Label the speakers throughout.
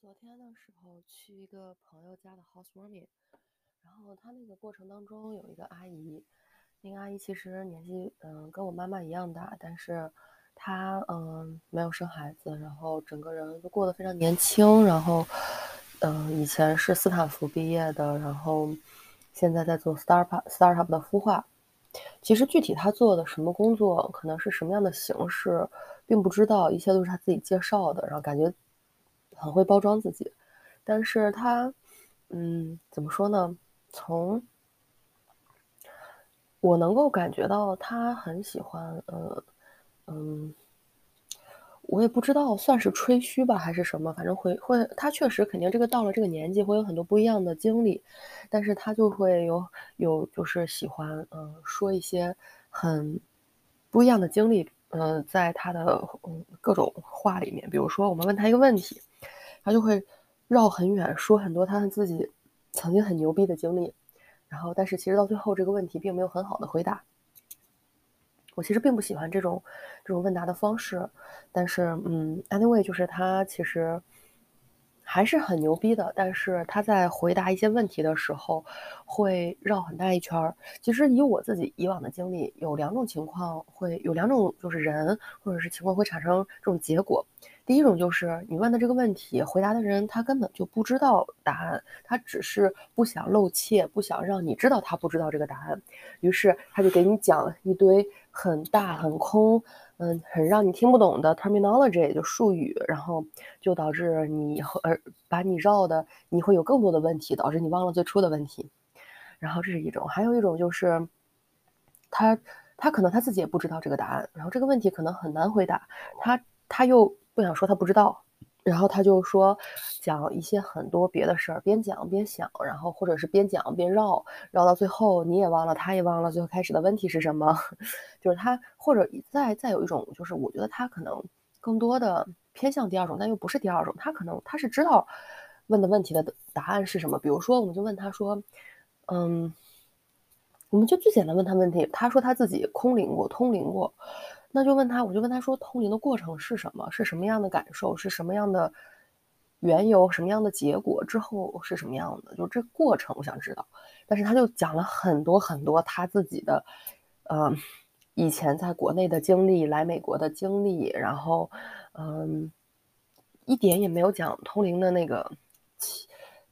Speaker 1: 昨天的时候去一个朋友家的 housewarming，然后他那个过程当中有一个阿姨，那个阿姨其实年纪嗯跟我妈妈一样大，但是她嗯没有生孩子，然后整个人就过得非常年轻，然后嗯以前是斯坦福毕业的，然后现在在做 startup startup 的孵化。其实具体她做的什么工作，可能是什么样的形式，并不知道，一切都是她自己介绍的，然后感觉。很会包装自己，但是他，嗯，怎么说呢？从我能够感觉到他很喜欢，呃，嗯，我也不知道算是吹嘘吧还是什么，反正会会，他确实肯定这个到了这个年纪会有很多不一样的经历，但是他就会有有就是喜欢，嗯、呃，说一些很不一样的经历。嗯、呃，在他的嗯各种话里面，比如说我们问他一个问题，他就会绕很远说很多他自己曾经很牛逼的经历，然后但是其实到最后这个问题并没有很好的回答。我其实并不喜欢这种这种问答的方式，但是嗯，anyway，就是他其实还是很牛逼的，但是他在回答一些问题的时候会绕很大一圈儿。其实以我自己以往的经历，有两种情况会有两种，就是人或者是情况会产生这种结果。第一种就是你问的这个问题，回答的人他根本就不知道答案，他只是不想露怯，不想让你知道他不知道这个答案，于是他就给你讲一堆很大很空。嗯，很让你听不懂的 terminology 就术语，然后就导致你呃把你绕的，你会有更多的问题，导致你忘了最初的问题。然后这是一种，还有一种就是他他可能他自己也不知道这个答案，然后这个问题可能很难回答，他他又不想说他不知道，然后他就说讲一些很多别的事儿，边讲边想，然后或者是边讲边绕，绕到最后你也忘了，他也忘了最后开始的问题是什么。 就是他，或者再再有一种，就是我觉得他可能更多的偏向第二种，但又不是第二种。他可能他是知道问的问题的答案是什么。比如说，我们就问他说：“嗯，我们就最简单问他问题。”他说他自己空灵过，通灵过，那就问他，我就问他说：“通灵的过程是什么？是什么样的感受？是什么样的缘由？什么样的结果？之后是什么样的？就这过程，我想知道。”但是他就讲了很多很多他自己的，嗯。以前在国内的经历，来美国的经历，然后，嗯，一点也没有讲通灵的那个，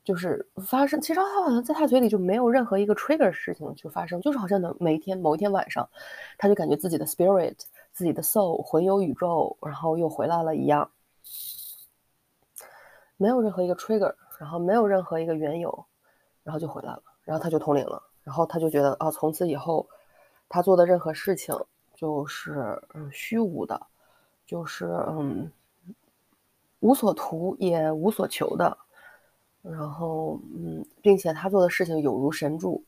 Speaker 1: 就是发生。其实他好像在他嘴里就没有任何一个 trigger 事情去发生，就是好像每一天某一天晚上，他就感觉自己的 spirit、自己的 soul 魂游宇宙，然后又回来了一样，没有任何一个 trigger，然后没有任何一个缘由，然后就回来了，然后他就通灵了，然后他就觉得啊，从此以后。他做的任何事情就是嗯虚无的，就是嗯无所图也无所求的，然后嗯，并且他做的事情有如神助，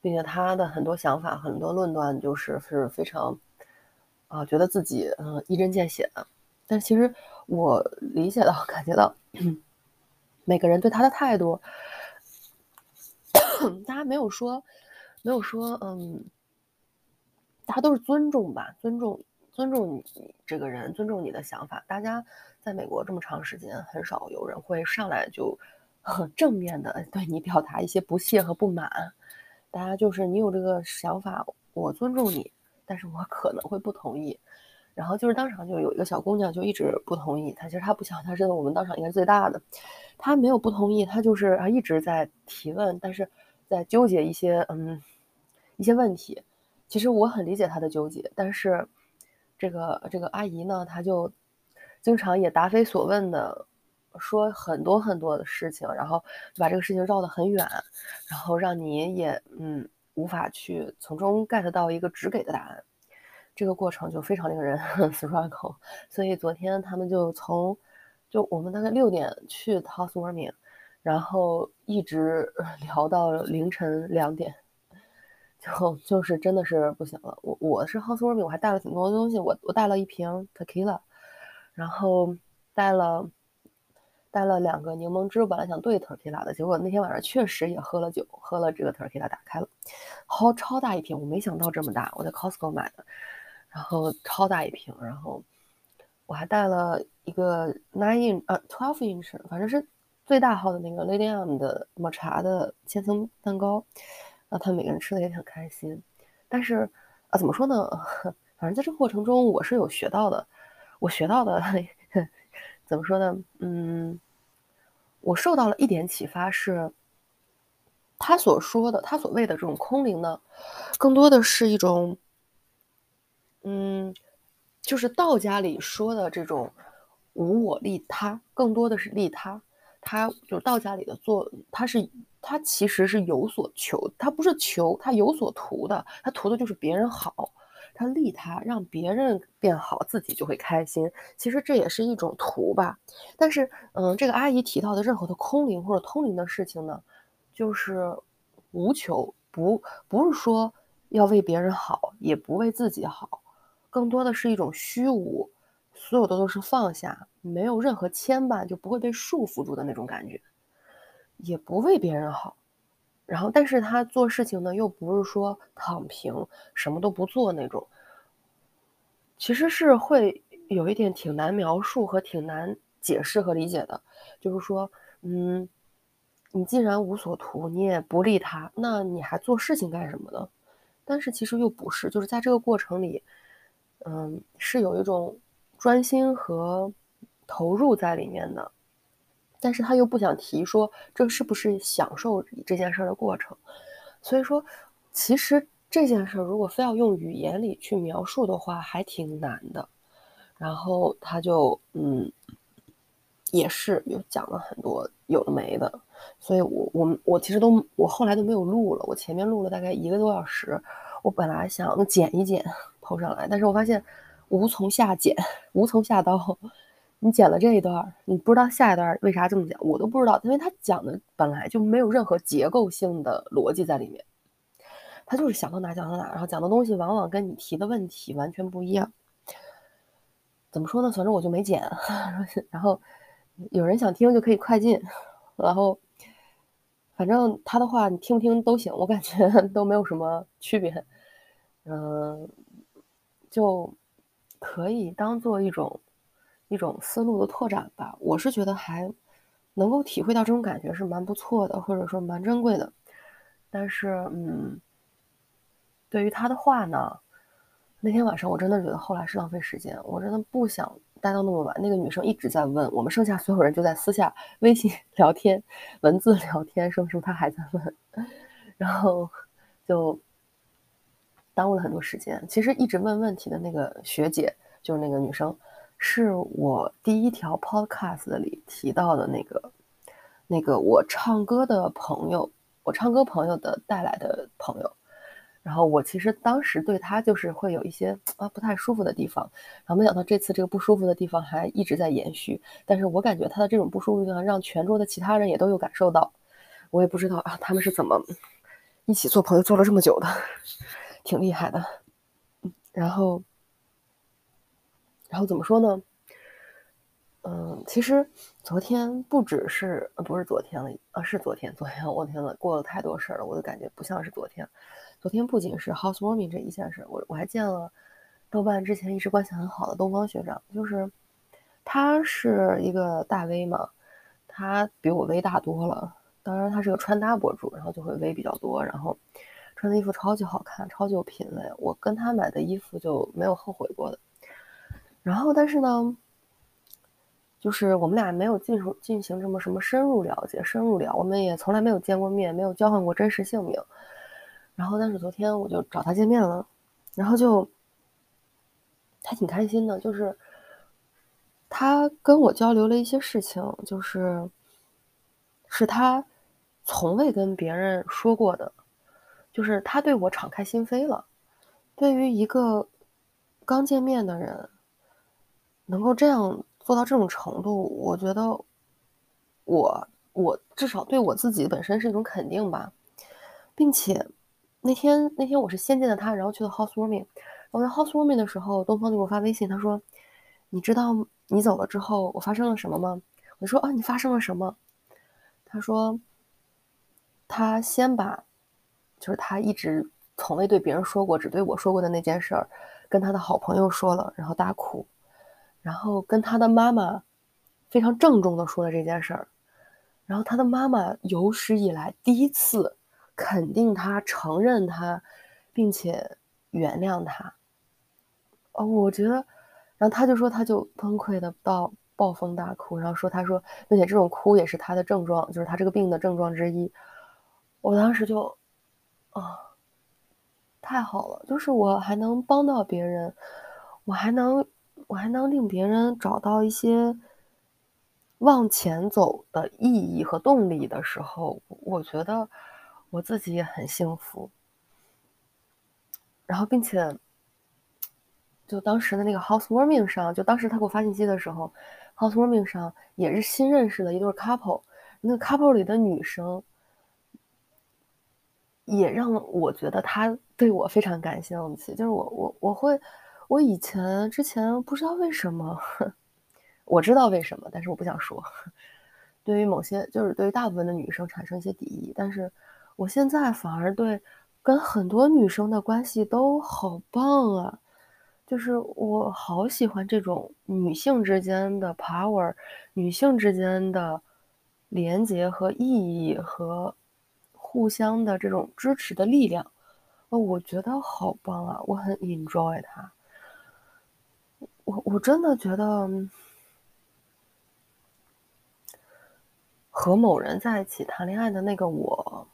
Speaker 1: 并且他的很多想法、很多论断就是是非常啊、呃，觉得自己嗯一针见血。但其实我理解到、 感觉到，每个人对他的态度， 大家没有说没有说嗯。大家都是尊重吧，尊重尊重你这个人，尊重你的想法。大家在美国这么长时间，很少有人会上来就很正面的对你表达一些不屑和不满。大家就是你有这个想法，我尊重你，但是我可能会不同意。然后就是当场就有一个小姑娘就一直不同意，她其实她不想，她认为我们当场应该是最大的，她没有不同意，她就是啊一直在提问，但是在纠结一些嗯一些问题。其实我很理解他的纠结，但是这个这个阿姨呢，她就经常也答非所问的说很多很多的事情，然后把这个事情绕得很远，然后让你也嗯无法去从中 get 到一个直给的答案，这个过程就非常令人 struggle。所以昨天他们就从就我们大概六点去 housewarming，然后一直 聊到凌晨两点。就就是真的是不行了，我我是 housewarming，我还带了挺多东西，我我带了一瓶 tequila，然后带了带了两个柠檬汁，我本来想兑 tequila 的，结果那天晚上确实也喝了酒，喝了这个 tequila 打开了，好超大一瓶，我没想到这么大，我在 Costco 买的，然后超大一瓶，然后我还带了一个 nine in 呃 twelve inch，反正是最大号的那个 Lady M 的抹茶的千层蛋糕，然后他们每个人吃的也很开心。但是啊，怎么说呢？ 反正在这个过程中，我是有学到的，我学到的 怎么说呢？嗯，我受到了一点启发是，他所说的，他所谓的这种空灵呢，更多的是一种，嗯，就是道家里说的这种无我利他，更多的是利他。他就是道家里的做，他是他其实是有所求，他不是求，他有所图的，他图的就是别人好，他利他，让别人变好，自己就会开心。其实这也是一种图吧。但是，嗯，这个阿姨提到的任何的空灵或者通灵的事情呢，就是无求，不不是说要为别人好，也不为自己好，更多的是一种虚无，所有的都是放下，没有任何牵绊，就不会被束缚住的那种感觉，也不为别人好。然后，但是他做事情呢，又不是说躺平，什么都不做那种，其实是会有一点挺难描述和挺难解释和理解的。就是说，嗯，你既然无所图，你也不利他，那你还做事情干什么呢？但是其实又不是，就是在这个过程里，嗯，是有一种专心和投入在里面的。但是他又不想提说这是不是享受这件事儿的过程，所以说，其实这件事儿如果非要用语言里去描述的话，还挺难的。然后他就嗯，也是有讲了很多有的没的，所以我我我其实都我后来都没有录了，我前面录了大概一个多小时，我本来想剪一剪抛上来，但是我发现无从下剪，无从下刀。你剪了这一段儿，你不知道下一段儿为啥这么讲，我都不知道，因为他讲的本来就没有任何结构性的逻辑在里面，他就是想到哪讲到哪，然后讲的东西往往跟你提的问题完全不一样。怎么说呢？反正我就没剪，啊 然后有人想听就可以快进，然后反正他的话你听不听都行，我感觉 都没有什么区别，嗯，就可以当做一种一种思路的拓展吧。我是觉得还能够体会到这种感觉是蛮不错的，或者说蛮珍贵的。但是，嗯，对于他的话呢，那天晚上我真的觉得后来是浪费时间，我真的不想待到那么晚。那个女生一直在问我们，剩下所有人就在私下微信 聊天、文字聊天，什么什么，她还在问， 然后就耽误了很多时间。其实一直问问题的那个学姐，就是那个女生，是我第一条 podcast 里提到的那个那个我唱歌的朋友，我唱歌朋友的带来的朋友。然后我其实当时对他就是会有一些啊不太舒服的地方，然后没想到这次这个不舒服的地方还一直在延续，但是我感觉他的这种不舒服地方让全桌的其他人也都有感受到，我也不知道啊他们是怎么一起做朋友做了这么久的， 挺厉害的。嗯然后，然后怎么说呢？嗯，其实昨天不只是呃不是昨天了啊，是昨天，昨天我天呐，过了太多事儿了，我都感觉不像是昨天。昨天不仅是 housewarming 这一件事，我我还见了豆瓣之前一直关系很好的东方学长，就是他是一个大 V 嘛，他比我 V 大多了。当然，他是个穿搭博主，然后就会 V 比较多，然后穿的衣服超级好看，超级有品味。我跟他买的衣服就没有后悔过的。然后，但是呢，就是我们俩没有进入进行这么什么深入了解、深入聊，我们也从来没有见过面，没有交换过真实姓名。然后，但是昨天我就找他见面了，然后就他挺开心的，就是他跟我交流了一些事情，就是是他从未跟别人说过的，就是他对我敞开心扉了。对于一个刚见面的人，能够这样做到这种程度，我觉得我我至少对我自己本身是一种肯定吧，并且那天那天我是先见的他，然后去的 housewarming，然后在 housewarming 的时候，东方就给我发微信，他说：“你知道你走了之后我发生了什么吗？”我就说：“啊，你发生了什么？”他说：“他先把就是他一直从未对别人说过，只对我说过的那件事儿，跟他的好朋友说了，然后大哭，然后跟他的妈妈非常郑重的说了这件事儿，然后他的妈妈有史以来第一次肯定他、承认他，并且原谅他。哦，我觉得，然后他就说他就崩溃的到暴风大哭，然后说他说，并且这种哭也是他的症状，就是他这个病的症状之一。我当时就，啊，太好了，就是我还能帮到别人，我还能我还能令别人找到一些。往前走的意义和动力的时候，我觉得我自己也很幸福。然后，并且，就当时的那个 housewarming 上，就当时他给我发信息的时候，housewarming 上也是新认识的一对 couple，那个 couple 里的女生也让我觉得她对我非常感兴趣。就是我我我会，我以前之前不知道为什么。我知道为什么，但是我不想说。对于某些，就是对于大部分的女生产生一些敌意，但是我现在反而对跟很多女生的关系都好棒啊！就是我好喜欢这种女性之间的 power，女性之间的连结和意义和互相的这种支持的力量。哦，我觉得好棒啊！我很 enjoy 它。我我真的觉得。和某人在一起谈恋爱的那个我，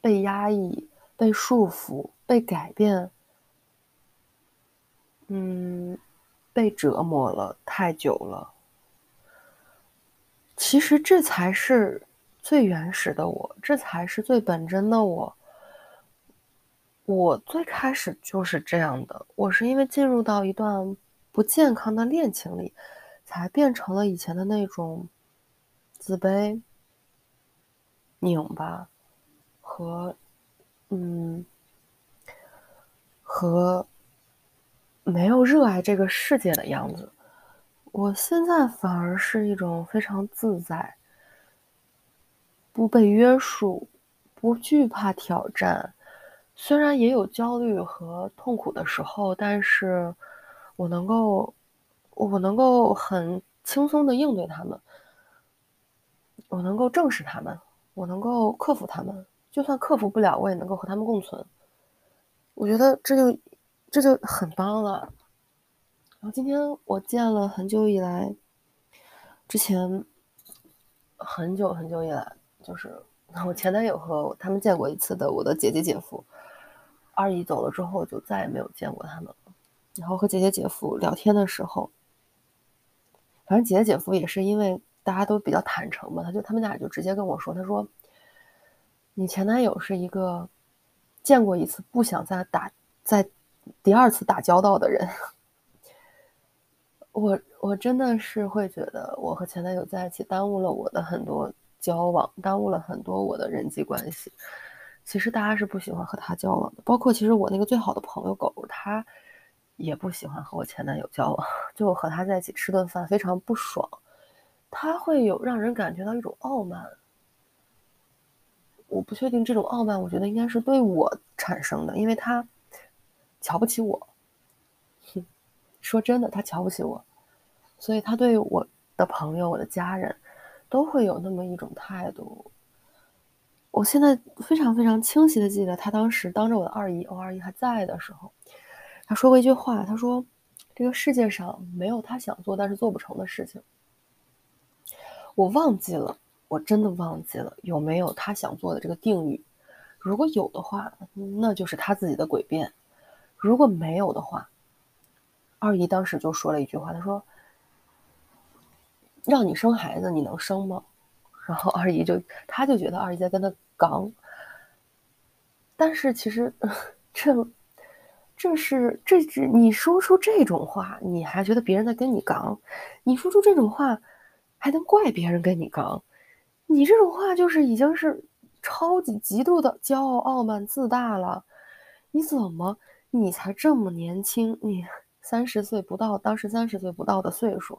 Speaker 1: 被压抑、被束缚、被改变，嗯，被折磨了太久了。其实这才是最原始的我，这才是最本真的我。我最开始就是这样的，我是因为进入到一段不健康的恋情里，才变成了以前的那种。自卑、拧巴和嗯，和没有热爱这个世界的样子，我现在反而是一种非常自在、不被约束、不惧怕挑战。虽然也有焦虑和痛苦的时候，但是我能够，我能够很轻松的应对他们。我能够正视他们，我能够克服他们，就算克服不了，我也能够和他们共存。我觉得这就这就很棒了。然后今天我见了很久以来，之前很久很久以来，就是我前男友和他们见过一次的我的姐姐姐夫。二姨走了之后，就再也没有见过他们了。然后和姐姐姐夫聊天的时候，反正姐姐姐夫也是因为。大家都比较坦诚嘛，他就他们俩就直接跟我说：“他说，你前男友是一个见过一次不想再打再第二次打交道的人。我”我我真的是会觉得我和前男友在一起耽误了我的很多交往，耽误了很多我的人际关系。其实大家是不喜欢和他交往的，包括其实我那个最好的朋友狗，他也不喜欢和我前男友交往， 就和他在一起吃顿饭非常不爽。他会有让人感觉到一种傲慢，我不确定这种傲慢，我觉得应该是对我产生的，因为他瞧不起我。说真的，他瞧不起我，所以他对我的朋友、我的家人都会有那么一种态度。我现在非常非常清晰的记得，他当时当着我的二姨，我二姨还在的时候，他说过一句话，他说：“这个世界上没有他想做但是做不成的事情。”我忘记了，我真的忘记了有没有他想做的这个定语。如果有的话，那就是他自己的诡辩；如果没有的话，二姨当时就说了一句话，她说：“让你生孩子，你能生吗？”然后二姨就，她就觉得二姨在跟他杠。但是其实，这这是这是你说出这种话，你还觉得别人在跟你杠，你说出这种话。还能怪别人跟你刚，你这种话就是已经是超级极度的骄傲、傲慢、自大了。你怎么，你才这么年轻？你三十岁不到，当时三十岁不到的岁数，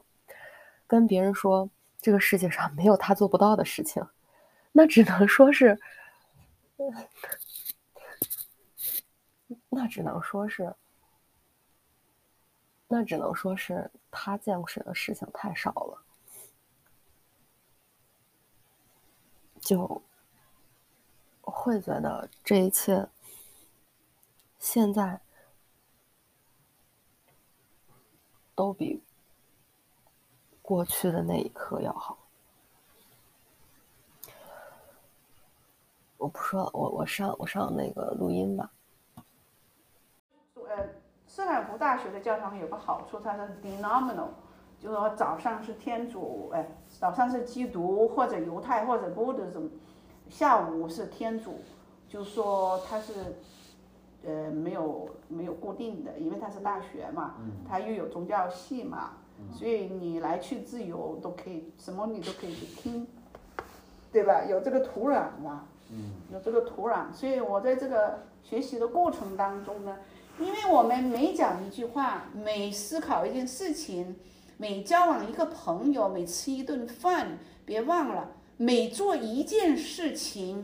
Speaker 1: 跟别人说这个世界上没有他做不到的事情，那只能说是，那只能说是，那只能说是他见识的事情太少了。就会觉得这一切现在都比过去的那一刻要好。我不说，我我上我上那个录音吧。
Speaker 2: 呃，斯坦福大学的教堂有个好处，它是 denominal，就是说早上是天主，哎、早上是基督或者犹太或者 Buddhism，下午是天主，就是说它是，呃，没有没有固定的，因为它是大学嘛，它又有宗教系嘛，所以你来去自由都可以，什么你都可以去听，对吧？有这个土壤嘛，有这个土壤，所以我在这个学习的过程当中呢。因为我们每讲一句话，每思考一件事情，每交往一个朋友，每吃一顿饭，别忘了，每做一件事情，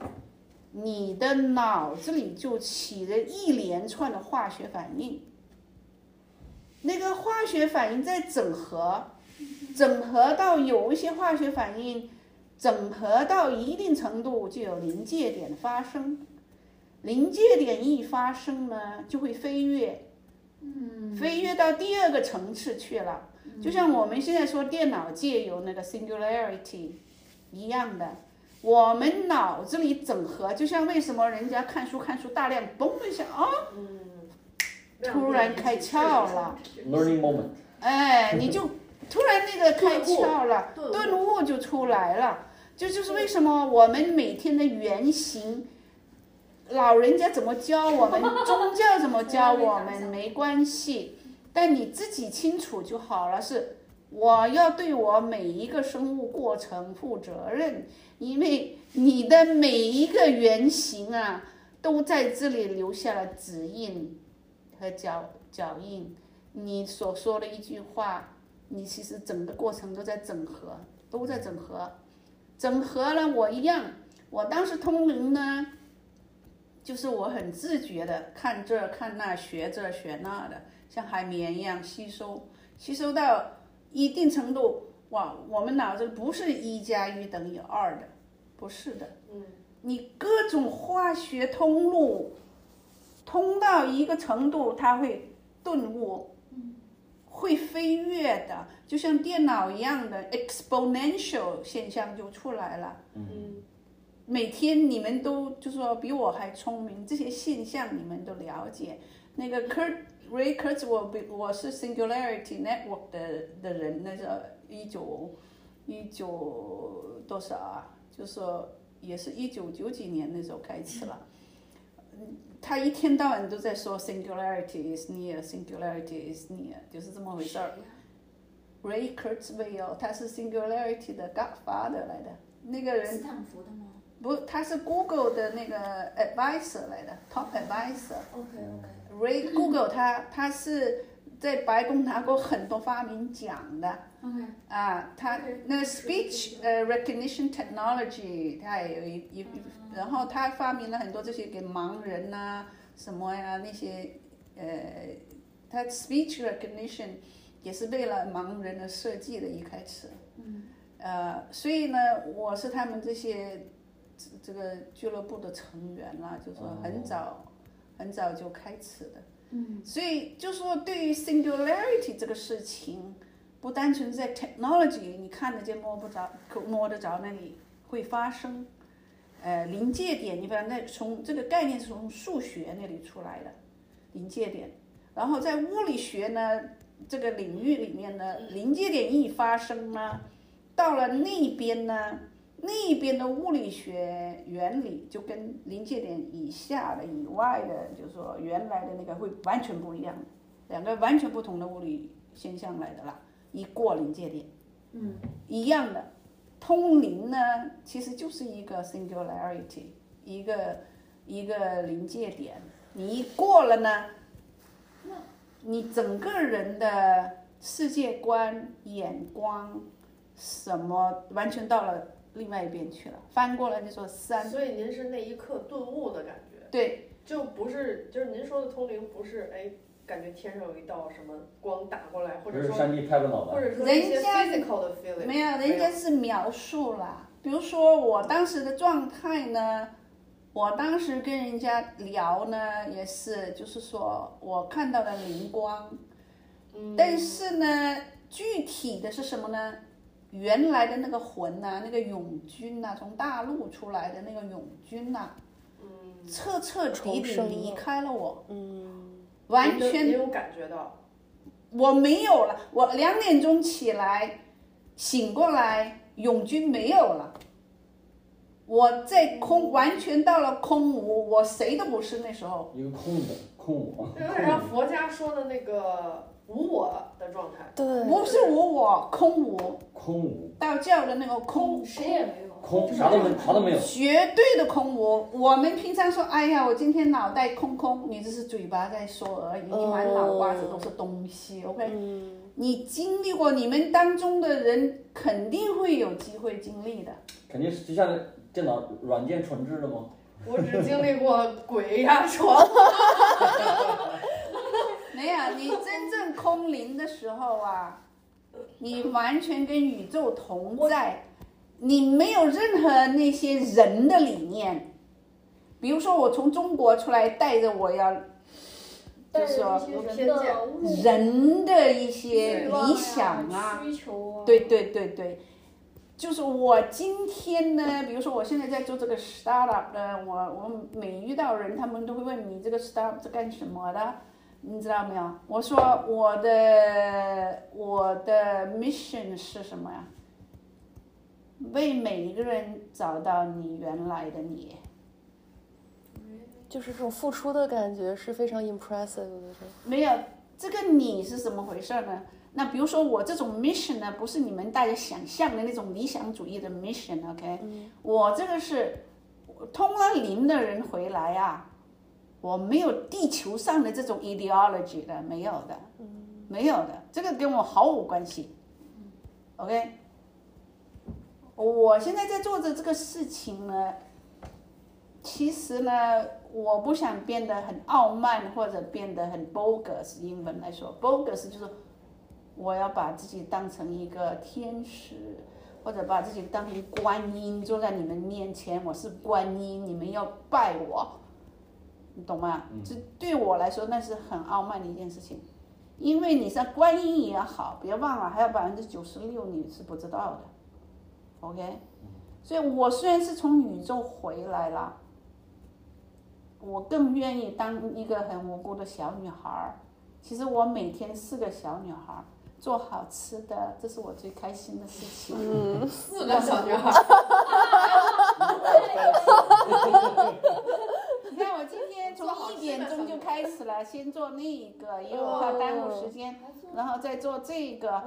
Speaker 2: 你的脑子里就起了一连串的化学反应。那个化学反应在整合，整合到有一些化学反应，整合到一定程度就有临界点发生。临界点一发生呢，就会飞跃，嗯，飞跃到第二个层次去了。就像我们现在说电脑界有那个 singularity 一样的，我们脑子里整合，就像为什么人家看书看书大量嘣一下啊，突然开窍了，
Speaker 3: Learning moment，
Speaker 2: 哎，你就突然那个开窍 了，
Speaker 4: 顿悟
Speaker 2: 顿悟就出来了。这就是为什么我们每天的原型，老人家怎么教我们，宗教怎么教我们没关系，但你自己清楚就好了。是我要对我每一个生物过程负责任，因为你的每一个原型啊，都在这里留下了指印和脚脚印。你所说的一句话，你其实整个过程都在整合，都在整合。整合了我一样，我当时通灵呢，就是我很自觉的看这儿看那儿学这儿学那儿的，像海绵一样吸收，吸收到一定程度，哇，我们脑子不是一加一等于二的，不是的，嗯，你各种化学通路通到一个程度，它会顿悟。会飞跃的，就像电脑一样的 exponential 现象就出来了。
Speaker 4: 嗯
Speaker 2: 每天你们都就说比我还聪明，这些现象你们都了解。那个 Kurt Ray Kurtz，我比我是 Singularity Network 的的人，那个一九一九多少啊？就说也是一九九几年那时候开始了。嗯他一天到晚都在说 Singularity is near，Singularity is near，就是这么回事儿。Ray Kurzweil，他是 Singularity 的 Godfather 来的，那个人
Speaker 4: 斯坦福的吗
Speaker 2: 不，他是 Google 的那个 advisor 来的，top advisor。
Speaker 4: ？OK OK，
Speaker 2: Ray Google 他他是在白宫拿过很多发明奖的
Speaker 4: OK，
Speaker 2: 啊，他
Speaker 4: 对
Speaker 2: 那个 speech 呃 recognition technology 他也有一一，一然后他发明了很多这些给盲人呐、什么呀那些呃，他 speech recognition 也是为了盲人而设计的，一开始。
Speaker 4: 嗯
Speaker 2: 呃，所以呢，我是他们这些这这个俱乐部的成员啦，就是说很早、很早就开始的。
Speaker 4: 嗯
Speaker 2: 所以就说对于 singularity 这个事情，不单纯在 technology 你看得见摸不着、可摸得着那里会发生，呃，临界点，你反正从这个概念是从数学那里出来的临界点，然后在物理学呢这个领域里面呢，临界点一发生呢，到了那边呢。那边的物理学原理就跟临界点以下的、以外的，就是说原来的那个会完全不一样，两个完全不同的物理现象来的啦。一过临界点，
Speaker 4: 嗯，
Speaker 2: 一样的，通灵呢，其实就是一个 singularity，一个一个临界点。你一过了呢，你整个人的世界观、眼光什么，完全到了另外一边去了。翻过来就说三，
Speaker 5: 所以您是那一刻顿悟的感觉，
Speaker 2: 对
Speaker 5: 就不是就是您说的通灵，不是哎，感觉天上有一道什么光打过来，或
Speaker 3: 不
Speaker 5: 者
Speaker 3: 是
Speaker 5: 说
Speaker 3: 上帝拍我脑
Speaker 5: 或
Speaker 3: 袋，
Speaker 5: 者说一些
Speaker 2: 人家
Speaker 5: physical 的 feeling，
Speaker 2: 没有，人家是描述了，比如说我当时的状态呢，我当时跟人家聊呢，也是就是说我看到的灵光，
Speaker 5: 嗯，
Speaker 2: 但是呢，具体的是什么呢？原来的那个魂呐、那个永军呐、从大陆出来的那个永军呐、啊
Speaker 5: 嗯，
Speaker 2: 彻彻底
Speaker 1: 重
Speaker 2: 底
Speaker 1: 生了
Speaker 2: 离开了我，
Speaker 1: 嗯，
Speaker 2: 完
Speaker 5: 也
Speaker 2: 全
Speaker 5: 有感觉到，
Speaker 2: 我没有了。我两点钟起来，醒过来，永军没有了。我在空，完全到了空无，我谁都不是那时候。
Speaker 3: 一个空的空我，
Speaker 5: 就有点像佛家说的那个无我的状态，
Speaker 1: 对，
Speaker 2: 不是无我，空无，
Speaker 3: 空无，
Speaker 2: 道教的那个空，
Speaker 4: 谁也没有，
Speaker 3: 空
Speaker 4: 就是
Speaker 3: 啥都没啥都没有，
Speaker 2: 绝对的空无。我们平常说，哎呀，我今天脑袋空空，你只是嘴巴在说而已，你满脑瓜子都是东西。OK，
Speaker 1: 嗯，
Speaker 2: 你经历过，你们当中的人肯定会有机会经历的。
Speaker 3: 肯定是就像电脑软件重置了吗？
Speaker 5: 我只经历过鬼压床，
Speaker 2: 没有，你真正空灵的时候啊，你完全跟宇宙同在，你没有任何那些人的理念。比如说，我从中国出来，带着我要
Speaker 4: 带着这些人的物
Speaker 2: 人的一些
Speaker 4: 欲望
Speaker 2: 理想啊，
Speaker 4: 需求啊，
Speaker 2: 对，对对对，就是我今天呢，比如说我现在在做这个 startup 呢，我我每遇到人，他们都会问你这个 startup 是干什么的，你知道没有？我说我的我的 mission 是什么呀？为每一个人找到你原来的你，
Speaker 1: 就是这种付出的感觉是非常 impressive 的，
Speaker 2: 没有这个你是怎么回事呢？那比如说我这种 mission 呢，不是你们大家想象的那种理想主义的 mission，OK？、
Speaker 1: 嗯，
Speaker 2: 我这个是我通了灵的人回来啊，我没有地球上的这种 ideology 的，没有的，没有的，这个跟我毫无关系。OK，我现在在做的这个事情呢，其实呢，我不想变得很傲慢或者变得很 bogus，英文来说，bogus 就是我要把自己当成一个天使。或者把自己当成观音坐在你们面前，我是观音，你们要拜我，你懂吗？这对我来说那是很傲慢的一件事情，因为你像观音也好，别忘了还有百分之九十六你是不知道的，OK？所以我虽然是从宇宙回来了，我更愿意当一个很无辜的小女孩儿。其实我每天是个小女孩儿，做好吃的，这是我最开心的事情。
Speaker 5: 四个小女孩，
Speaker 2: 你看我今天从一点钟就开始了，先做那个，因为我怕耽误时
Speaker 5: 嗯
Speaker 2: 间，然后再做这个，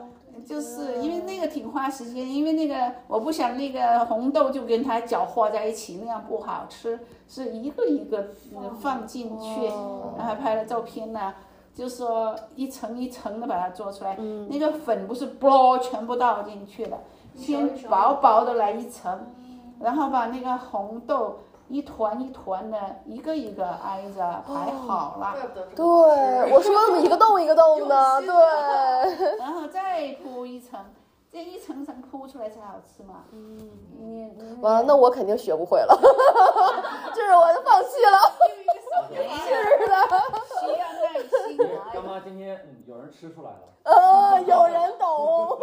Speaker 2: 就是因为那个挺花时间，因为那个我不想那个红豆就跟它搅和在一起，那样不好吃，是一个一个呃放进
Speaker 1: 哦
Speaker 2: 去，
Speaker 5: 哦
Speaker 2: 然后拍了照片呢。就说一层一层的把它做出来，
Speaker 1: 嗯
Speaker 2: 那个粉不是啵全部倒进去了，先薄薄的来一层，然后把那个红豆一团一团的，一个一个挨着排好 了，
Speaker 5: 怪不得这
Speaker 1: 对，
Speaker 5: 么多
Speaker 1: 我是不是一个洞一个洞的？
Speaker 5: 用心啊
Speaker 1: 对，
Speaker 2: 然后再铺一层，这一层层铺出来才好吃嘛。嗯，你你
Speaker 1: 完了，那我肯定学不会了， 就是我就放弃了。
Speaker 2: 没事的，需要耐心
Speaker 3: 干
Speaker 2: 的，
Speaker 3: 妈今天嗯有人吃出来了，
Speaker 1: 呃，有人懂，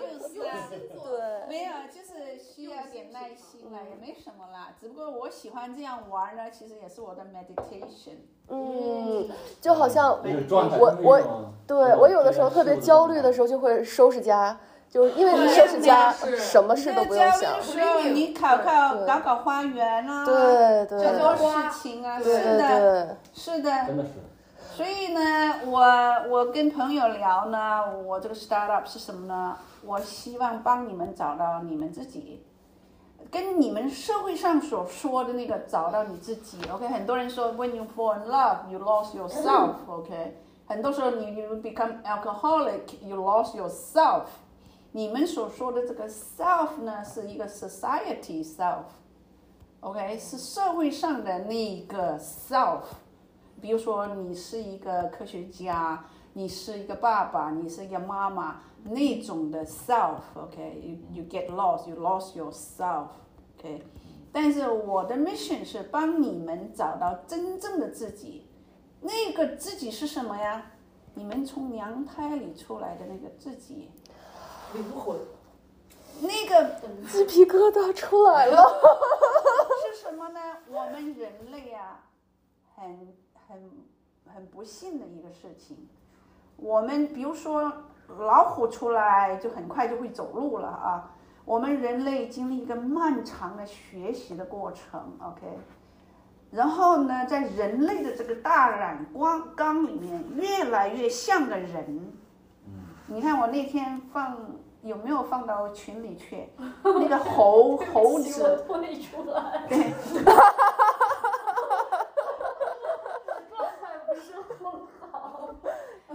Speaker 2: 就是啊。
Speaker 1: 对，
Speaker 2: 没有，就是需要点耐心啦，也没什么啦。只不过我喜欢这样玩呢，其实也是我的 meditation。
Speaker 1: 嗯，就好像
Speaker 3: 那个啊状态
Speaker 1: 我
Speaker 3: 就是
Speaker 1: 我
Speaker 3: 那种
Speaker 1: 嗯对
Speaker 3: 那种
Speaker 1: 我有的时候特别焦虑的
Speaker 3: 时
Speaker 1: 时候就会收拾家，就是因为你
Speaker 5: 对
Speaker 1: 收拾家，
Speaker 5: 那个是
Speaker 1: 什么事都不用想
Speaker 2: 你在家里的。时候你考考
Speaker 1: 对
Speaker 2: 搞搞花园啦、
Speaker 1: 对
Speaker 2: 很
Speaker 1: 对
Speaker 2: 多事情啊，
Speaker 1: 对
Speaker 2: 是的，
Speaker 1: 对
Speaker 2: 是
Speaker 3: 候
Speaker 2: 的。
Speaker 3: 真的是
Speaker 2: 所以呢，我我跟朋友聊呢，我这个 startup 是什么呢？我希望帮你们找到你们自己，跟你们社会上所说的那个找到你自己。OK，很多人说 when you fall in love, you lost yourself。OK，很多时候你 you become alcoholic, you lost yourself。你们所说的这个 self 呢，是一个 society self。OK，是社会上的那个 self。比如说你是一个科学家，你是一个爸爸，你是一个妈妈那种的 self，OK，you、you get lost，you lost yourself，OK、但是我的 mission 是帮你们找到真正的自己，那个自己是什么呀？你们从娘胎里出来的那个自己，
Speaker 5: 灵魂
Speaker 2: 那个
Speaker 1: 鸡皮疙瘩出来了。
Speaker 2: 是什么呢？我们人类啊，很很很不幸的一个事情。我们比如说老虎出来就很快就会走路了啊，我们人类经历一个漫长的学习的过程，OK。然后呢，在人类的这个大染缸缸里面，越来越像个人。你看我那天放有没有放到群里去？那个 猴猴子，
Speaker 4: 我退出来。
Speaker 2: 对，
Speaker 4: 状态不是很好。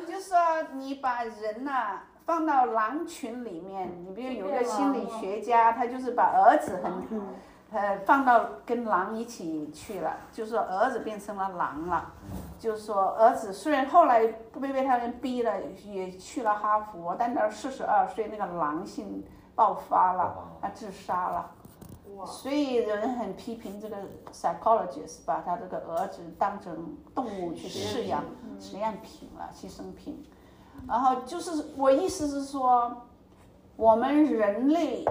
Speaker 2: 就说你把人呐、放到狼群里面，你比如有个心理学家，他就是把儿子
Speaker 5: 嗯
Speaker 2: 很呃放到跟狼一起去了，就说儿子变成了狼了。就是说，儿子虽然后来不被被他们逼了，也去了哈佛，但他四十二岁那个狼性爆发了，他自杀了。
Speaker 5: 哇，
Speaker 2: 所以有人很批评这个 psychologist 把他这个儿子当成动物去饲养，实验品了，牺牲品。然后就是我意思是说，我们人类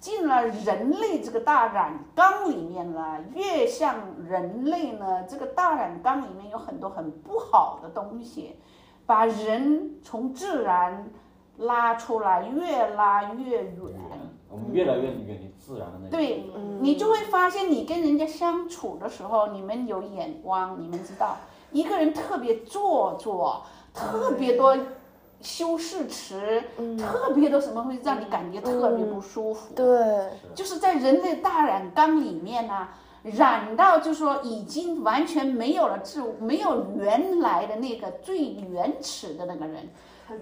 Speaker 2: 进了人类这个大染缸里面了，越像人类呢，这个大染缸里面有很多很不好的东西，把人从自然拉出来，越拉越远。
Speaker 3: 我们越来越远离自然的那种。
Speaker 2: 对你就会发现，你跟人家相处的时候，你们有眼光，你们知道，一个人特别做作，特别多修饰词，
Speaker 1: 嗯，
Speaker 2: 特别多什么会让你感觉特别不舒服。
Speaker 1: 对，
Speaker 2: 就是在人类大染缸里面呢、染到就说已经完全没有了自我，没有原来的那个最原始的那个人，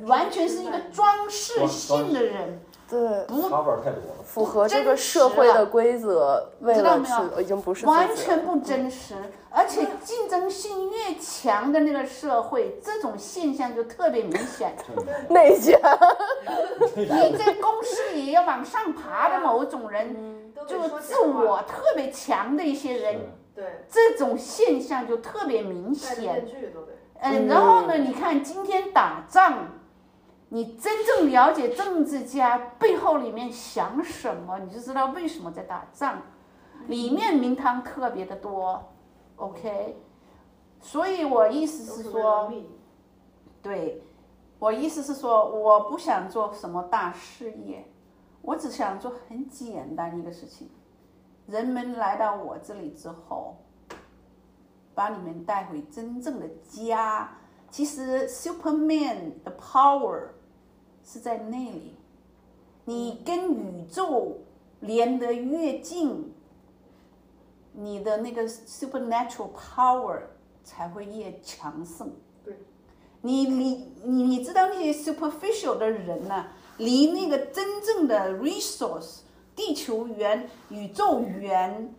Speaker 2: 完全是一个装饰性的人，
Speaker 6: 对，
Speaker 2: 不
Speaker 3: 差太多了。
Speaker 6: 符合这个社会的规则，为了
Speaker 2: 知道没
Speaker 6: 去已经不是自己
Speaker 2: 完全不真实，而且竞争性越强的那个社会，这种现象就特别明显。
Speaker 6: 内 卷，
Speaker 2: 你在公司里要往上爬的某种人，就自我特别强的一些人，
Speaker 5: 对
Speaker 2: 这种现象就特别明
Speaker 5: 戴着
Speaker 2: 显。
Speaker 5: 面具都得
Speaker 2: 嗯，然后呢？你看今天打仗，你真正了解政治家背后里面想什么，你就知道为什么在打仗，里面名堂特别的多。OK，所以我意思是说，对，我意思是说，我不想做什么大事业，我只想做很简单一个事情。人们来到我这里之后，把你们带回真正的家。其实 Superman 的 power 是在那里，你跟宇宙连得越近，你的那个 supernatural power 才会越强盛。
Speaker 5: 对，
Speaker 2: 你离你你知道那些 superficial 的人呢、离那个真正的 resource 地球圆、宇宙圆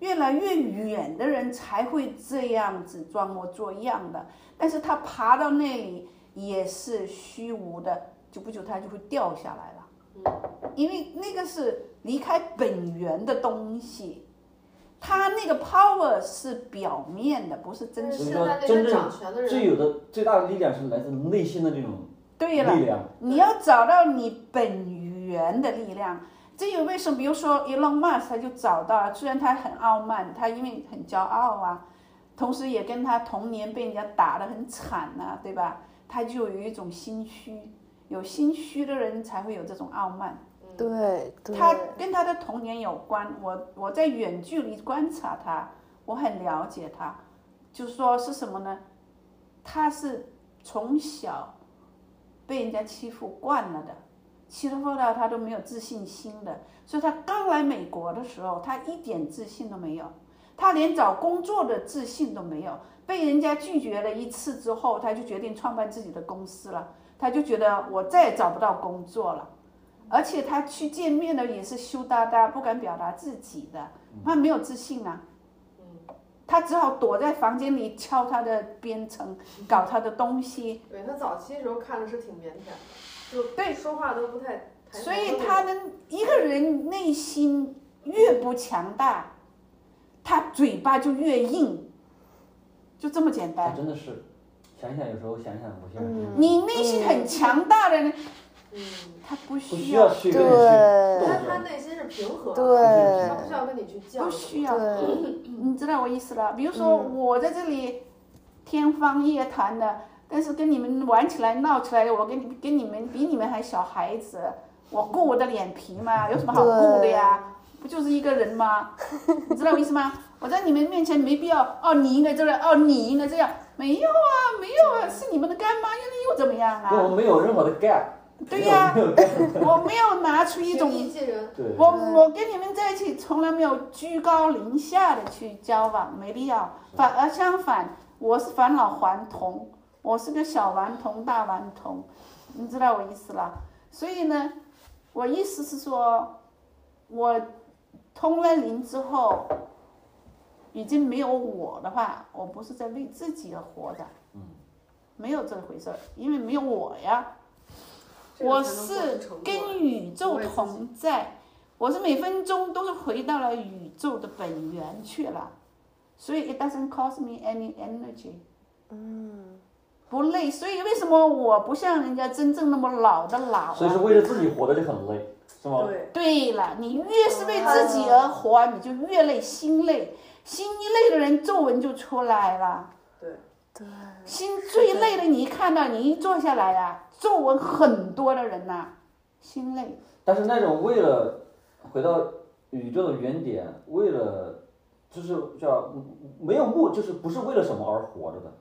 Speaker 2: 越来越远的人才会这样子装模作样的，但是他爬到那里也是虚无的，久不久他就会掉下来了，因为那个是离开本源的东西。他那个 power 是表面的，不是真实
Speaker 3: 所
Speaker 2: 的。
Speaker 3: 以
Speaker 5: 现
Speaker 3: 说
Speaker 5: 在那
Speaker 3: 真
Speaker 5: 些
Speaker 3: 正
Speaker 5: 掌权的
Speaker 3: 最
Speaker 5: 人，
Speaker 3: 有的最大的力量是来自内心的这种
Speaker 2: 对
Speaker 3: 力
Speaker 2: 了，
Speaker 3: 量。
Speaker 2: 你要找到你本源的力量。这有为什么？比如说 Elon Musk 他就找到了，虽然他很傲慢，他因为很骄傲啊，同时也跟他童年被人家打得很惨呐、对吧？他就有一种心虚，有心虚的人才会有这种傲慢。
Speaker 6: 对对，
Speaker 2: 他跟他的童年有关。我我在远距离观察他，我很了解他，就是说是什么呢？他是从小被人家欺负惯了的，欺负到他都没有自信心的。所以他刚来美国的时候，他一点自信都没有，他连找工作的自信都没有。被人家拒绝了一次之后，他就决定创办自己的公司了。他就觉得我再也找不到工作了。而且他去见面嗯呢也是羞答答，不敢表达自己的，他没有自信啊。他只好躲在房间里敲他的边城，搞他的东西，
Speaker 5: 对他早期的时候看着是挺腼腆的，就
Speaker 2: 对
Speaker 5: 说话都不太。抬头
Speaker 2: 所以他的一个人内心越不强大，他嘴巴就越硬，就这么简
Speaker 3: 他
Speaker 2: 单。
Speaker 3: 真的是，想想有时候想想，我现在
Speaker 6: 嗯
Speaker 3: 真的
Speaker 2: 你内心很强大的人，
Speaker 5: 嗯，
Speaker 2: 他不
Speaker 3: 不
Speaker 2: 需
Speaker 3: 需
Speaker 2: 要
Speaker 3: 要，去跟人去
Speaker 6: 对
Speaker 3: 斗
Speaker 5: 他他
Speaker 3: 争，
Speaker 5: 内心是平和的，
Speaker 6: 对
Speaker 5: 他不需要跟你去犟。
Speaker 2: 不需要。
Speaker 6: 对，
Speaker 2: 你知道我意思了。比如说
Speaker 3: 嗯
Speaker 2: 我在这里天方夜谭的，但是跟你们玩起来闹起来，我跟你跟你们比你们还小孩子，我顾我的脸皮 嘛，有什么好顾的呀？不就是一个人吗？你知道我意思吗？我在你们面前没必要哦，你应该这样，哦，你应该这样，没有啊，没有啊，是你们的干妈，又又怎么样
Speaker 3: 对我
Speaker 2: 啊？
Speaker 3: 们没有任何的 gap，
Speaker 2: 对呀、
Speaker 3: 没有没有 gap，
Speaker 2: 我没有拿出一种
Speaker 5: 平易近人，
Speaker 3: 对，
Speaker 2: 我我跟你们在一起从来没有居高临下的去交往，没必要。反而相反，我是返老还童，我是个小顽童、大顽童，你知道我意思了。所以呢，我意思是说，我通了灵之后，已经没有我的话，我不是在为自己而活着，
Speaker 3: 嗯，
Speaker 2: 没有这回事儿，因为没有我呀。
Speaker 5: 这
Speaker 2: 我
Speaker 5: 个才能做
Speaker 2: 是
Speaker 5: 出成果
Speaker 2: 跟宇宙同在，我是每分钟都是回到了宇宙的本源去了，所以 it doesn't cost me any energy，
Speaker 6: 嗯，
Speaker 2: 不累。所以为什么我不像人家真正那么老的老
Speaker 3: 所以是
Speaker 2: 啊？
Speaker 3: 为了自己活的就很累，是吗？
Speaker 5: 对，
Speaker 2: 对了，你越是
Speaker 5: 嗯
Speaker 2: 为自己
Speaker 5: 哎
Speaker 2: 而活，你就越累，心累。心一累的人，皱纹就出来了。
Speaker 5: 对。
Speaker 6: 对，
Speaker 2: 心最累的，你一看到你一坐下来啊，皱纹很多的人呐、心累。
Speaker 3: 但是那种为了回到宇宙的原点，为了就是叫没有目，就是不是为了什么而活着的，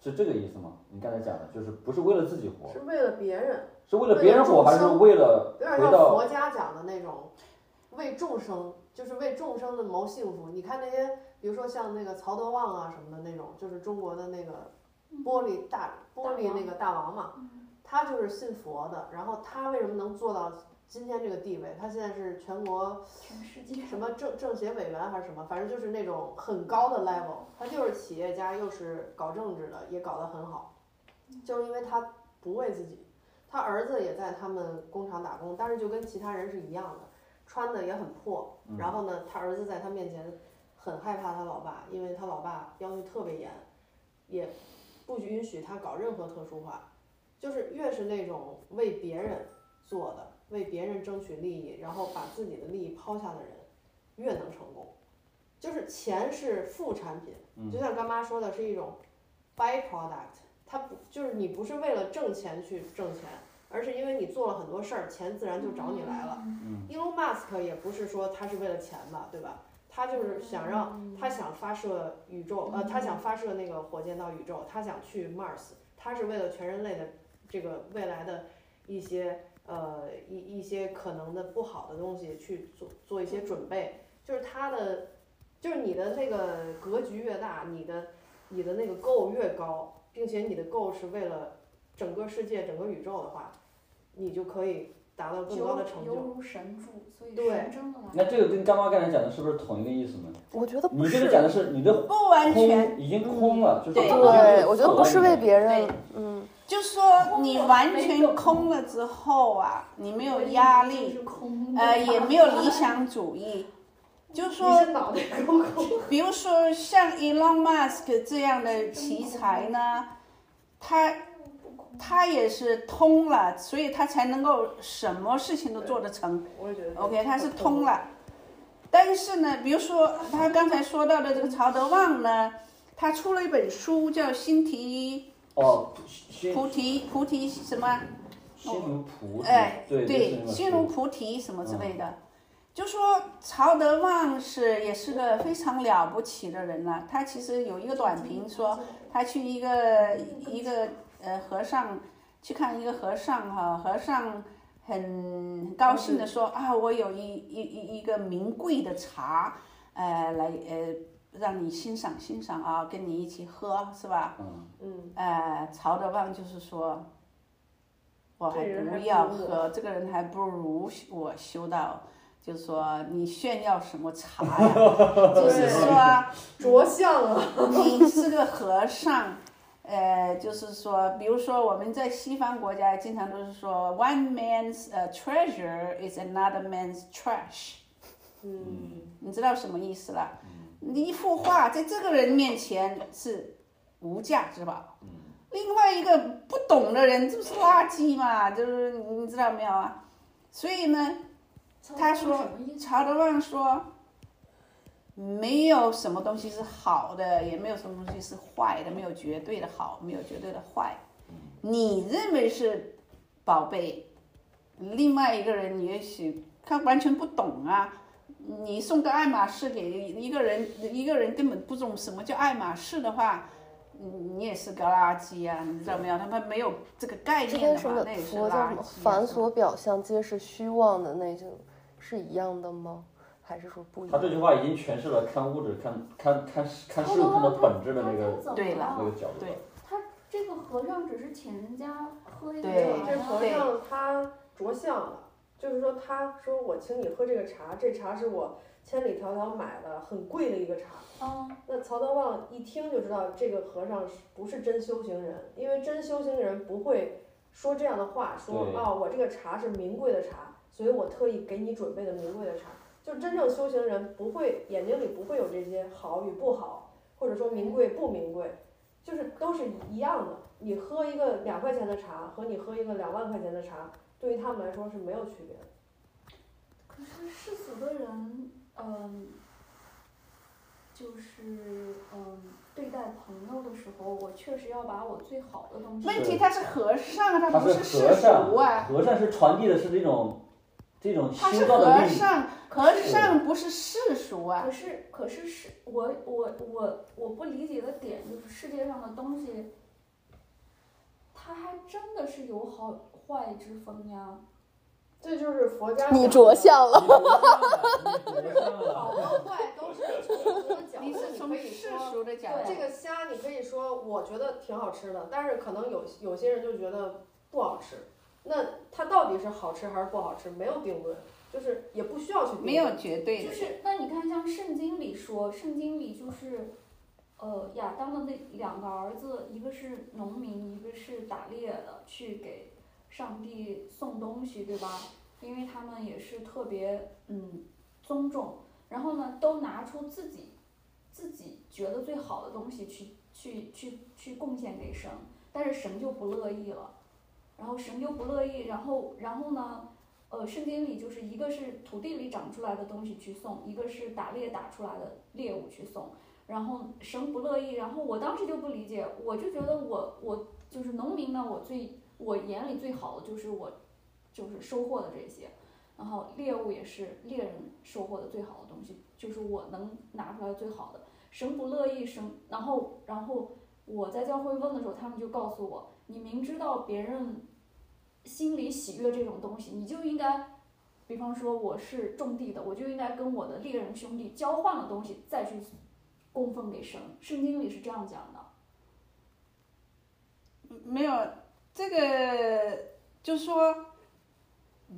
Speaker 3: 是这个意思吗？你刚才讲的就是不是为了自己活，
Speaker 5: 是为了别人，
Speaker 3: 是为了别人活，还是为了
Speaker 5: 有点
Speaker 3: 回
Speaker 5: 像
Speaker 3: 到
Speaker 5: 佛家讲的那种为众生，就是为众生的谋幸福。你看那些，比如说像那个曹德旺啊什么的那种，就是中国的那个
Speaker 4: 嗯
Speaker 5: 玻璃大玻璃那个大王嘛，他就是信佛的。然后他为什么能做到今天这个地位？他现在是全国
Speaker 4: 全世界
Speaker 5: 什么政政协委员还是什么，反正就是那种很高的 level。他就是企业家，又是搞政治的，也搞得很好，就是因为他不为自己。他儿子也在他们工厂打工，但是就跟其他人是一样的，穿的也很破。
Speaker 3: 嗯
Speaker 5: 然后呢，他儿子在他面前很害怕他老爸，因为他老爸要求特别严，也不允许他搞任何特殊化。就是越是那种为别人做的、为别人争取利益，然后把自己的利益抛下的人，越能成功。就是钱是副产品，就像干妈说的，是一种 byproduct，它不就是你不是为了挣钱去挣钱，而是因为你做了很多事儿，钱自然就找你来了。
Speaker 3: 嗯
Speaker 5: Elon Musk 也不是说他是为了钱吧，对吧？他就是
Speaker 4: 嗯
Speaker 5: 想让他想发射宇宙，呃，他想发射那个火箭到宇宙，他想去 Mars，他是为了全人类的这个未来的一些呃一一些可能的不好的东西去做做一些准备，就是他的就是你的那个格局越大，你的你的那个 goal 越高，并且你的 goal 是为了整个世界、整个宇宙的话，你就可以达到更高的成
Speaker 4: 犹
Speaker 5: 就。
Speaker 4: 如神助，所以
Speaker 5: 对
Speaker 4: 神真的
Speaker 3: 那
Speaker 4: 来
Speaker 3: 这个跟干妈刚才讲的是不是同一个意思呢？
Speaker 6: 我觉得不
Speaker 3: 你这
Speaker 6: 是
Speaker 3: 个，讲的是你的
Speaker 2: 不完全，嗯
Speaker 3: 空已经空了，就是
Speaker 2: 对
Speaker 6: 对，我觉得不是为别人
Speaker 2: 对，
Speaker 6: 嗯，
Speaker 2: 就说你完全空了之后啊，你没有压力，
Speaker 4: 是空的
Speaker 2: 呃，也没有理想主义。就
Speaker 5: 你
Speaker 2: 说，
Speaker 5: 是脑袋空空，
Speaker 2: 比如说像 Elon Musk 这样的奇才呢，他他也是通了，所以他才能够什么事情都做得成。
Speaker 5: 我也觉得
Speaker 2: OK，他是通。了。但是呢，比如说他刚才说到的这个曹德旺呢，他出了一本书叫《新提
Speaker 3: 哦，心
Speaker 2: 菩提菩提什么》。
Speaker 3: 心如
Speaker 6: 哦
Speaker 3: 菩提，
Speaker 2: 哎，
Speaker 3: 对嗯
Speaker 2: 对，心如菩提什么之类的。就说曹德旺是也是个非常了不起的人了、他其实有一个短评说，他去一个一个呃和尚去看一个和尚哈、和尚很高兴的说啊，我有一一一一个名贵的茶，呃来呃让你欣赏欣赏啊，跟你一起喝是吧？
Speaker 3: 嗯，
Speaker 5: 嗯，
Speaker 2: 呃，曹德旺就是说，我还
Speaker 5: 这人还
Speaker 2: 不
Speaker 5: 不
Speaker 2: 要
Speaker 5: 如我
Speaker 2: 喝，这个人还不如我修道就是说你炫耀什么茶呀？就是说
Speaker 5: 着相啊，
Speaker 2: 你是个和尚，呃，就是说，比如说我们在西方国家经常都是说，one man's 呃 treasure is another man's trash，
Speaker 5: 嗯，
Speaker 2: 你知道什么意思了？你一幅画在这个人面前是无价之宝，另外一个不懂的人这不是垃圾嘛？就是你你知道没有啊？所以呢，他说
Speaker 4: 什么意思？
Speaker 2: 曹德旺说，没有什么东西是好的，也没有什么东西是坏的，没有绝对的好，没有绝对的坏。你认为是宝贝，另外一个人也许他完全不懂啊。你送个爱马仕给一个人，一个人根本不懂什么叫爱马仕的话，你你也是个垃圾啊，你知道没有？他们没有这个概
Speaker 6: 这跟
Speaker 2: 念的
Speaker 6: 什
Speaker 2: 话
Speaker 6: 么，
Speaker 2: 那也是
Speaker 6: 佛叫
Speaker 2: 垃
Speaker 6: 什
Speaker 2: 圾
Speaker 6: 么
Speaker 2: 啊。
Speaker 6: 凡
Speaker 2: 是吧
Speaker 6: 所表象皆是虚妄的那种，是一样的吗？还是说不一
Speaker 2: 啊
Speaker 3: 他这
Speaker 6: 样？
Speaker 3: 句话已经诠释了看物质、看看看看事物看到本质的那个
Speaker 2: 对了
Speaker 3: 那个角度
Speaker 2: 对。
Speaker 4: 这个和尚只是请人家喝一
Speaker 2: 对
Speaker 4: 杯
Speaker 5: 这
Speaker 4: 茶，
Speaker 5: 和尚他着相了，就是说他说我请你喝这个茶，这茶是我千里迢迢买了很贵的一个茶。
Speaker 6: 哦
Speaker 4: 嗯，
Speaker 5: 那曹德旺一听就知道这个和尚是不是真修行人，因为真修行人不会说这样的话，说
Speaker 3: 对
Speaker 5: 啊、我这个茶是名贵的茶，所以我特意给你准备的名贵的茶。就真正修行人不会眼睛里不会有这些好与不好，或者说名贵不名贵，就是都是一样的。你喝一个两块钱的茶和你喝一个两万块钱的茶，对于他们来说是没有区别的。
Speaker 4: 可是世俗的人，嗯，就是嗯，对待朋友的时候，我确实要把我最好的东西。
Speaker 2: 问题他是和尚，他
Speaker 3: 他
Speaker 2: 不
Speaker 3: 是
Speaker 2: 世
Speaker 3: 和尚
Speaker 2: 俗啊。
Speaker 3: 和尚是传递的是这种这种
Speaker 2: 他是
Speaker 3: 修道的
Speaker 2: 和
Speaker 3: 力 量，
Speaker 2: 尚，和尚不是世俗啊
Speaker 4: 可。是，可是是我我我我不理解的点就是世界上的东西，它还真的是有好坏之分呀。
Speaker 5: 这就是佛家
Speaker 6: 你着
Speaker 5: 相。
Speaker 6: 相了，
Speaker 3: 嗯
Speaker 5: 好和坏都是从一个角
Speaker 2: 你
Speaker 5: 度，
Speaker 2: 是
Speaker 5: 你可
Speaker 2: 从
Speaker 5: 以
Speaker 2: 世
Speaker 5: 说
Speaker 2: 俗的角
Speaker 4: 对
Speaker 5: 这
Speaker 2: 度，
Speaker 5: 个虾你可以说我觉得挺好吃的，但是可能有有些人就觉得不好吃。那它到底是好吃还是不好吃，没有定论，就是也不需要去定论。嗯
Speaker 2: 没有绝对
Speaker 4: 就
Speaker 2: 的。
Speaker 4: 是那你看，像圣经里说，圣经里就是，呃，亚当的那两个儿子，一个是农民，一个是打猎的，去给上帝送东西，对吧？因为他们也是特别嗯尊重，然后呢，都拿出自己自己觉得最好的东西去去去去贡献给神，但是神就不乐意了，然后神就不乐意，然后然后呢，呃，圣经里就是一个是土地里长出来的东西去送，一个是打猎打出来的猎物去送，然后神不乐意，然后我当时就不理解，我就觉得我我就是农民呢，我最我眼里最好的就是我就是收获的这些。然后猎物也是猎人收获的最好的东西，就是我能拿出来最好的。神不乐意，神，然后然后我在教会问的时候，他们就告诉我，你明知道别人心里喜悦这种东西，你就应该，比方说我是种地的，我就应该跟我的猎人兄弟交换了东西，再去供奉给神。圣经里是这样讲的。
Speaker 2: 没有这个，就说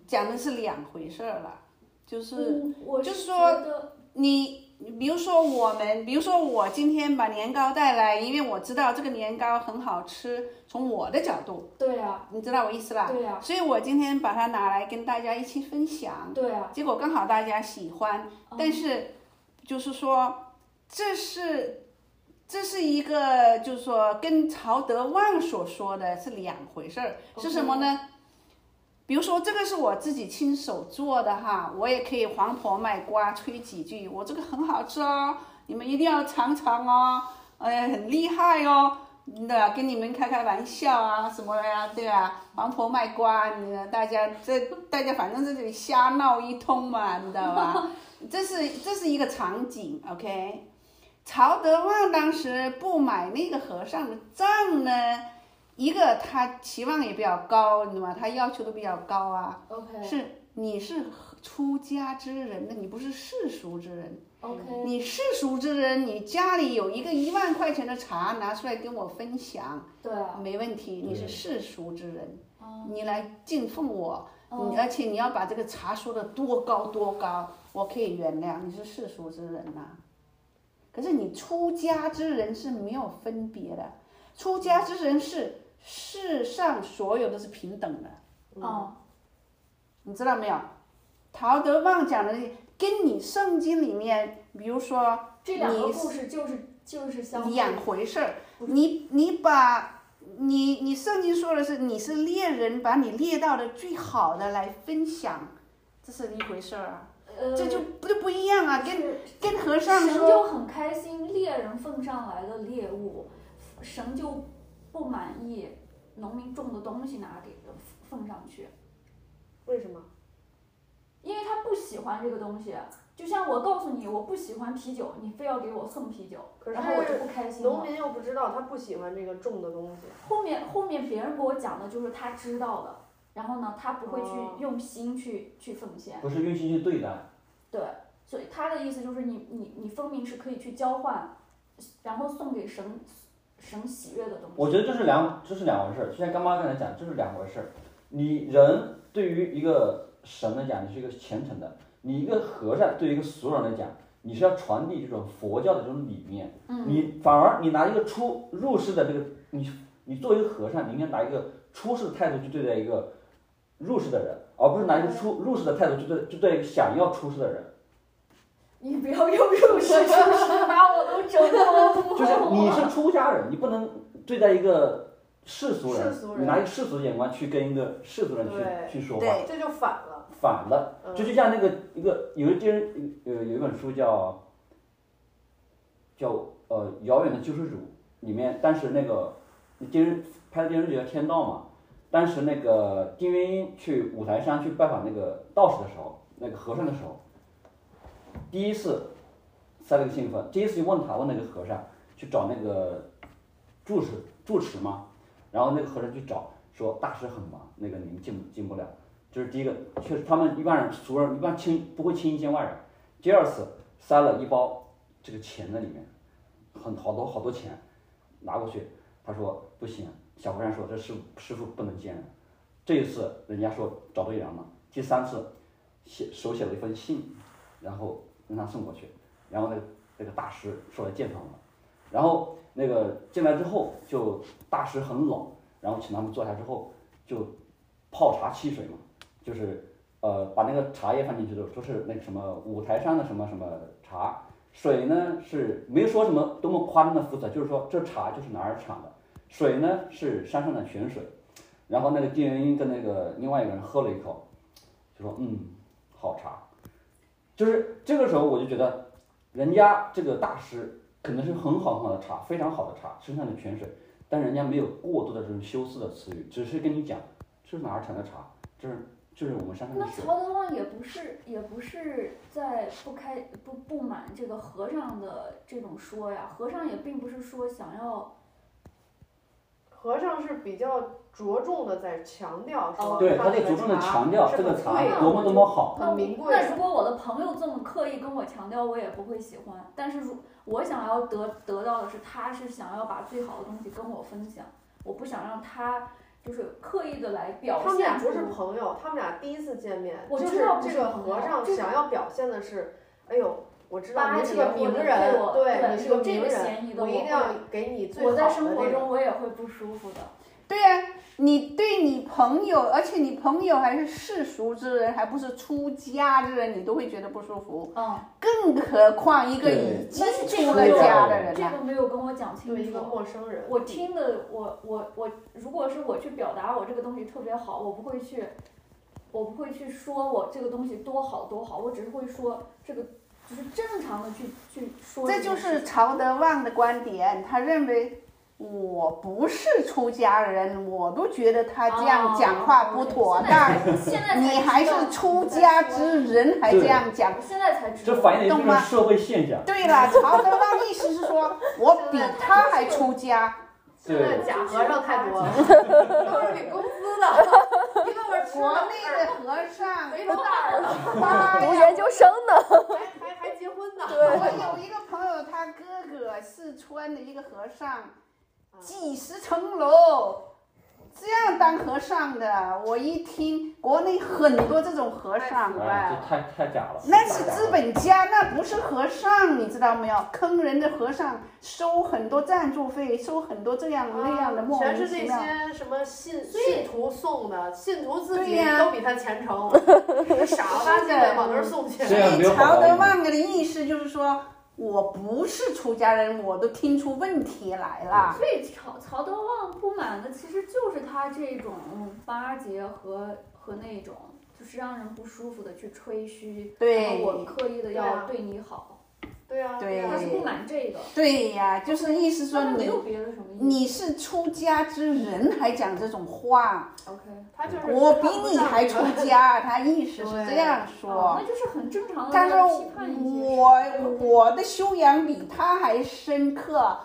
Speaker 2: 讲的是两回事儿了，就是
Speaker 4: 嗯，我
Speaker 2: 就是说
Speaker 4: 觉得
Speaker 2: 你。比如说我们，比如说我今天把年糕带来，因为我知道这个年糕很好吃。从我的角度，
Speaker 4: 对啊，
Speaker 2: 你知道我意思啦？
Speaker 4: 对啊，
Speaker 2: 所以我今天把它拿来跟大家一起分享。
Speaker 4: 对啊。
Speaker 2: 结果刚好大家喜欢，
Speaker 4: 嗯
Speaker 2: 但是就是说，这是这是一个，就是说跟曹德旺所说的是两回事儿，是什么呢？比如说，这个是我自己亲手做的哈，我也可以黄婆卖瓜吹几句，我这个很好吃哦，你们一定要尝尝哦，哎，很厉害哦，那跟你们开开玩笑啊什么的呀、对吧？黄婆卖瓜，你们大家这大家反正在这里瞎闹一通嘛，你知道 吧？这是这是一个场景，OK。曹德旺当时不买那个和尚的账呢，一个他期望也比较高，你知道吗？他要求都比较高啊。
Speaker 4: OK
Speaker 2: 是你是出家之人的，你不是世俗之人。
Speaker 4: OK，
Speaker 2: 你世俗之人，你家里有一个一万块钱的茶拿出来跟我分享，
Speaker 4: 对啊，
Speaker 2: 没问题，
Speaker 3: 对
Speaker 2: 你是世俗之人，
Speaker 4: 嗯
Speaker 2: 你来敬奉我。
Speaker 4: 哦
Speaker 2: 你而且你要把这个茶说的多高多高，我可以原谅你是世俗之人呐、可是你出家之人是没有分别的，出家之人是世上所有都是平等的，
Speaker 4: 哦，
Speaker 2: 你知道没有？陶德旺讲的跟你圣经里面，比如说
Speaker 4: 这两个
Speaker 2: 你
Speaker 4: 故事就是就是相互
Speaker 2: 两回事儿。你你把你你圣经说的是你是猎人，把你猎到的最好的来分享，这是一回事儿啊，
Speaker 4: 呃，
Speaker 2: 这就不就不一样啊，跟
Speaker 4: 是
Speaker 2: 跟和尚
Speaker 4: 神就
Speaker 2: 说，
Speaker 4: 很开心，猎人奉上来的猎物，神就不满意，农民种的东西拿给人奉上去，
Speaker 5: 为什么？
Speaker 4: 因为他不喜欢这个东西。就像我告诉你我不喜欢啤酒，你非要给我送啤酒，
Speaker 5: 可
Speaker 4: 然后我就是不开心
Speaker 5: 农
Speaker 4: 了。
Speaker 5: 民又不知道他不喜欢这个种的东西，
Speaker 4: 后面后面别人给我讲的就是他知道的，然后呢，他不会
Speaker 5: 哦
Speaker 4: 去用心去去奉献。
Speaker 3: 不是用心去对待，
Speaker 4: 对，所以他的意思就是你你你分明是可以去交换，然后送给神神喜悦的东西。
Speaker 3: 我觉得这是两这是两回事儿。就像干妈刚才讲，这是两回事儿。你人对于一个神来讲，你是一个虔诚的；你一个和尚对于一个俗人来讲，你是要传递这种佛教的这种理念。
Speaker 4: 嗯，
Speaker 3: 你反而你拿一个出入世的这个，你你作为一个和尚，你应该拿一个出世的态度去对待一个入世的人，而不是拿一个出入世的态度去对去对想要出世的人。
Speaker 4: 你不要用入世出世，把我都整懵了。
Speaker 3: 就是你是出家人，你不能对待一个世俗人，
Speaker 5: 世俗人
Speaker 3: 你拿一个世俗的眼光去跟一个世俗人
Speaker 5: 对
Speaker 3: 去去说话，
Speaker 2: 对
Speaker 5: 这就反了。
Speaker 3: 反了。
Speaker 5: 嗯
Speaker 3: 这就像那个一个有一些人有有一本书叫叫呃《遥远的救世主》，里面当时那个电视拍的电视剧叫《天道》嘛，当时那个丁元英去五台山去拜访那个道士的时候，那个和尚的时候，第一次塞了个信封，第一次就问他问那个和尚去找那个住持住持嘛，然后那个和尚去找说大师很忙，那个您进进不了，这是第一个，确实他们一般人俗人一般轻不会轻易见外人。第二次塞了一包这个钱在里面，很好多好多钱拿过去，他说不行，小和尚说这师傅师傅不能见人。这一次人家说找对人了，第三次写手写了一封信，然后让他送过去，然后那个那个大师说来见他们了，然后那个进来之后就大师很冷，然后请他们坐下之后就泡茶沏水嘛，就是呃把那个茶叶放进去之后，说是那个什么五台山的什么什么茶，水呢是没说什么多么夸张的肤色，就是说这茶就是哪儿产的，水呢是山上的泉水，然后那个丁元英跟那个另外一个人喝了一口，就说嗯好茶，就是这个时候我就觉得人家这个大师可能是很好很好的茶，非常好的茶，身上的泉水。但人家没有过多的这种修饰的词语，只是跟你讲这是哪儿产的茶，这是这是我们山上的
Speaker 4: 那
Speaker 3: 水。
Speaker 4: 曹德旺也不是也不是在不开不不满这个和尚的这种说呀，和尚也并不是说想要
Speaker 5: 和尚是比较着重的在强调说，
Speaker 3: 对，
Speaker 5: 他
Speaker 3: 他得着重的强调这个茶
Speaker 4: 贵的
Speaker 3: 多么多么好。
Speaker 4: 那
Speaker 5: 很名贵
Speaker 4: 哦那如果我的朋友这么刻意跟我强调，我也不会喜欢。但是如我想要得得到的是，他是想要把最好的东西跟我分享，我不想让他就是刻意的来表
Speaker 5: 他们
Speaker 4: 现
Speaker 5: 俩
Speaker 4: 出
Speaker 5: 不是朋友，他们俩第一次见面，
Speaker 4: 我
Speaker 5: 就
Speaker 4: 知道不
Speaker 5: 这
Speaker 4: 是
Speaker 5: 个
Speaker 4: 朋
Speaker 5: 和
Speaker 4: 友
Speaker 5: 尚
Speaker 4: 这
Speaker 5: 想要表现的是，哎呦，我知道
Speaker 4: 巴
Speaker 5: 你
Speaker 4: 结
Speaker 5: 是个
Speaker 4: 或
Speaker 5: 名
Speaker 4: 者
Speaker 5: 人
Speaker 4: 对我，对
Speaker 5: 你是个
Speaker 4: 有这
Speaker 5: 名
Speaker 4: 个
Speaker 5: 人，
Speaker 4: 嫌疑的
Speaker 5: 我一
Speaker 4: 我
Speaker 5: 定要
Speaker 4: 会
Speaker 5: 给你最好
Speaker 4: 我
Speaker 5: 的
Speaker 4: 在生活
Speaker 5: 那种
Speaker 4: 中我也会不舒服的。
Speaker 2: 对呀、你对你朋友，而且你朋友还是世俗之人，还不是出家之人，你都会觉得不舒服，
Speaker 4: 嗯，
Speaker 2: 更何况一个
Speaker 3: 对
Speaker 2: 已经
Speaker 4: 但是这
Speaker 2: 出
Speaker 4: 个
Speaker 2: 了
Speaker 4: 没有
Speaker 2: 家的人
Speaker 4: 这
Speaker 2: 呢、
Speaker 4: 个没有跟我讲清
Speaker 5: 对一个
Speaker 4: 楚。
Speaker 5: 陌生人，
Speaker 4: 我听的，我我我，如果是我去表达我这个东西特别好，我不会去，我不会去说我这个东西多好多好，我只是会说这个就是正常的去去说
Speaker 2: 这
Speaker 4: 件事情。
Speaker 2: 就是曹德旺的观点，他认为我不是出家人，我都觉得他这样讲话不妥当。
Speaker 4: 哦现在才
Speaker 2: 你还是出家之人，还这样讲
Speaker 4: 我。现在才知道。
Speaker 3: 这反映的
Speaker 2: 懂
Speaker 3: 就
Speaker 2: 吗
Speaker 3: 是社会现象。
Speaker 2: 对 了，曹德旺意思是说，我比他还出 家，
Speaker 5: 现在
Speaker 3: 对
Speaker 5: 假和尚太多了，都是给公司的，一个哎我吃
Speaker 2: 国
Speaker 5: 了
Speaker 2: 内的和尚
Speaker 5: 没多大儿子，
Speaker 2: 他
Speaker 6: 读研究生呢，
Speaker 5: 还还还结婚呢，
Speaker 2: 我有一个朋友，他哥哥四川的一个和尚，几十层楼，这样当和尚的，我一听国内很多这种和尚
Speaker 3: 哎，
Speaker 2: 哎
Speaker 3: 这。太太假了。
Speaker 2: 那
Speaker 3: 太
Speaker 2: 是
Speaker 3: 假了
Speaker 2: 资本家，那不是和尚，你知道没有？坑人的和尚收很多赞助费，收很多这样那样的莫
Speaker 5: 啊哦全
Speaker 2: 名
Speaker 5: 是
Speaker 2: 其
Speaker 5: 这
Speaker 2: 妙。
Speaker 5: 些什么信
Speaker 4: 所以
Speaker 5: 信徒送的，信徒自
Speaker 2: 对
Speaker 5: 己
Speaker 2: 呀
Speaker 5: 都比他虔 诚，傻了吧唧的往那儿送 钱。
Speaker 3: 这样没有好
Speaker 2: 曹
Speaker 3: 道理
Speaker 2: 德旺的意思就是说，我不是出家人，我都听出问题来了。
Speaker 4: 所以曹曹德旺不满的其实就是他这种嗯巴结和和那种就是让人不舒服的去吹嘘，然
Speaker 2: 对
Speaker 4: 后我刻意的
Speaker 5: 对
Speaker 4: 要
Speaker 5: 啊
Speaker 4: 对你好，
Speaker 5: 对啊呀、
Speaker 2: 对
Speaker 5: 呀、
Speaker 4: 他是不满这个，
Speaker 2: 对呀，就是意思说
Speaker 4: 他没
Speaker 2: 你
Speaker 4: 有别的什么意思。
Speaker 2: 你是出家之人，还讲这种话，
Speaker 4: OK，
Speaker 5: 他就是
Speaker 2: 我比
Speaker 5: 看不
Speaker 2: 你
Speaker 5: 上
Speaker 2: 还
Speaker 5: 你
Speaker 2: 出家，他意思是这样
Speaker 4: 哦
Speaker 2: 说。
Speaker 4: 那就是很正常的
Speaker 2: 但是哦
Speaker 4: 要批判一些
Speaker 2: 我
Speaker 4: 事情
Speaker 2: 我的修养比他还深刻，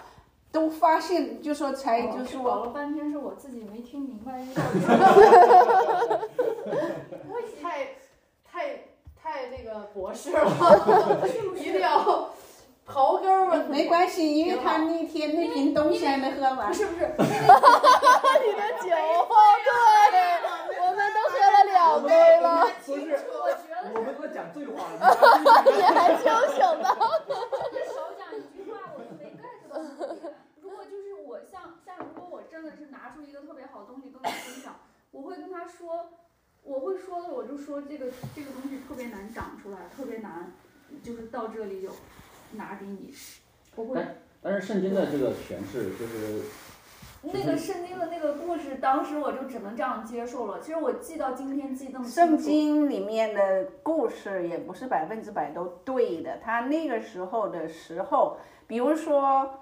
Speaker 2: 都发现就说才
Speaker 4: 哦
Speaker 2: 就是说
Speaker 4: 搞了半天是我自己没听明白这到底是我以前
Speaker 5: 太太太那个博士了，一定 要刨根问底。
Speaker 2: 没关系，因为
Speaker 5: 挺好
Speaker 2: 他那天那瓶东西还没喝完
Speaker 4: 不。是不是，
Speaker 6: 你的
Speaker 2: 哎
Speaker 6: 酒哦对，我们都喝了两杯了，
Speaker 3: 不是，
Speaker 4: 我觉得
Speaker 3: 我们跟他讲醉话，你还
Speaker 6: 你还清醒的。
Speaker 4: 这少讲一句话，我就没 get 到这个点。如果就是我像像如果我真的是拿出一个特别好的东西跟我分享，我会跟他说，我会说的我就说这个这个东西特别难长出来，特别难，就是到这里有拿给你，我会
Speaker 3: 但是圣经的这个诠释就是
Speaker 4: 那个圣经的那个故事，当时我就只能这样接受了。其实我记到今天记这么清楚
Speaker 2: 圣经里面的故事也不是百分之百都对的，他那个时候的时候，比如说，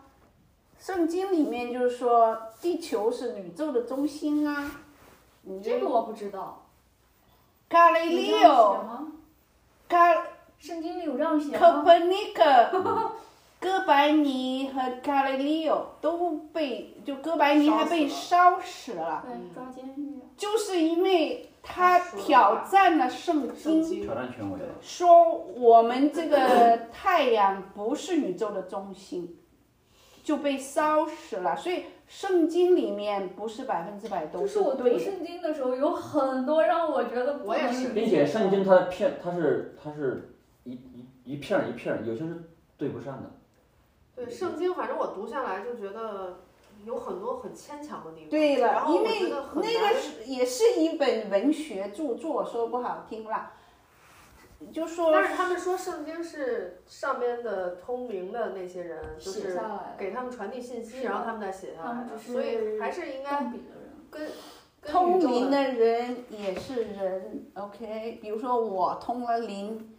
Speaker 2: 圣经里面就是说地球是宇宙的中心啊，你
Speaker 4: 这个我不知道，
Speaker 2: 伽利
Speaker 4: 有这
Speaker 2: 略、
Speaker 4: 样写吗？
Speaker 2: 伽
Speaker 4: 圣经里有这样写
Speaker 2: 科
Speaker 4: 吗？
Speaker 2: 普尼克、哥白尼和伽利略都被就哥白尼还被烧死了，
Speaker 4: 对，抓监狱。
Speaker 2: 就是因为他挑战了圣
Speaker 5: 圣
Speaker 2: 经。
Speaker 5: 经
Speaker 3: 挑战权威了。
Speaker 2: 说我们这个太阳不是宇宙的中心，就被烧死了。所以圣经里面不是百分之百都
Speaker 4: 就是我读
Speaker 2: 对的。
Speaker 4: 圣经的时候，有很多让我觉得不
Speaker 5: 我也
Speaker 4: 能
Speaker 5: 是
Speaker 3: 并且圣经它的片，它是它是一一一片儿一片儿，有些是对不上的。
Speaker 5: 对圣经，反正我读下来就觉得有很多很牵强的地方。
Speaker 2: 对了
Speaker 5: 然，后
Speaker 2: 因
Speaker 5: 我觉
Speaker 2: 为
Speaker 5: 得很难
Speaker 2: 那个是也是一本文学著作，说不好听了，就说
Speaker 5: 但是他们说圣经是上边的通灵的那些人，就
Speaker 4: 写
Speaker 5: 是
Speaker 4: 下来了。
Speaker 5: 给他们传递信息，
Speaker 4: 是的
Speaker 5: 然后他们再写下
Speaker 4: 他
Speaker 5: 来
Speaker 4: 们
Speaker 5: 的，
Speaker 4: 只是
Speaker 5: 所以还是应该
Speaker 4: 动笔的人，
Speaker 5: 跟跟
Speaker 2: 通
Speaker 5: 宇宙
Speaker 2: 灵
Speaker 5: 的
Speaker 2: 的人也是人，OK。比如说我通了灵，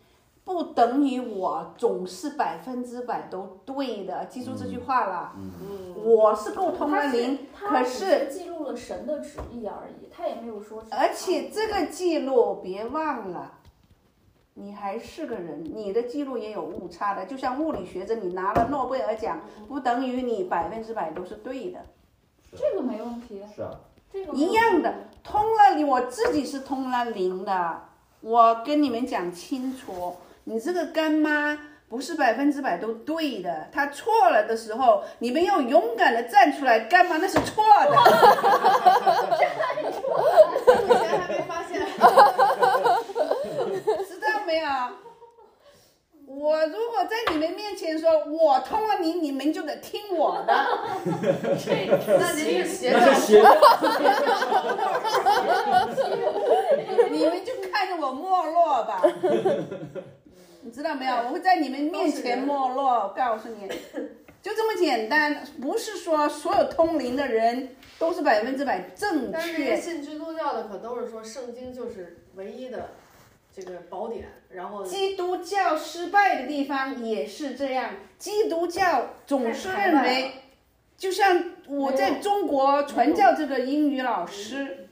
Speaker 2: 不等于我总是百分之百都对的，记住这句话了。
Speaker 3: 嗯，
Speaker 5: 嗯，
Speaker 2: 我是够通了
Speaker 4: 他
Speaker 2: 灵
Speaker 4: 是，
Speaker 2: 可
Speaker 4: 他只
Speaker 2: 是
Speaker 4: 记录了神的旨意而已，他也没有说是。啊
Speaker 2: 而且这个记录别忘了，你还是个人，你的记录也有误差的。就像物理学者，你拿了诺贝尔奖，不等于你百分之百都是对的。
Speaker 4: 这个没问题，
Speaker 3: 是啊，
Speaker 4: 这个没
Speaker 2: 一
Speaker 4: 有
Speaker 2: 样
Speaker 4: 问
Speaker 2: 的
Speaker 4: 题，
Speaker 2: 通了灵，我自己是通了灵的。我跟你们讲清楚，你这个干妈不是百分之百都对的，她错了的时候，你们要勇敢的站出来，干妈那是错的。
Speaker 5: 以前还没发现。
Speaker 2: 知道没有？我如果在你们面前说我通了你，你们就得听我的。
Speaker 5: 那您是邪
Speaker 3: 那是
Speaker 5: 教，
Speaker 3: 邪教，
Speaker 2: 你们就看着我没落吧，你知道没有？我会在你们面前没落，告诉你，就这么简单。不是说所有通灵的人都是百分之百正
Speaker 5: 但是这些
Speaker 2: 确，
Speaker 5: 信基督教的可都是说圣经就是唯一的这个宝典，然后
Speaker 2: 基督教失败的地方也是这样。基督教总是认为，就像我
Speaker 5: 哎
Speaker 2: 在中国传教这个英语老师，
Speaker 5: 嗯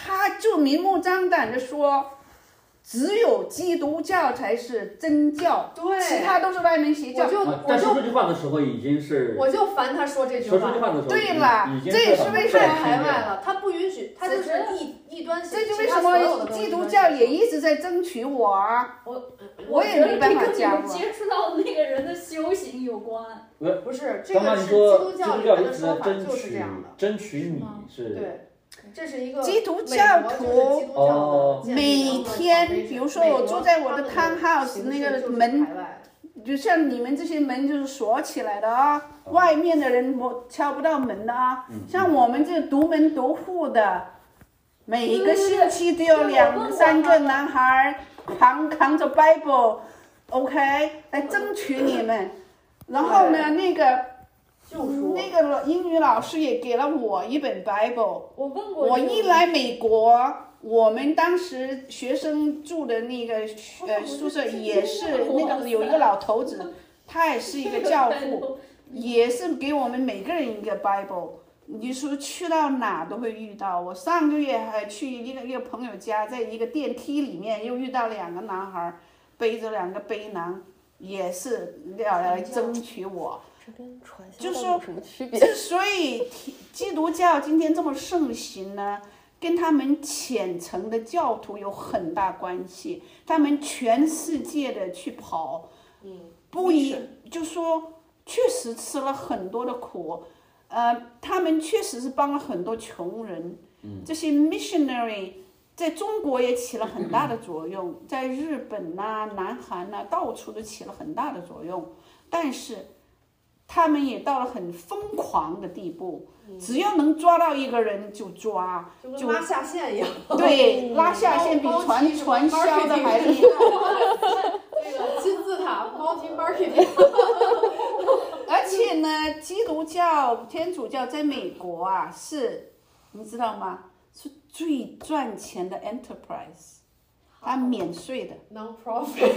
Speaker 2: 他就明目张胆的说，只有基督教才是真教。
Speaker 5: 对，
Speaker 2: 其他都是歪门邪
Speaker 5: 我
Speaker 2: 教。
Speaker 5: 就
Speaker 3: 啊
Speaker 5: 我
Speaker 3: 但说
Speaker 5: 就
Speaker 3: 这句话的时候已经是
Speaker 5: 我就烦他说这句
Speaker 3: 说这句
Speaker 5: 话。
Speaker 3: 话的时候已经，
Speaker 2: 对了
Speaker 3: 已经
Speaker 2: 这也是
Speaker 3: 很
Speaker 2: 为
Speaker 5: 太
Speaker 2: 什么
Speaker 5: 排外了，他不允许，他就是异异端邪。
Speaker 2: 这就为
Speaker 5: 其他
Speaker 2: 什
Speaker 5: 所有
Speaker 2: 么
Speaker 5: 的东西
Speaker 2: 基
Speaker 5: 都
Speaker 2: 督
Speaker 5: 是
Speaker 2: 教也一直在争取我啊！我也没办法加入啊
Speaker 4: 我觉得这跟你接触到的那个人的修行有关。
Speaker 5: 不是这
Speaker 3: 刚
Speaker 5: 个
Speaker 3: 刚
Speaker 5: 是基
Speaker 3: 你说
Speaker 5: 督
Speaker 3: 基督
Speaker 5: 里
Speaker 3: 教
Speaker 5: 面
Speaker 3: 一
Speaker 5: 的
Speaker 3: 直
Speaker 5: 说
Speaker 3: 在
Speaker 5: 法
Speaker 3: 争
Speaker 5: 就是这
Speaker 3: 取
Speaker 5: 样的，
Speaker 3: 争取你
Speaker 4: 吗
Speaker 3: 是
Speaker 5: 对，这是一个
Speaker 2: 基督
Speaker 5: 美国
Speaker 2: 教
Speaker 5: 就是
Speaker 2: 徒
Speaker 5: 基督教
Speaker 3: 哦
Speaker 5: 的建立
Speaker 2: 每
Speaker 5: 的
Speaker 2: 天
Speaker 5: foundation
Speaker 2: 比如说我
Speaker 5: 美国
Speaker 2: 住在我
Speaker 5: 他
Speaker 2: 的
Speaker 5: 们
Speaker 2: townhouse
Speaker 5: 形
Speaker 2: 那
Speaker 5: 式
Speaker 2: 个
Speaker 5: 就是
Speaker 2: 门
Speaker 5: 排外
Speaker 2: 就像你们这些门就是锁起来的啊，外面的人我敲不到门的啊。像我们这独门独户的，每一个星期都有两三个男孩扛扛着 Bible，OK、来争取你们。然后呢，那个
Speaker 5: 救赎
Speaker 2: 那个老英语老师也给了我一本 Bible。
Speaker 4: 我问过
Speaker 2: 我
Speaker 4: 你
Speaker 2: 一来美国，我们当时学生住的那个呃宿舍也是那个有一个老头子，他也是一个 教父，，也是给我们每个人一个 Bible。你说去到哪都会遇到。我上个月还去一个一个朋友家，在一个电梯里面又遇到两个男孩儿，背着两个背囊，也是要来争取我。
Speaker 1: 这跟传销
Speaker 2: 就
Speaker 1: 倒
Speaker 2: 是
Speaker 1: 没有什么区别。
Speaker 2: 之 所以提基督教今天这么盛行呢，跟他们虔诚的教徒有很大关系。他们全世界的去跑，
Speaker 5: 嗯，
Speaker 2: 不一
Speaker 5: 是
Speaker 2: 就说确实吃了很多的苦，呃，他们确实是帮了很多穷人。
Speaker 1: 嗯
Speaker 2: 这些 missionary 在中国也起了很大的作用，在日本呐、南韩呐、到处都起了很大的作用，但是他们也到了很疯狂的地步，只要能抓到一个人就抓，
Speaker 5: 就跟
Speaker 2: 就
Speaker 5: 拉下线一样，
Speaker 2: 对，拉下线比
Speaker 5: 包
Speaker 2: 传
Speaker 5: 机什么
Speaker 2: 传销的
Speaker 5: marketing
Speaker 2: 还厉
Speaker 5: 那个金字塔 multi marketing，
Speaker 2: 而且呢，基督教、天主教在美国啊，是，你知道吗？是最赚钱的 enterprise，它免税的。
Speaker 5: non profit，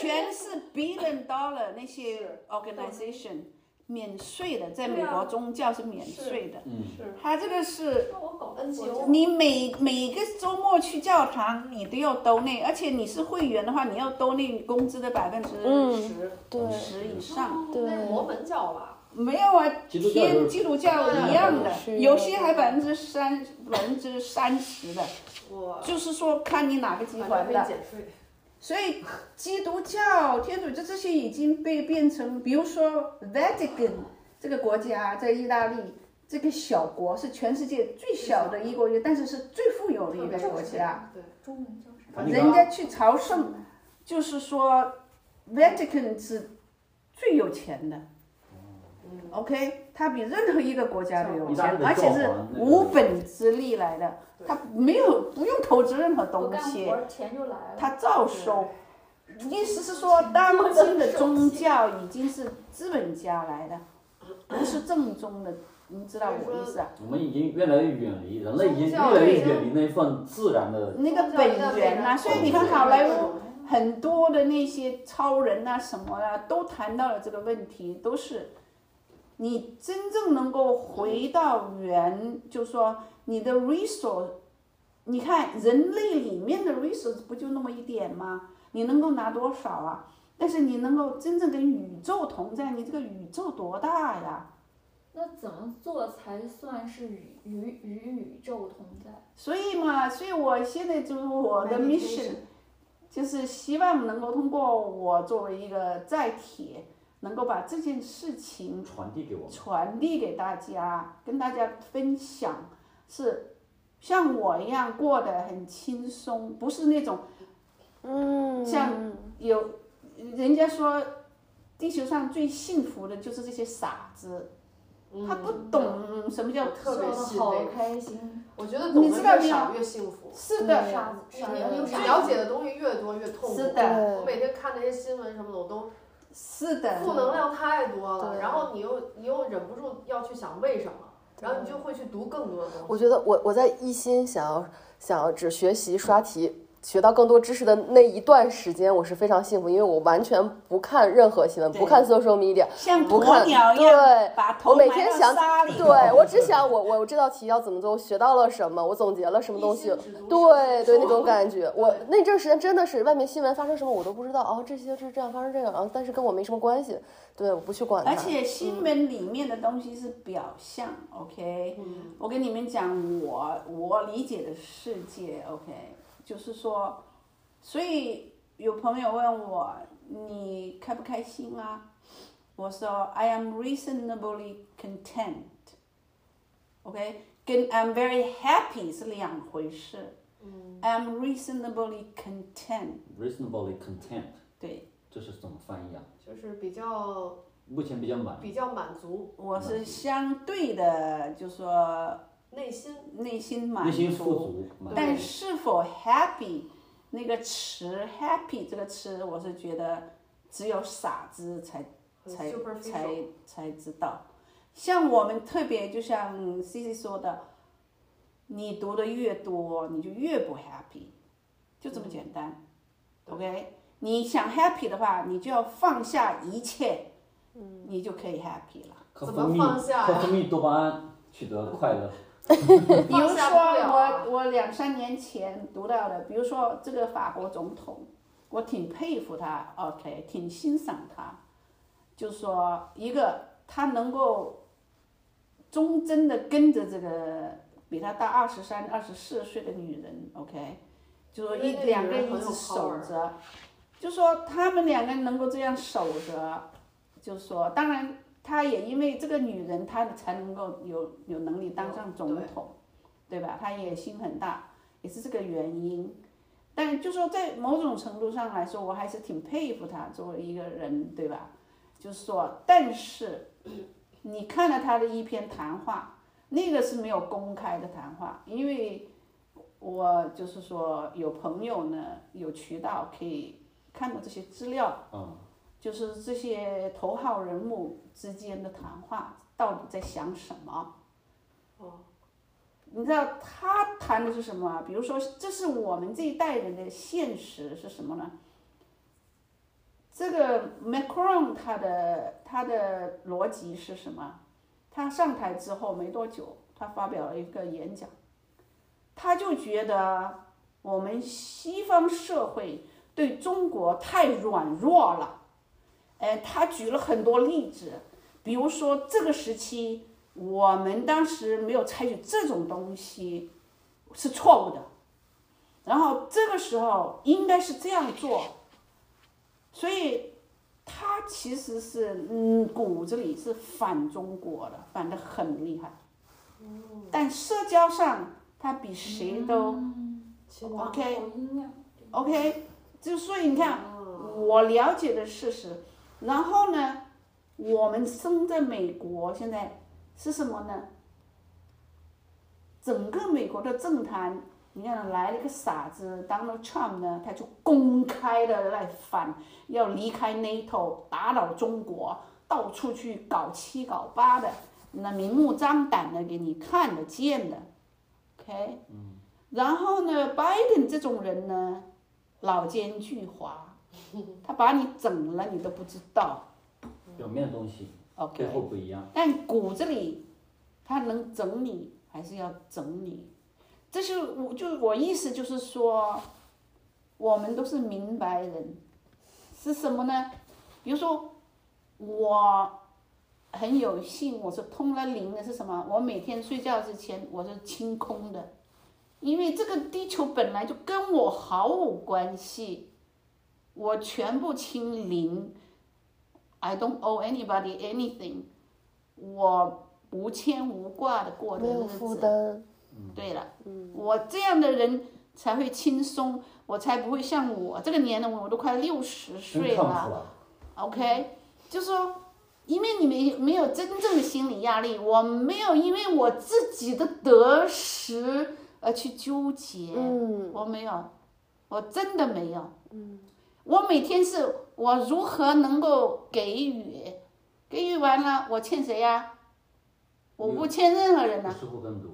Speaker 2: 全是 billion dollar 那些 organization 免税的，在美国宗教是免税的。
Speaker 3: 嗯，
Speaker 5: 是
Speaker 2: 它这个是
Speaker 4: 那我搞
Speaker 5: NGO
Speaker 2: 你每每个周末去教堂，你都要 donate，而且你是会员的话，你要 donate 你工资的百分之
Speaker 1: 嗯，
Speaker 5: 十，
Speaker 1: 对，
Speaker 2: 十以上。
Speaker 1: 对
Speaker 5: 那是摩门教吧？
Speaker 2: 没有啊，
Speaker 3: 基督教
Speaker 2: 天
Speaker 3: 就是
Speaker 2: 基督教一样的，
Speaker 1: 是
Speaker 2: 有些还百分之三百分之三十的，
Speaker 5: 我
Speaker 2: 就是说看你哪个集
Speaker 5: 反正
Speaker 2: 团
Speaker 5: 可
Speaker 2: 的
Speaker 5: 以。减税，
Speaker 2: 所以基督教、天主教这些已经被变成，比如说 Vatican 这个国家在意大利这个小国是全世界最小的一个国家，但是是最富有的一个国家。
Speaker 5: 对，
Speaker 4: 中文叫什么？
Speaker 3: 梵蒂
Speaker 2: 人
Speaker 3: 冈
Speaker 2: 家去朝圣，就是说 Vatican 是最有钱的。OK，它
Speaker 5: 嗯
Speaker 2: 比任何一个国家都有
Speaker 3: 意大
Speaker 2: 钱
Speaker 3: 利，的
Speaker 2: 而且是
Speaker 3: 教皇那个
Speaker 2: 无本之力来的，
Speaker 5: 对
Speaker 2: 它没有不用投资任何
Speaker 4: 我
Speaker 2: 东
Speaker 4: 干
Speaker 2: 西。
Speaker 4: 活儿钱就来了。
Speaker 2: 他照收。意思是说，当今的宗教已经是资本家来的，不是正宗的，你知道我意思啊？
Speaker 3: 我们已经越来越远离，人类已经越来越远离那一份自然的。
Speaker 2: 那个本源呐、所以你看好莱坞很多的那些超人呐、什么啊，都谈到了这个问题，都是你真正能够回到原，就说你的 resource，你看人类里面的 resource 不就那么一点吗？你能够拿多少啊？但是你能够真正跟宇宙同在，你这个宇宙多大呀？
Speaker 4: 那怎么做才算是与与与宇宙同在？
Speaker 2: 所以嘛，所以我现在就是我的 mission，就是希望能够通过我作为一个载体，能够把这件事情
Speaker 3: 传递给我们，
Speaker 2: 传递给大家，跟大家分享，是像我一样过得很轻松，不是那种
Speaker 1: 嗯，
Speaker 2: 像有人家说地球上最幸福的就是这些傻子，
Speaker 5: 嗯
Speaker 2: 他不懂什么叫
Speaker 5: 特别
Speaker 4: 笑
Speaker 2: 嗯
Speaker 4: 得
Speaker 5: 欣
Speaker 4: 好
Speaker 5: 慰
Speaker 4: 开心，
Speaker 5: 我觉得懂
Speaker 2: 你
Speaker 5: 得
Speaker 2: 知道
Speaker 5: 越
Speaker 2: 没有
Speaker 5: 少越幸福，
Speaker 2: 是的，
Speaker 4: 傻子傻人有傻
Speaker 5: 了解的东西越多越痛苦。
Speaker 2: 是的
Speaker 5: 我每天看那些新闻什么的，我都
Speaker 2: 是的，
Speaker 5: 负能量太多了，
Speaker 1: 对
Speaker 5: 然后你又你又忍不住要去想为什么，然后你就会去读更多的东西。
Speaker 1: 我觉得我我在一心想要想要只学习刷题，学到更多知识的那一段时间，我是非常幸福，因为我完全不看任何新闻，
Speaker 2: 对
Speaker 1: 不看 social media，
Speaker 2: 像
Speaker 1: 不
Speaker 2: 鸵
Speaker 1: 看，
Speaker 2: 鸟一样
Speaker 1: 对。
Speaker 2: 把头
Speaker 1: 我每
Speaker 2: 埋
Speaker 1: 天
Speaker 2: 到
Speaker 1: 想
Speaker 2: 沙里，
Speaker 1: 对我只想我我这道题要怎么做，我学到了什么，我总结了什么东西
Speaker 5: 一心只读，
Speaker 1: 对
Speaker 5: 书
Speaker 1: 对那种感觉。我那阵儿时间真的是外面新闻发生什么我都不知道，哦这些是这样发生这个，然后但是跟我没什么关系，对我不去管它。
Speaker 2: 而且新闻里面的东西是表象、o k
Speaker 5: 嗯
Speaker 2: 我跟你们讲我我理解的世界，OK，就是说，所以有朋友问我你开不开心啊？我说 I am reasonably content，OK，、跟 I'm very happy 是两回事。I'm
Speaker 5: 嗯
Speaker 2: reasonably content，
Speaker 3: reasonably content，
Speaker 2: 对
Speaker 3: 这是怎么翻译啊？
Speaker 5: 就是比较
Speaker 3: 目前比较满意。
Speaker 5: 比较满足
Speaker 2: 我是相对的，就说
Speaker 5: 内心。
Speaker 2: 内心满
Speaker 3: 内心富
Speaker 2: 足。
Speaker 3: 足，满
Speaker 2: 但
Speaker 3: 足
Speaker 2: 是否 happy 那个词 happy 这个词，我是觉得只有傻子才
Speaker 5: 很
Speaker 2: 才
Speaker 5: superficial
Speaker 2: 才才知道。像我们特别就像 C C 说的，你读的越多，你就越不 happy，就这么简单。OK，你想 happy 的话，你就要放下一切，你就可以 happy 了。
Speaker 3: 靠
Speaker 5: 怎么
Speaker 3: 蜂蜜，
Speaker 5: 放下
Speaker 3: 靠
Speaker 5: 呀
Speaker 3: 蜂蜜多巴胺取得快乐。
Speaker 2: 比如
Speaker 5: 放
Speaker 2: 说
Speaker 5: 下不了啊
Speaker 2: 我我两三年前读到的，比如说这个法国总统，我挺佩服他，OK，挺欣赏他，就说一个他能够忠贞的跟着这个比他大二十三、二十四岁的女人，OK，就说一
Speaker 5: 那个女人
Speaker 2: 两个人一
Speaker 5: 很有
Speaker 2: 直守
Speaker 5: power
Speaker 2: 着，就说他们两个人能够这样守着，就说当然。他也因为这个女人，他才能够有有能力当上总统，对吧？他野心很大，也是这个原因。但就说在某种程度上来说，我还是挺佩服他作为一个人，对吧？就是说，但是你看了他的一篇谈话，那个是没有公开的谈话，因为我就是说有朋友呢有渠道可以看到这些资料，
Speaker 3: 嗯，
Speaker 2: 就是这些头号人物之间的谈话到底在想什么？
Speaker 5: 哦，
Speaker 2: 你知道他谈的是什么啊？比如说，这是我们这一代人的现实是什么呢？这个 Macron 他的他的逻辑是什么？他上台之后没多久，他发表了一个演讲，他就觉得我们西方社会对中国太软弱了。哎，他举了很多例子，比如说这个时期我们当时没有采取这种东西是错误的，然后这个时候应该是这样做，所以他其实是嗯骨子里是反中国的，反的很厉害，但社交上他比谁都、
Speaker 6: 哦
Speaker 5: 亲密
Speaker 2: OK
Speaker 4: 口音呀，这个
Speaker 2: OK，就所以你看。
Speaker 5: 嗯
Speaker 2: 我了解的事实。然后呢，我们生在美国，现在是什么呢？整个美国的政坛，你看来了一个傻子 Donald Trump 呢，他就公开的来反，要离开 NATO，打倒中国，到处去搞七搞八的，那明目张胆的给你看得见的，OK。然后呢，拜登这种人呢，老奸巨猾，他把你整了，你都不知道。
Speaker 3: 表面的东西背
Speaker 2: OK，
Speaker 3: 后不一样。
Speaker 2: 但骨子里，他能整你还是要整你。这是我就我意思就是说，我们都是明白人，是什么呢？比如说，我很有幸，我是通了灵的，是什么？我每天睡觉之前我是清空的，因为这个地球本来就跟我毫无关系，我全部清零，I don't owe anybody anything，我无牵无挂的过的
Speaker 1: 没有
Speaker 2: 日
Speaker 1: 负
Speaker 2: 子。
Speaker 1: 担，
Speaker 2: 对了，我这样的人才会轻松，我才不会像我这个年龄，我都快六十
Speaker 3: 真
Speaker 2: 岁
Speaker 3: 看不出
Speaker 2: 了
Speaker 3: 来，
Speaker 2: ，OK，就说。因为你没没有真正的心理压力，我没有因为我自己的得失而去纠结，
Speaker 1: 嗯，
Speaker 2: 我没有，我真的没有。嗯，我每天是我如何能够给予，给予完了我欠谁呀、我不欠任何人呐、
Speaker 3: 不是后跟读。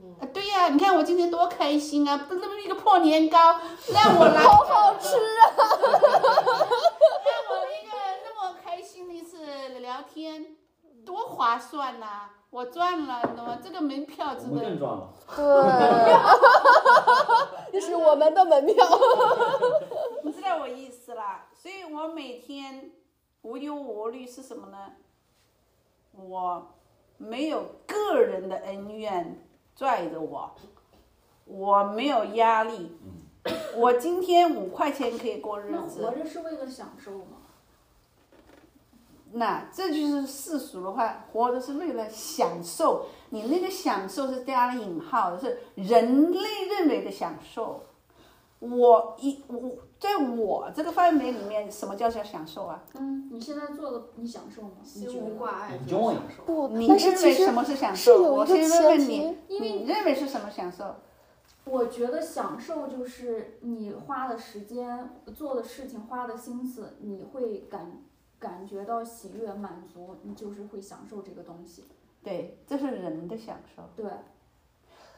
Speaker 6: 嗯
Speaker 2: 啊，对呀、你看我今天多开心啊！不那么一个破 年糕，让我来，
Speaker 6: 好好吃啊！
Speaker 2: 让我那个那么开心的一次聊天，多划算呐、我赚了，你懂吗？这个门票值
Speaker 3: 我们更
Speaker 2: 得，
Speaker 3: 壮了，
Speaker 1: 对，这是我们的门票。
Speaker 2: 你知道我意思啦。所以我每天无忧无虑是什么呢？我没有个人的恩怨拽着我，我没有压力，
Speaker 3: 嗯
Speaker 2: 我今天五块钱可以过日
Speaker 4: 那
Speaker 2: 子
Speaker 4: 活。着是为了享受吗？
Speaker 2: 那这就是世俗的话，活着是为了享受，你那个享受是加了引号的，是人类认为的享受。我一我在我这个范围里面，什么叫做享受啊？
Speaker 4: 嗯，你现在做的你享受吗？你
Speaker 5: 心
Speaker 4: 觉
Speaker 5: 无
Speaker 4: 得？
Speaker 5: 挂碍，
Speaker 3: Enjoy
Speaker 5: 享受。
Speaker 6: 不，
Speaker 2: 你
Speaker 6: 哦但是
Speaker 2: 认
Speaker 6: 其
Speaker 2: 为
Speaker 6: 实
Speaker 2: 什么是享
Speaker 6: 是
Speaker 2: 受？
Speaker 6: 有
Speaker 2: 我
Speaker 6: 一个
Speaker 2: 先问
Speaker 6: 前
Speaker 2: 问
Speaker 6: 提
Speaker 2: 你，，
Speaker 4: 因为
Speaker 2: 你认为是什么享受？
Speaker 4: 我觉得享受就是你花的时间、做的事情、花的心思，你会感感觉到喜悦、满足，你就是会享受这个东西。
Speaker 2: 对，这是人的享受。
Speaker 4: 对，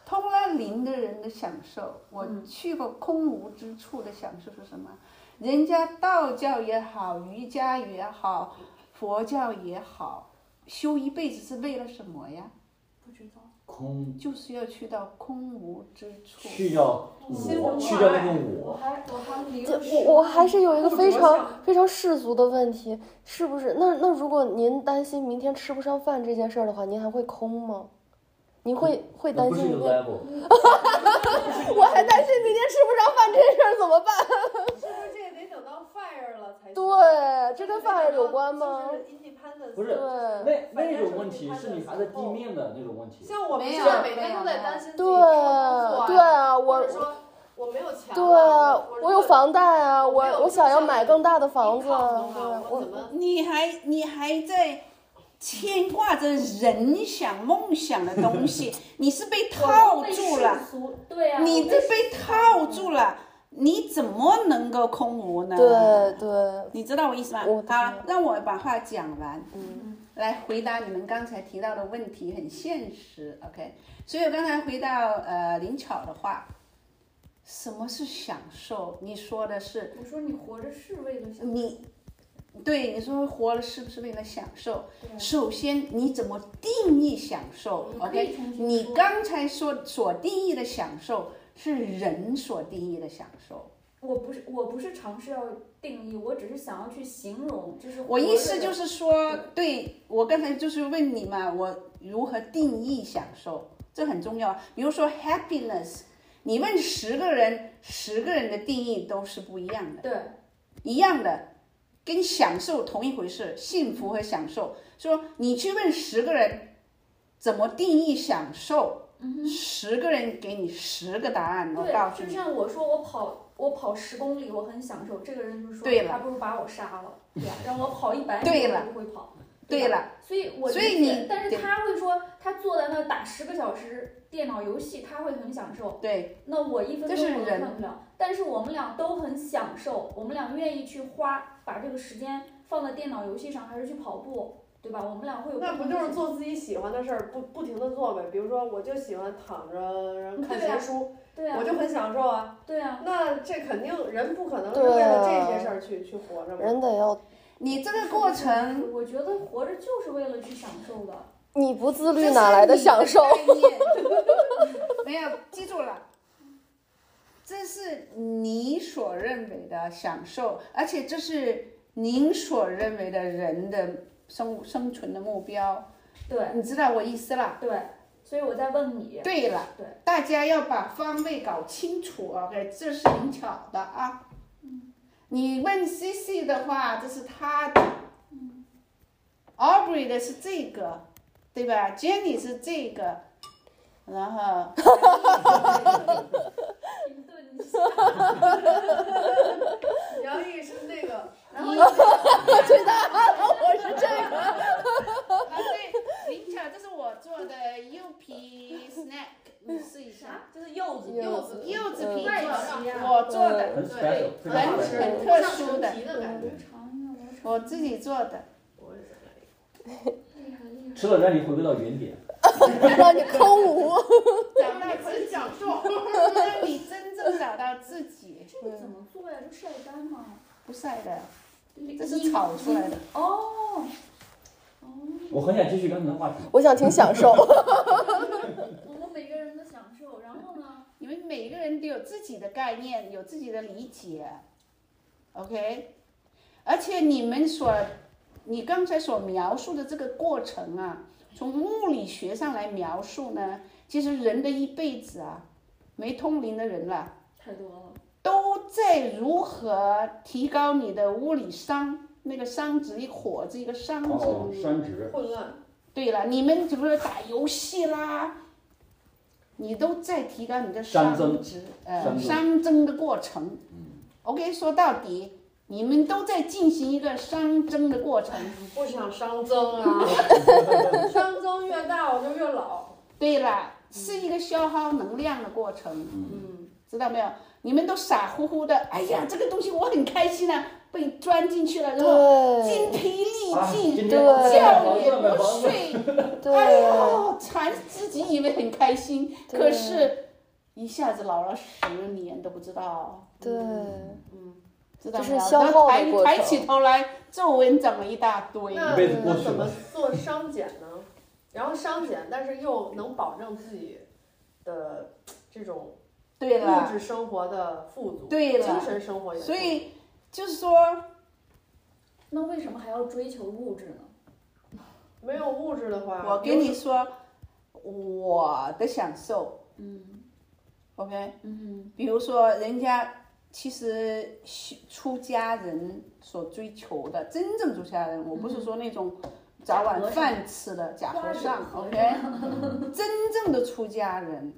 Speaker 2: 通了灵的人的享受，我
Speaker 4: 嗯
Speaker 2: 去过空无之处的享受是什么？人家道教也好，瑜伽也好，佛教也好，修一辈子是为了什么呀？
Speaker 4: 不知道。
Speaker 3: 空
Speaker 2: 就是要去到空无之处。
Speaker 3: 去掉
Speaker 5: 心
Speaker 3: 我，
Speaker 5: 无
Speaker 3: 去掉
Speaker 5: 挂
Speaker 3: 那
Speaker 5: 碍
Speaker 3: 个
Speaker 4: 我
Speaker 3: 我，
Speaker 4: 还我还离
Speaker 6: 这
Speaker 4: 了
Speaker 6: 我我还是有一个非
Speaker 4: 我
Speaker 6: 常
Speaker 4: 想
Speaker 6: 非常世俗的问题，是不是？那那如果您担心明天吃不上饭这件事儿的话，您还会空吗？您会会
Speaker 3: 那
Speaker 6: 担
Speaker 3: 不
Speaker 6: 心
Speaker 3: 是一
Speaker 6: 明
Speaker 3: 个
Speaker 6: 天？
Speaker 3: level。
Speaker 6: 我还担心明天吃不上饭这事儿怎么办？
Speaker 5: 是不是这个得等到 fire 了才行？
Speaker 6: 对，这跟饭有关吗
Speaker 5: 就？是 independence，
Speaker 3: 不是
Speaker 5: 就是
Speaker 6: 对
Speaker 3: 那
Speaker 5: 反
Speaker 3: 那
Speaker 5: 正
Speaker 3: 种
Speaker 5: 是
Speaker 3: 问
Speaker 5: 你
Speaker 3: 题
Speaker 5: 看
Speaker 3: 是
Speaker 5: 的
Speaker 3: 你
Speaker 5: 时
Speaker 3: 还在地
Speaker 5: 候
Speaker 3: 面的那种问题，
Speaker 5: 像我们
Speaker 2: 没
Speaker 5: 现
Speaker 2: 有
Speaker 5: 在每
Speaker 2: 没
Speaker 5: 天
Speaker 2: 有
Speaker 5: 都在担心自己
Speaker 6: 对
Speaker 5: 没有工作啊，
Speaker 6: 对啊，我
Speaker 5: 或者说我没有钱了，
Speaker 6: 对啊
Speaker 5: 我
Speaker 6: 我有，房贷啊，
Speaker 5: 我
Speaker 6: 我
Speaker 5: 没有
Speaker 6: 我想要
Speaker 5: 就
Speaker 6: 买
Speaker 5: 像
Speaker 6: 更大的房子啊，
Speaker 5: income
Speaker 6: 对
Speaker 5: 的话我怎
Speaker 6: 我
Speaker 5: 么
Speaker 2: 你还你还在牵挂着人想梦想的东西， 你是被套住了，。
Speaker 4: 对呀、
Speaker 2: 你
Speaker 4: 我
Speaker 2: 这
Speaker 4: 世
Speaker 2: 被
Speaker 4: 俗
Speaker 2: 套住了，你怎么能够空无呢？
Speaker 6: 对对，
Speaker 2: 你知道我意思吗？
Speaker 6: 我知道
Speaker 2: 好，让我把话讲完，
Speaker 6: 嗯，
Speaker 2: 来回答你们刚才提到的问题，很现实，OK。所以我刚才回到呃林巧的话，什么是享受？你说的是
Speaker 4: 我说你活着是为了享受。
Speaker 2: 你，对你说活了是不是为了享受？
Speaker 4: 对
Speaker 2: 首先你怎么定义享受
Speaker 4: 你可
Speaker 2: ？OK，
Speaker 4: 以重新
Speaker 2: 你
Speaker 4: 说
Speaker 2: 刚才说所定义的享受是人所定义的享受。
Speaker 4: 我不是我不是尝试要定义，我只是想要去形容，就是
Speaker 2: 我意思就是是说，对我刚才就是问你嘛，我如何定义享受，这很重要。比如说 happiness，你问十个人，十个人的定义都是不一样的，
Speaker 4: 对
Speaker 2: 一样的，跟享受同一回事，幸福和享受。说你去问十个人怎么定义享受，十个人给你十个答案，我告诉
Speaker 4: 嗯对，就
Speaker 2: 你，
Speaker 4: 像我说我跑我跑十公里，我很享受，这个人就说
Speaker 2: 对了
Speaker 4: 还不如把我 杀了，对吧？让我跑一百米，
Speaker 2: 对
Speaker 4: 我
Speaker 2: 了
Speaker 4: 也不会跑。
Speaker 2: 对
Speaker 4: 吧，
Speaker 2: 了，
Speaker 4: 所以我
Speaker 2: 所以
Speaker 4: 理解
Speaker 2: 你
Speaker 4: 但是
Speaker 2: 对
Speaker 4: 他会说他坐在那打十个小时电脑游戏，他会很享受。
Speaker 2: 对
Speaker 4: 那我一分
Speaker 2: 这是
Speaker 4: 钟我都
Speaker 2: 人
Speaker 4: 干不了，但是我们俩都很享受，我们俩愿意去花把这个时间放在电脑游戏上，还是去跑步，对吧？我们俩会有
Speaker 5: 那不
Speaker 4: 不同
Speaker 5: 就
Speaker 4: 的
Speaker 5: 是做自己喜欢的事儿，不不停的做呗？比如说，我就喜欢躺着然后看
Speaker 4: 对啊
Speaker 5: 闲书，
Speaker 4: 对啊
Speaker 5: 我，就很享受啊。
Speaker 4: 对啊，
Speaker 5: 那这肯定人不可能是
Speaker 6: 对啊
Speaker 5: 为了这些事儿去去活着嘛。
Speaker 6: 人得要
Speaker 2: 你这个过程
Speaker 4: 我觉得活着就是为了去享受的。
Speaker 6: 你不自律哪来的享 受？
Speaker 2: 这是你的概念 没有，记住了，这是你所认为的享受，而且这是您所认为的人的生生存的目标。
Speaker 4: 对
Speaker 2: 你知道我意思了？
Speaker 4: 对，所以我在问你，
Speaker 2: 对了，
Speaker 4: 对，
Speaker 2: 大家要把方位搞清楚，OK，这是灵巧的啊。你问西西的话，这是他的。Aubrey 的是这个，对吧？Jenny 是这个，然后
Speaker 4: 停顿一下，
Speaker 5: 杨毅是那个，
Speaker 4: 然后又
Speaker 2: 啊对，灵巧，这是我做的柚皮 snack，你试一下。
Speaker 5: 这是柚子，
Speaker 6: 柚
Speaker 5: 柚
Speaker 6: 子
Speaker 5: 子，
Speaker 2: 柚子皮
Speaker 4: 麦
Speaker 2: 做
Speaker 4: 琪
Speaker 2: 的，
Speaker 4: 呀，
Speaker 2: 我做的，
Speaker 3: 很
Speaker 5: 对
Speaker 3: special，非常
Speaker 5: 很
Speaker 3: special
Speaker 5: 很
Speaker 2: 特
Speaker 5: 上
Speaker 2: 殊
Speaker 5: 神
Speaker 2: 的
Speaker 5: 奇的感觉。
Speaker 4: 尝一下，
Speaker 2: 我自己做的。
Speaker 5: 我也想来一个
Speaker 4: 厉害厉害。
Speaker 3: 吃了让你回归到原点。
Speaker 6: 让你空无。
Speaker 2: 找到自己， 让你真正找到自己，
Speaker 4: 这个怎么做呀？就晒干吗？
Speaker 2: 不晒的，这
Speaker 4: 这
Speaker 2: 是炒出来的。
Speaker 4: 哦。哦，
Speaker 3: 我很想继续刚才的话题，
Speaker 6: 我想听享受，
Speaker 4: 我们每个人的享受，然后呢？
Speaker 2: 你们每一个人都有自己的概念，有自己的理解，OK？而且你们所，你刚才所描述的这个过程啊，从物理学上来描述呢，其实人的一辈子啊，没通灵的人了。
Speaker 4: 太多了，
Speaker 2: 都在如何提高你的物理伤、那个商职，一火字一个商字。
Speaker 3: 哦，山直，
Speaker 5: 混乱，
Speaker 2: 对了，你们比如说打游戏啦，你都在提高你的
Speaker 3: 山
Speaker 2: 商
Speaker 3: 增
Speaker 2: 值，
Speaker 3: 山
Speaker 2: 呃，
Speaker 3: 增
Speaker 2: 商增的过程。OK，说到底，你们都在进行一个商增的过程。
Speaker 5: 不想熵增啊，
Speaker 2: 嗯
Speaker 5: 熵增越大我就越老。
Speaker 2: 对了，是一个消耗能量的过程。嗯，知道没有？你们都傻乎乎的，哎呀，这个东西我很开心啊，被钻进去了，然后
Speaker 6: 对
Speaker 2: 筋疲力
Speaker 3: 啊
Speaker 2: 尽，
Speaker 3: 今天啊
Speaker 6: 对
Speaker 2: 觉也
Speaker 3: 买
Speaker 2: 不
Speaker 3: 房子
Speaker 2: 睡，哎
Speaker 6: 对，
Speaker 2: 呦，才自己以为很开心，
Speaker 6: 对
Speaker 2: 可是一下子老了十年都不知道，
Speaker 6: 对，
Speaker 2: 嗯知道
Speaker 6: 就
Speaker 2: 吗？
Speaker 6: 是
Speaker 2: 然
Speaker 6: 消
Speaker 2: 后
Speaker 6: 耗的
Speaker 2: 抬
Speaker 6: 过
Speaker 2: 抬
Speaker 6: 程
Speaker 2: 起头来，皱纹长了一大堆。
Speaker 5: 那
Speaker 3: 一辈子过
Speaker 5: 那
Speaker 3: 去
Speaker 5: 怎么
Speaker 3: 了
Speaker 5: 做商检呢？然后商检，但是又能保证自己的这种
Speaker 2: 对
Speaker 5: 物
Speaker 2: 了，
Speaker 5: 质生活的富足，
Speaker 2: 对了
Speaker 5: 精神生活也富足
Speaker 2: 所以就是说，
Speaker 4: 那为什么还要追求物质呢？
Speaker 5: 没有物质的话，
Speaker 2: 我跟你说我的享受，OK，
Speaker 4: 嗯
Speaker 2: 比如说人家其实出家人所追求的真正出家人，我不是说那种早晚饭吃的假和尚
Speaker 4: 假和尚
Speaker 2: ，OK，真正的出家人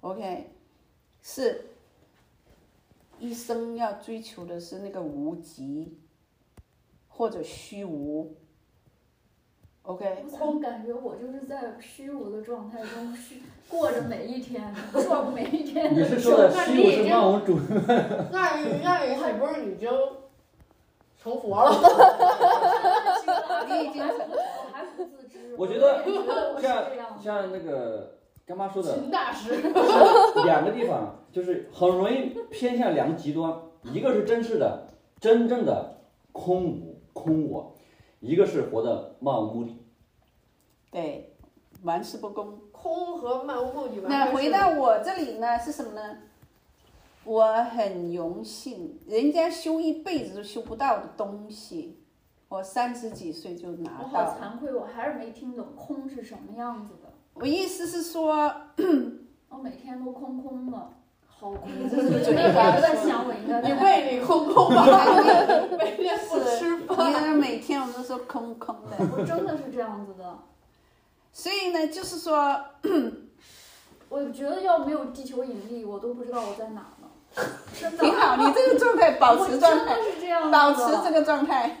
Speaker 2: ，OK，是一生要追求的是那个无极或者虚无，OK，
Speaker 4: 我怎么感觉我就是在虚无的状态中虚过着每一 天，过每一天
Speaker 3: 你
Speaker 4: 的
Speaker 3: 是
Speaker 4: 生
Speaker 3: 说的
Speaker 4: 活。
Speaker 3: 虚
Speaker 4: 你
Speaker 3: 无
Speaker 4: 已
Speaker 3: 是
Speaker 4: 经
Speaker 3: 万物主
Speaker 5: 那你那你岂不是已经成佛了？
Speaker 2: 你已经成
Speaker 4: 我还不自知。
Speaker 3: 我觉得
Speaker 4: 也我是
Speaker 3: 像
Speaker 4: 这样的。
Speaker 3: 像那个干妈说的，
Speaker 5: 秦 大师，
Speaker 3: 两个地方就是很容易偏向两个极端，一个是真实的、真正的空无空我，一个是活得漫无目的。
Speaker 2: 对，玩世不恭。
Speaker 5: 空和漫无目的吧。
Speaker 2: 那回到我这里呢，是什么呢？我很荣幸，人家修一辈子都修不到的东西，我三十几岁就拿
Speaker 4: 我
Speaker 2: 到
Speaker 4: 好
Speaker 2: 了。
Speaker 4: 惭愧，我还是没听懂空是什么样子的。
Speaker 2: 我意思是说，
Speaker 4: 我每天都空空的， 好空。
Speaker 2: 你这是嘴
Speaker 4: 我
Speaker 2: 巴
Speaker 4: 就在想，我 应该
Speaker 5: 你
Speaker 4: 在
Speaker 5: 胃里空 空吧，每天不吃
Speaker 2: 因为每天我们都说空空的，
Speaker 4: 我真的是这样子的。
Speaker 2: 所以呢，就是说，
Speaker 4: 我觉得要没有地球引力，我都不知道我在哪呢。真的，
Speaker 2: 挺好，你这个状态 保持状态
Speaker 4: 我，真的是这样子的，
Speaker 2: 保持这个状态。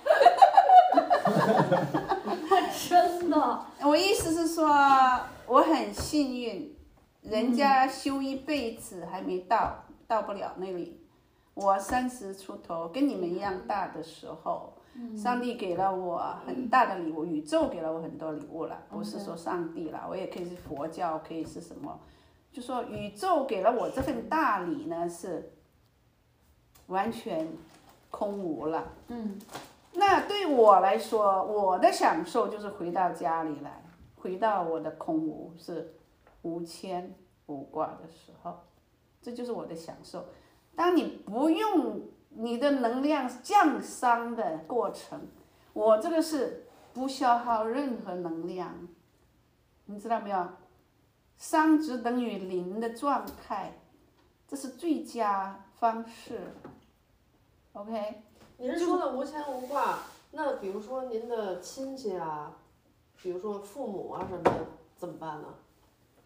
Speaker 4: 真的。
Speaker 2: 我意思是说，我很幸运，人家修一辈子还没到，到不了那里。我三十出头，跟你们一样大的时候，上帝给了我很大的礼物，宇宙给了我很多礼物了，不是说上帝了，我也可以是佛教，可以是什么，就说宇宙给了我这份大礼呢，是完全空无了。
Speaker 4: 嗯，
Speaker 2: 那对我来说，我的享受就是回到家里来，回到我的空无，是无牵无挂的时候，这就是我的享受。当你不用你的能量降伤的过程，我这个是不消耗任何能量，你知道没有？伤值等于零的状态，这是最佳方式。OK。
Speaker 5: 你是说的无牵无挂？那比如说您的亲戚啊，比如说父母啊什么的，怎么办呢？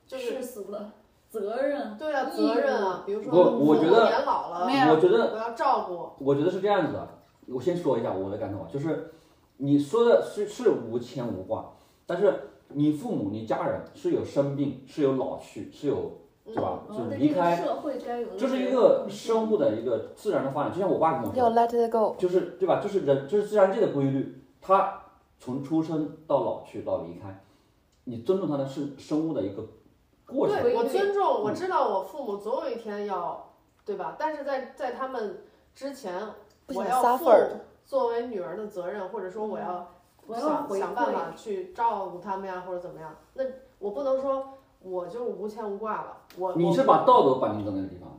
Speaker 5: 就是
Speaker 4: 世俗的责任，
Speaker 5: 对啊，责任啊，比如说
Speaker 3: 不
Speaker 5: 父
Speaker 3: 我觉
Speaker 5: 母
Speaker 3: 得
Speaker 5: 年老了，
Speaker 2: 没有
Speaker 3: 我觉得，
Speaker 5: 我要照顾。
Speaker 3: 我觉得是这样子的。我先说一下我的感受啊，就是你说的是是无牵无挂，但是你父母、你家人是有生病，是有老去，是有
Speaker 5: 嗯
Speaker 3: 嗯哦对吧？
Speaker 4: 我
Speaker 3: 就
Speaker 4: 们
Speaker 3: 是
Speaker 4: 的
Speaker 3: 离
Speaker 4: 这个
Speaker 3: 开，
Speaker 4: 社会该有的
Speaker 3: 这是一
Speaker 4: 责
Speaker 3: 个
Speaker 4: 任
Speaker 3: 生物的一个自然的发展。就像我爸跟我说的
Speaker 6: 要 let it go，
Speaker 3: 就是对吧？就是人，这是自然界的规律，它从出生到老去到离开，你尊重它的是生物的一个过程。
Speaker 5: 对，我尊
Speaker 4: 嗯
Speaker 5: 重，我知道我父母总有一天要，对吧？但是在在他们之前，
Speaker 6: 不
Speaker 5: 我
Speaker 6: 想
Speaker 5: 要
Speaker 6: suffer
Speaker 5: 负作为女儿的责任，或者说我要
Speaker 4: 嗯我要
Speaker 5: 想
Speaker 4: 回
Speaker 5: 想办
Speaker 4: 馈
Speaker 5: 法去照顾他们呀，或者怎么样。那我不能说我就无牵无挂了，我
Speaker 3: 你
Speaker 5: 我
Speaker 3: 是把道德绑定在那个地方了，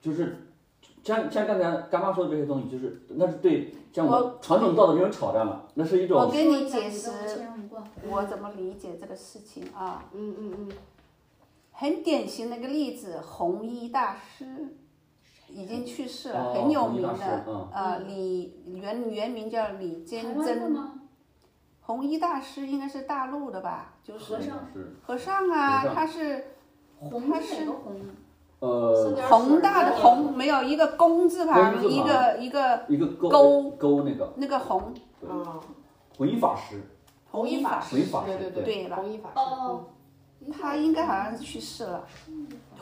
Speaker 3: 就是像像刚才干妈说的这些东西，就是那是对像我们传统道德这种挑战了，那是一
Speaker 2: 我
Speaker 3: 种
Speaker 2: 跟你解
Speaker 4: 解
Speaker 2: 释
Speaker 4: 释，
Speaker 2: 我怎么理解这个事情啊？
Speaker 5: 嗯嗯嗯，
Speaker 2: 很典型的一个例子，弘一大师，已经去世
Speaker 3: 哦
Speaker 2: 了，很有名
Speaker 3: 弘一大师
Speaker 2: 的
Speaker 3: 嗯，
Speaker 2: 呃，李原原名叫李
Speaker 4: 台
Speaker 2: 坚
Speaker 4: 湾的
Speaker 2: 贞，
Speaker 4: 吗？
Speaker 2: 弘一大师应该是大陆的吧？就
Speaker 4: 和
Speaker 2: 是
Speaker 4: 尚
Speaker 3: 是
Speaker 2: 和尚啊
Speaker 3: 和，尚
Speaker 2: 他是
Speaker 4: 红是哪个红？
Speaker 3: 呃
Speaker 2: 宏大的宏，没有一个公字旁，
Speaker 3: 公字旁
Speaker 2: 一个一个
Speaker 3: 一个
Speaker 2: 勾
Speaker 3: 勾勾那个
Speaker 2: 那个宏，
Speaker 5: 啊，
Speaker 3: 弘一法师，
Speaker 2: 弘一法
Speaker 3: 弘一
Speaker 2: 师，
Speaker 3: 法
Speaker 5: 对
Speaker 3: 师
Speaker 5: 对
Speaker 2: 对吧
Speaker 5: 弘一法师，
Speaker 4: 哦，
Speaker 2: 他应该好像是去世了。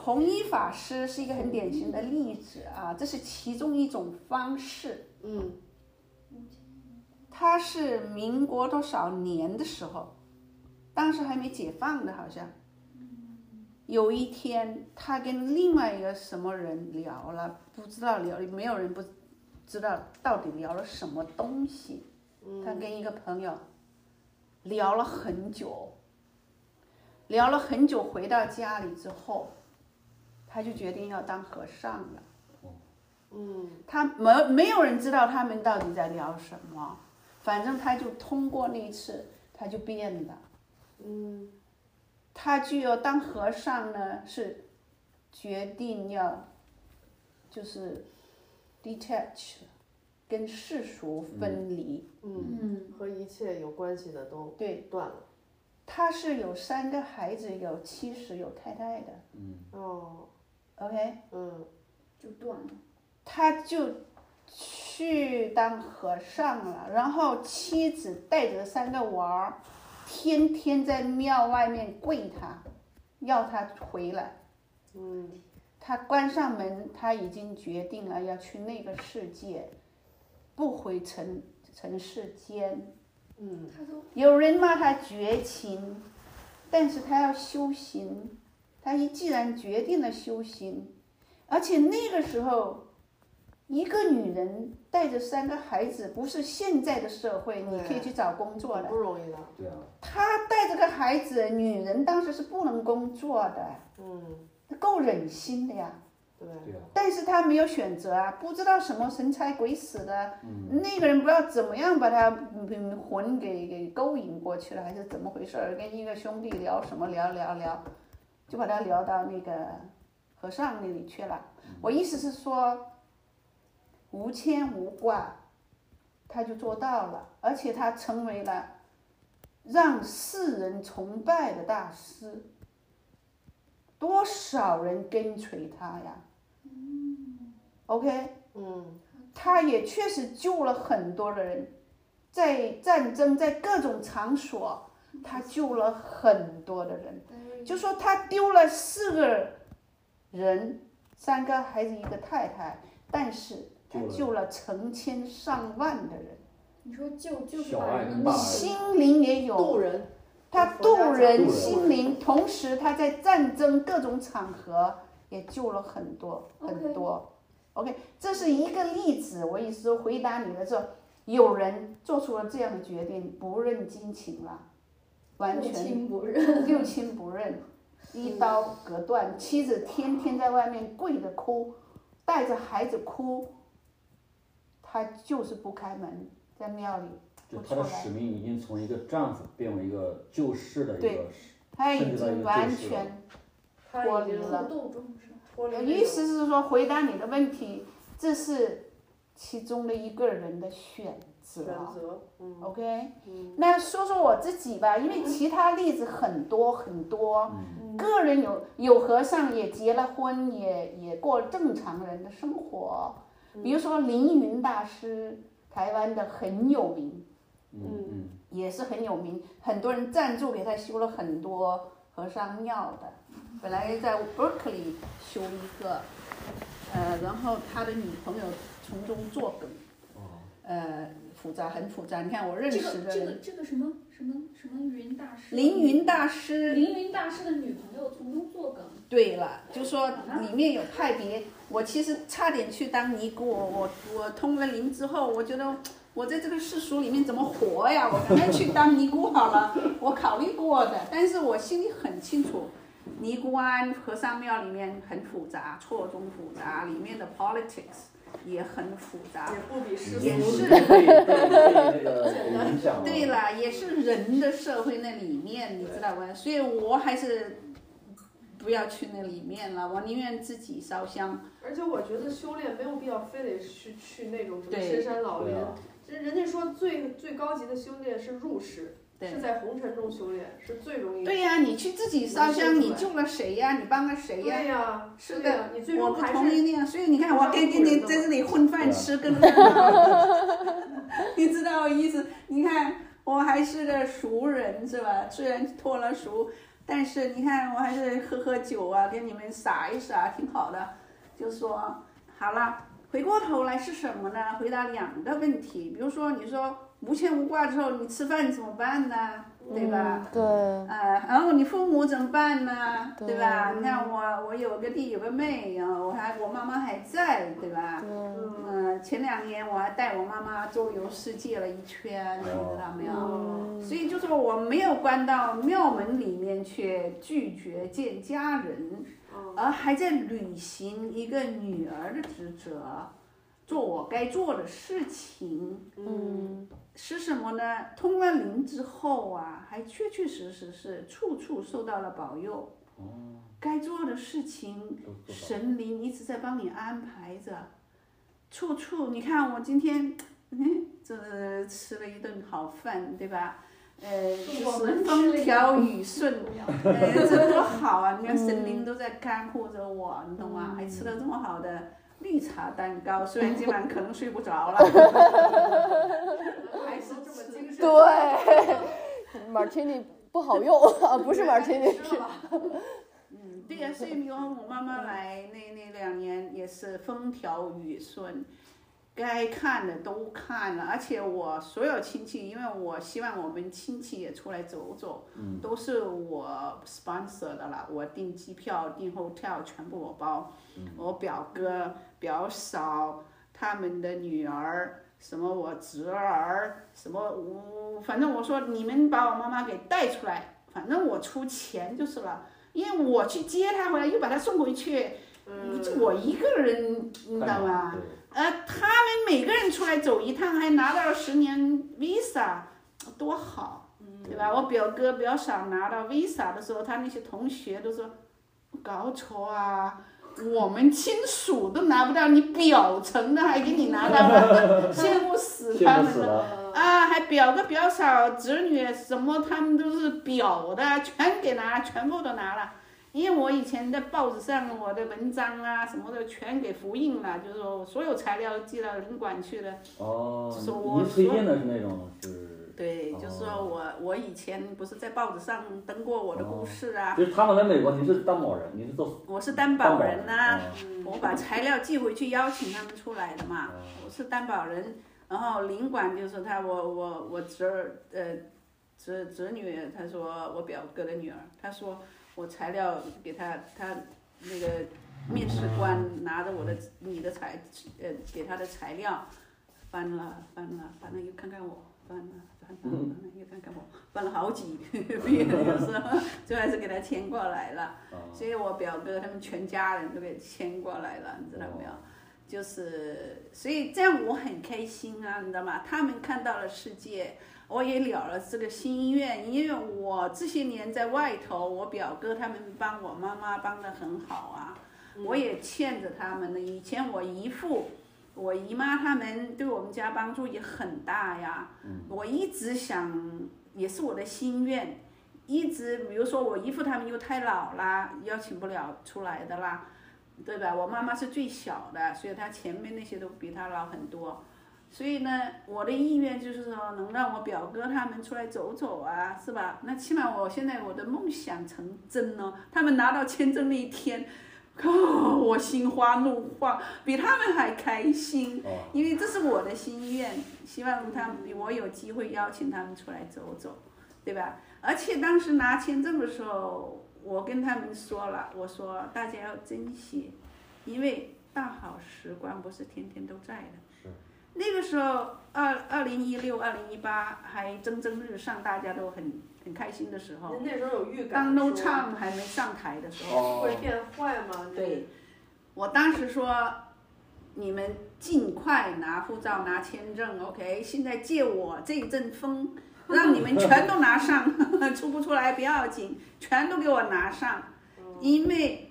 Speaker 2: 弘一法师是一个很典型的例子啊，这是其中一种方式。
Speaker 5: 嗯
Speaker 2: 他是民国多少年的时候，当时还没解放的，好像。有一天，他跟另外一个什么人聊了，不知道聊，没有人不知道到底聊了什么东西。
Speaker 5: 嗯
Speaker 2: 他跟一个朋友聊了很久，聊了很久，回到家里之后，他就决定要当和尚了。
Speaker 5: 嗯
Speaker 2: 他没没有人知道他们到底在聊什么，反正他就通过那一次，他就变了。
Speaker 5: 嗯
Speaker 2: 他具有当和尚呢，是决定要就是 detach，跟世俗分离。
Speaker 5: 嗯，
Speaker 4: 嗯，
Speaker 5: 和一切有关系的都
Speaker 2: 对，
Speaker 5: 断了。
Speaker 2: 他是有三个孩子，有妻室，有太太的。
Speaker 3: 嗯，
Speaker 5: 哦，
Speaker 2: OK，
Speaker 4: 哎
Speaker 5: 嗯
Speaker 4: 就断了。
Speaker 2: 他就去当和尚了，然后妻子带着三个娃儿，天天在庙外面跪他，要他回来。
Speaker 5: 嗯
Speaker 2: 他关上门，他已经决定了要去那个世界，不回尘尘世间。
Speaker 5: 嗯
Speaker 4: 他都
Speaker 2: 有人骂他绝情，但是他要修行。他一既然决定了修行，而且那个时候，一个女人带着三个孩子，不是现在的社会
Speaker 5: 对
Speaker 2: 你可以去找工作的
Speaker 5: 不。容易的。
Speaker 3: 对啊，
Speaker 2: 她带着个孩子，女人当时是不能工作的，
Speaker 5: 嗯，
Speaker 2: 够忍心的呀。
Speaker 5: 对，
Speaker 3: 对啊，
Speaker 2: 但是她没有选择啊，不知道什么神差鬼使的，啊
Speaker 3: 嗯，
Speaker 2: 那个人不知道怎么样把他嗯魂给给勾引过去了，还是怎么回事儿？跟一个兄弟聊什么聊聊聊，就把他聊到那个和尚那里去了。我意思是说，无牵无挂，他就做到了，而且他成为了让世人崇拜的大师。多少人跟随他呀？OK，
Speaker 5: 嗯
Speaker 2: 他也确实救了很多的人，在战争，在各种场所，他救了很多的人。就说他丢了四个人，三个孩子，一个太太，但是他救了成千上万的人，
Speaker 4: 你说就就是
Speaker 3: 小
Speaker 4: 把
Speaker 3: 爱
Speaker 4: 人
Speaker 3: 跟
Speaker 4: 的
Speaker 3: 大爱
Speaker 4: 命
Speaker 2: 心灵也有
Speaker 5: 渡人，
Speaker 2: 他动人
Speaker 3: 渡人
Speaker 2: 心灵，同时他在战争各种场合也救了很多
Speaker 4: OK
Speaker 2: 很多。OK，这是一个例子。我意思说，回答你的时候，有人做出了这样的决定，不认亲情了，完
Speaker 4: 不
Speaker 2: 全
Speaker 4: 亲不 认。
Speaker 2: 六亲嗯不认，一刀隔断。妻子天天在外面跪着哭，带着孩子哭，他就是不开门，在庙里
Speaker 3: 就他的使命已经从一个丈夫变为一个救世的一
Speaker 2: 对
Speaker 3: 个，
Speaker 2: 他已
Speaker 3: 甚至到一
Speaker 2: 经
Speaker 3: 个
Speaker 2: 完
Speaker 3: 救世了
Speaker 2: 全
Speaker 5: 他
Speaker 2: 脱
Speaker 5: 已
Speaker 2: 离
Speaker 5: 经
Speaker 2: 了
Speaker 4: 度众生，
Speaker 5: 脱离
Speaker 2: 我
Speaker 5: 那
Speaker 2: 意
Speaker 5: 种
Speaker 2: 思是说，回答你的问题，这是其中的一个人的选择。
Speaker 5: 选择，嗯
Speaker 2: OK，
Speaker 5: 嗯
Speaker 2: 那说说我自己吧，因为其他例子很多很多，
Speaker 3: 嗯，
Speaker 2: 个人有有和尚也结了婚，也也过正常人的生活。
Speaker 5: 嗯
Speaker 2: 比如说凌云大师，台湾的很有名，
Speaker 3: 嗯嗯
Speaker 2: 也是很有名，很多人赞助给他修了很多和尚庙的。本来在 Berkeley 修一个，呃，然后他的女朋友从中作梗，
Speaker 3: 哦，
Speaker 2: 呃，复杂很复杂。你看我认
Speaker 4: 这
Speaker 2: 识
Speaker 4: 个
Speaker 2: 的
Speaker 4: 这个
Speaker 2: 人，
Speaker 4: 这个什么什么什么云大师，
Speaker 2: 凌云大师，
Speaker 4: 凌云大师的女朋友从中作梗，
Speaker 2: 对了，就说里面有派别。我其实差点去当尼姑，我我我通了灵之后，我觉得我在这个世俗里面怎么活呀？我干脆去当尼姑好了。我考虑过的，但是我心里很清楚，尼姑庵和尚庙里面很复杂，错综复杂，里面的 politics 也很复杂。
Speaker 5: 也不比世
Speaker 3: 也
Speaker 5: 俗
Speaker 3: 是
Speaker 2: 是
Speaker 3: 被被被这个影响了，
Speaker 2: 对了，也是人的社会那里面，你知道吧？所以我还是不要去那里面了，我宁愿自己烧香。
Speaker 5: 而且我觉得修炼没有必要非得去去那种什么
Speaker 2: 对
Speaker 5: 深山老
Speaker 3: 对
Speaker 5: 林，
Speaker 3: 啊，
Speaker 5: 就是人家说最最高级的修炼是入世，
Speaker 2: 对
Speaker 5: 是在红尘中修炼，是最容易。
Speaker 2: 对呀、你去自己烧香，你救了谁呀、你帮了谁
Speaker 5: 对
Speaker 2: 呀、
Speaker 5: 呀、
Speaker 2: 是
Speaker 5: 对
Speaker 2: 的
Speaker 5: 呀你最
Speaker 2: 我
Speaker 5: 终
Speaker 2: 不
Speaker 5: 还
Speaker 2: 同意
Speaker 5: 是
Speaker 2: 那样，所以你看，我
Speaker 5: 还是
Speaker 2: 跟
Speaker 5: 不
Speaker 2: 跟
Speaker 5: 人
Speaker 2: 你
Speaker 5: 的
Speaker 2: 在这里混饭吃，跟 你知道我意思？你看，我还是个俗人是吧？虽然脱了俗，但是你看，我还是喝喝酒啊，跟你们撒一撒，挺好的。就说好了，回过头来是什么呢？回答两个问题，比如说你说无牵无挂之后，你吃饭怎么办呢？对吧？
Speaker 6: 嗯对，
Speaker 2: 啊，然后你父母怎么办呢？
Speaker 6: 对
Speaker 2: 对吧？你看我，我有个弟，有个妹，然后我还我妈妈还在，对吧？
Speaker 6: 对，
Speaker 2: 嗯，前两年我还带我妈妈周游世界了一圈，你知道没有？
Speaker 5: 嗯
Speaker 2: 所以就说我没有关到庙门里面去拒绝见家人，
Speaker 5: 嗯
Speaker 2: 而还在履行一个女儿的职责，做我该做的事情。
Speaker 6: 嗯，
Speaker 2: 是什么呢？通了灵之后啊，还确确实实是处处受到了保佑。该做的事情，
Speaker 3: 都做到
Speaker 2: 神灵一直在帮你安排着，处处。你看我今天，嗯，这吃了一顿好饭，对吧？呃，就
Speaker 4: 我们
Speaker 2: 是
Speaker 4: 吃
Speaker 2: 风
Speaker 4: 了一嗯
Speaker 2: 调雨顺，呃，这多好啊！你看神灵都在看护着我，你懂吗？还吃了这么好的绿茶蛋糕，虽然今晚可能睡不着了。
Speaker 5: 还是这么精 神。
Speaker 6: 对，martini 不好用 啊，不是 martini，
Speaker 5: 知道吧？
Speaker 2: 嗯，对呀、所以你看我妈妈来那那两年也是风调雨顺，该看的都看了，而且我所有亲戚，因为我希望我们亲戚也出来走走，
Speaker 3: 嗯
Speaker 2: 都是我 sponsor 的啦，我订机票、订 hotel 全部我包，我表哥、表嫂他们的女儿。什么我侄儿，什么我，反正我说你们把我妈妈给带出来，反正我出钱就是了。因为我去接他回来，又把他送回去，
Speaker 5: 嗯，
Speaker 2: 就我一个人，你知道吗？
Speaker 3: 对，
Speaker 2: 呃，他们每个人出来走一趟，还拿到了十年 visa，多好，对吧？我表哥表嫂拿到 visa 的时候，他那些同学都说，搞错啊。我们亲属都拿不到，你表层的还给你拿到了，羡慕死他
Speaker 3: 羡
Speaker 2: 们
Speaker 3: 慕死
Speaker 2: 了。
Speaker 3: 了。
Speaker 5: 嗯
Speaker 2: 啊，还表哥表嫂、侄女什么，他们都是表的，全给拿，全部都拿了。因为我以前在报纸上我的文章啊什么的全给复印了，就是说我所有材料寄到领馆去了。
Speaker 3: 哦，
Speaker 2: 就是我
Speaker 3: 您推荐的是那种就是。
Speaker 2: 对，就是说我我以前不是在报纸上登过我的故事啊，
Speaker 3: 就是他们来美国，您是担保人，您是做
Speaker 2: 我是担保人哦呐、嗯
Speaker 3: 担
Speaker 2: 我把材料寄回去，邀请他们出来的嘛。
Speaker 3: 保人哦
Speaker 2: 我是担保人，然后领馆就说他我我我侄儿呃侄侄女，他说我表哥的女儿，他说我材料给他他那个面试官拿着我的你的材呃给他的材料翻了翻了翻了又看看我。翻了翻了翻了又看看我， 翻了好几遍，就是 最后还是给他签过来了。
Speaker 3: 哦
Speaker 2: 所以我表哥他们全家人都给牵过来了，你知道没有？就是，所以这样我很开心啊，你知道吗？他们看到了世界，我也了了这个心愿，因为我这些年在外头，我表哥他们帮我妈妈帮的很好啊，我也欠着他们的。以前我姨父、我姨妈他们对我们家帮助也很大呀，我一直想，也是我的心愿，一直比如说我姨父他们又太老啦，邀请不了出来的啦，对吧？我妈妈是最小的，所以她前面那些都比她老很多。所以呢，我的意愿就是说，能让我表哥他们出来走走啊，是吧？那起码我现在我的梦想成真了、他们拿到签证那一天， 哦，我心花怒放，比他们还开心，
Speaker 3: 哦
Speaker 2: 因为这是我的心愿，希望他们我有机会邀请他们出来走走，对吧？而且当时拿签证的时候，我跟他们说了，我说大家要珍惜，因为大好时光不是天天都在的。
Speaker 3: 是
Speaker 2: 那个时候，二二零一六、二零一八还蒸蒸日上，大家都很很开心的时候
Speaker 5: 您，那时候有预
Speaker 2: 当
Speaker 5: 感
Speaker 2: No
Speaker 5: 说
Speaker 2: Trump 还没上台的时候，
Speaker 5: 会
Speaker 3: 哦，
Speaker 5: 变坏吗？
Speaker 2: 对，我当时说，你们尽快拿护照、拿签证，OK。现在借我这一阵风， 让你们全都拿上，出不出来不要紧，全都给我拿上。
Speaker 5: 嗯
Speaker 2: 因为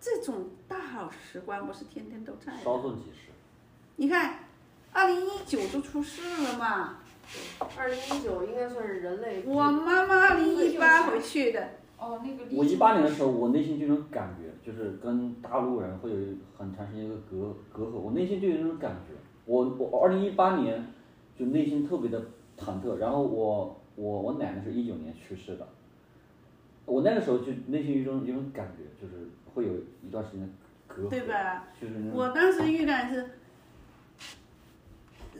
Speaker 2: 这种大好时光不是天天都在的。
Speaker 3: 稍纵即逝。
Speaker 2: 你看，二零一九就出事了嘛，
Speaker 5: 二零一九应该算是人类
Speaker 2: 我妈妈二零一八回去的，
Speaker 4: 哦，那个
Speaker 3: 我一八年的时候，我内心就有种感觉，就是跟大陆人会有很长时间一个隔隔阂，我内心就有那种感觉。我我二零一八年就内心特别的忐忑，然后我我我奶奶是一九年去世的，我那个时候就内心有一种有一种感觉，就是会有一段时间隔阂，
Speaker 2: 对吧？
Speaker 3: 就是那种
Speaker 2: 我当时预感是，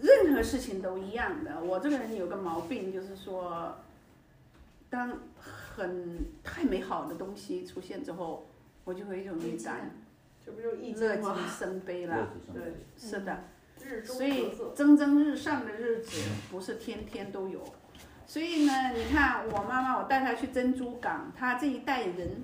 Speaker 2: 任何事情都一样的。我这个人有个毛病，就是说，当很太美好的东西出现之后，我就会有一种预感，
Speaker 5: 这不就是易
Speaker 2: 乐
Speaker 5: 经
Speaker 2: 极
Speaker 5: 吗？
Speaker 2: 生悲
Speaker 3: 热
Speaker 2: 了。
Speaker 3: 气上
Speaker 2: 对
Speaker 3: 来，
Speaker 2: 是的，
Speaker 5: 日中
Speaker 2: 所以
Speaker 5: 格色，
Speaker 2: 蒸蒸日上的日子不是天天都有。所以呢，你看我妈妈，我带她去珍珠港，她这一代人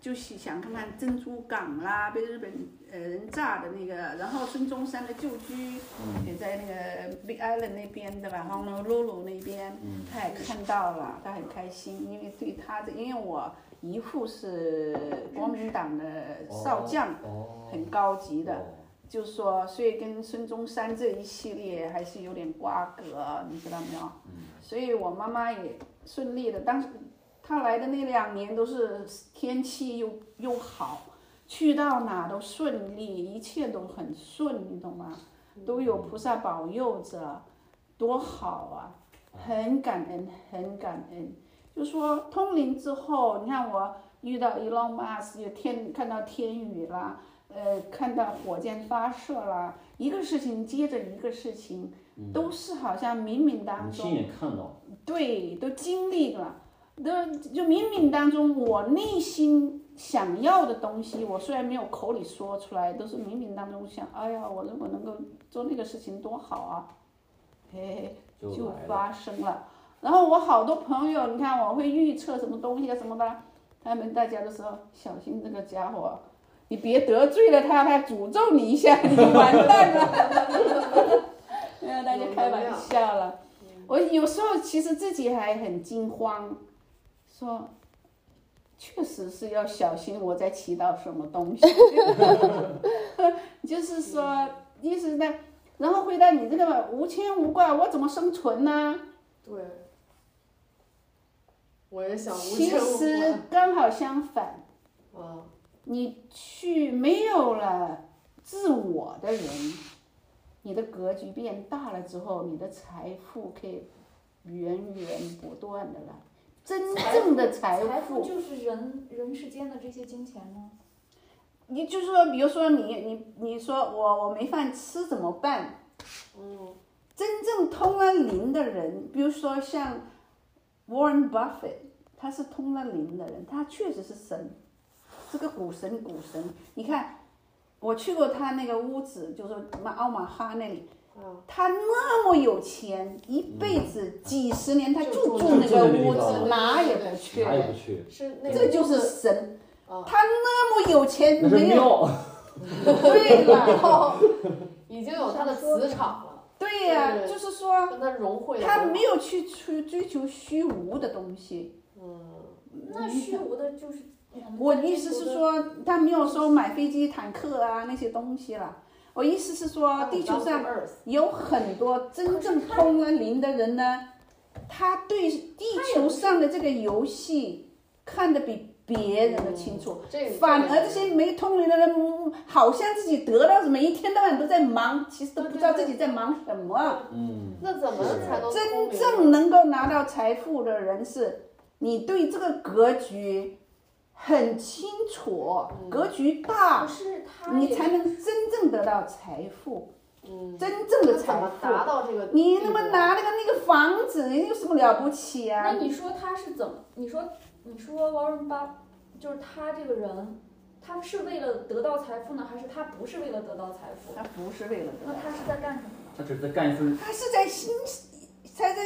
Speaker 2: 就是想看看珍珠港啦，被日本呃人炸的那个，然后孙中山的旧居
Speaker 3: 嗯
Speaker 2: 也在那个 Big Island 那边对吧？Honolulu 那边，
Speaker 3: 嗯
Speaker 2: 他也看到了，他很开心，因为对他的，因为我姨父是国民党的少将，
Speaker 3: 哦，
Speaker 2: 很高级的，
Speaker 3: 哦
Speaker 2: 就说所以跟孙中山这一系列还是有点瓜葛，你知道没有？
Speaker 3: 嗯，
Speaker 2: 所以我妈妈也顺利的，当时她来的那两年都是天气又又好，去到哪都顺利，一切都很顺，你懂吗？都有菩萨保佑着，多好啊！很感恩，很感恩。就说通灵之后，你看我遇到 Elon Musk，有天看到天宇啦，呃，看到火箭发射啦，一个事情接着一个事情，都是好像冥冥当
Speaker 3: 你
Speaker 2: 中
Speaker 3: 亲眼看到，
Speaker 2: 对，都经历了，都就冥冥当中，我内心想要的东西，我虽然没有口里说出来，都是冥冥当中想，哎呀，我如果能够做那个事情多好啊，嘿嘿嘿。
Speaker 3: 就
Speaker 2: 就
Speaker 3: 来了，
Speaker 2: 发生了。然后我好多朋友，你看我会预测什么东西啊什么的，他们大家都说小心这个家伙，啊你别得罪了他，他诅咒你一下，你就完蛋了。 让大家开玩笑了。我有时候其实自己还很惊慌，说确实是要小心我在祈祷什么东西， 就是说意思呢，然后回答你这个无牵无挂，我怎么生存呢？
Speaker 5: 对，我也想无
Speaker 2: 其
Speaker 5: 牵无
Speaker 2: 实刚好相反，
Speaker 5: 挂。啊，
Speaker 2: 你去没有了自我的人，你的格局变大了之后，你的财富可以源源不断的来。真正的财
Speaker 4: 财富
Speaker 2: 富，
Speaker 4: 就是人人世间的这些金钱吗？
Speaker 2: 你就说，比如说你你你说我我没饭吃怎么办？
Speaker 5: 嗯，
Speaker 2: 真正通了灵的人，比如说像 Warren Buffett，他是通了灵的人，他确实是神，是个股神股神。你看，我去过他那个屋子，就是什么奥马哈那里，
Speaker 5: 啊，
Speaker 2: 他那么有钱，一辈子几十年他就
Speaker 5: 就
Speaker 2: 住那个屋
Speaker 3: 就住那个地
Speaker 2: 子，
Speaker 3: 方
Speaker 2: 哪也不去，
Speaker 3: 哪也不去，
Speaker 5: 是那个
Speaker 2: 这就是神。
Speaker 5: 啊
Speaker 2: 他那么有钱，
Speaker 3: 那是
Speaker 2: 没有
Speaker 3: 庙，
Speaker 2: 对了，
Speaker 5: 已经有它的磁场了，
Speaker 2: 对呀、
Speaker 5: 对
Speaker 2: 就是说
Speaker 5: 跟它融汇了。
Speaker 2: 他没有去去追求虚无的东西。
Speaker 5: 嗯，
Speaker 4: 那虚无的就是们
Speaker 2: 嗯我
Speaker 4: 在
Speaker 2: 的意思
Speaker 4: 追求
Speaker 2: 是
Speaker 4: 的
Speaker 2: 说，他没有说买飞机、坦克啊那些东西了。我意思是说，啊地球上
Speaker 5: Earth
Speaker 2: 有很多真正通了灵的人呢，他对地球上的这个游戏看得比别人的清楚。
Speaker 5: 这
Speaker 2: 反而这些没通灵的人，嗯好像自己得到什么，一天到晚都在忙，其实都不知道自己在忙什么。啊
Speaker 3: 嗯，
Speaker 5: 那怎么才能
Speaker 2: 真
Speaker 5: 聪明
Speaker 2: 正能够拿到财富的人是，你对这个格局很清楚，格局大
Speaker 4: 可，是他
Speaker 2: 你
Speaker 4: 也
Speaker 2: 才能真正得到财富，
Speaker 5: 嗯
Speaker 2: 真正的
Speaker 5: 怎
Speaker 2: 财
Speaker 5: 么
Speaker 2: 富。
Speaker 5: 达到这个地步？
Speaker 2: 你那么拿那个那个房子有什么了不起
Speaker 4: 那
Speaker 2: 啊？
Speaker 4: 你说他是怎么？你说你说 Warren Buff 就是他这个人，他是为了得到财富呢，还是他不是为了得到财富？
Speaker 2: 他不是为了得
Speaker 4: 那
Speaker 2: 到，
Speaker 4: 他是在干什么呢？
Speaker 3: 他只是在干一份
Speaker 2: 他是在心，他在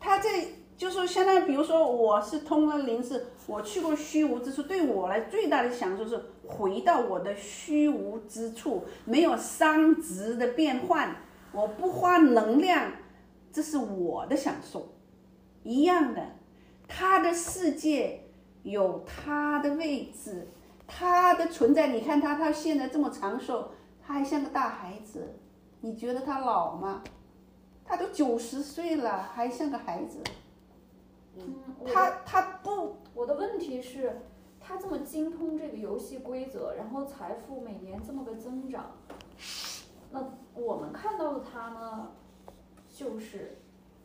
Speaker 2: 他在就说相当于，比如说我是通了灵是，我去过虚无之处，对我来最大的享受是回到我的虚无之处，没有商值的变换，我不花能量，这是我的享受，一样的，他的世界有他的位置，他的存在。你看他，他现在这么长寿，他还像个大孩子，你觉得他老吗？他都九十岁了，还像个孩子。
Speaker 4: 嗯，我
Speaker 2: 他他不，
Speaker 4: 我的问题是，他这么精通这个游戏规则，然后财富每年这么个增长，那我们看到的他呢，就是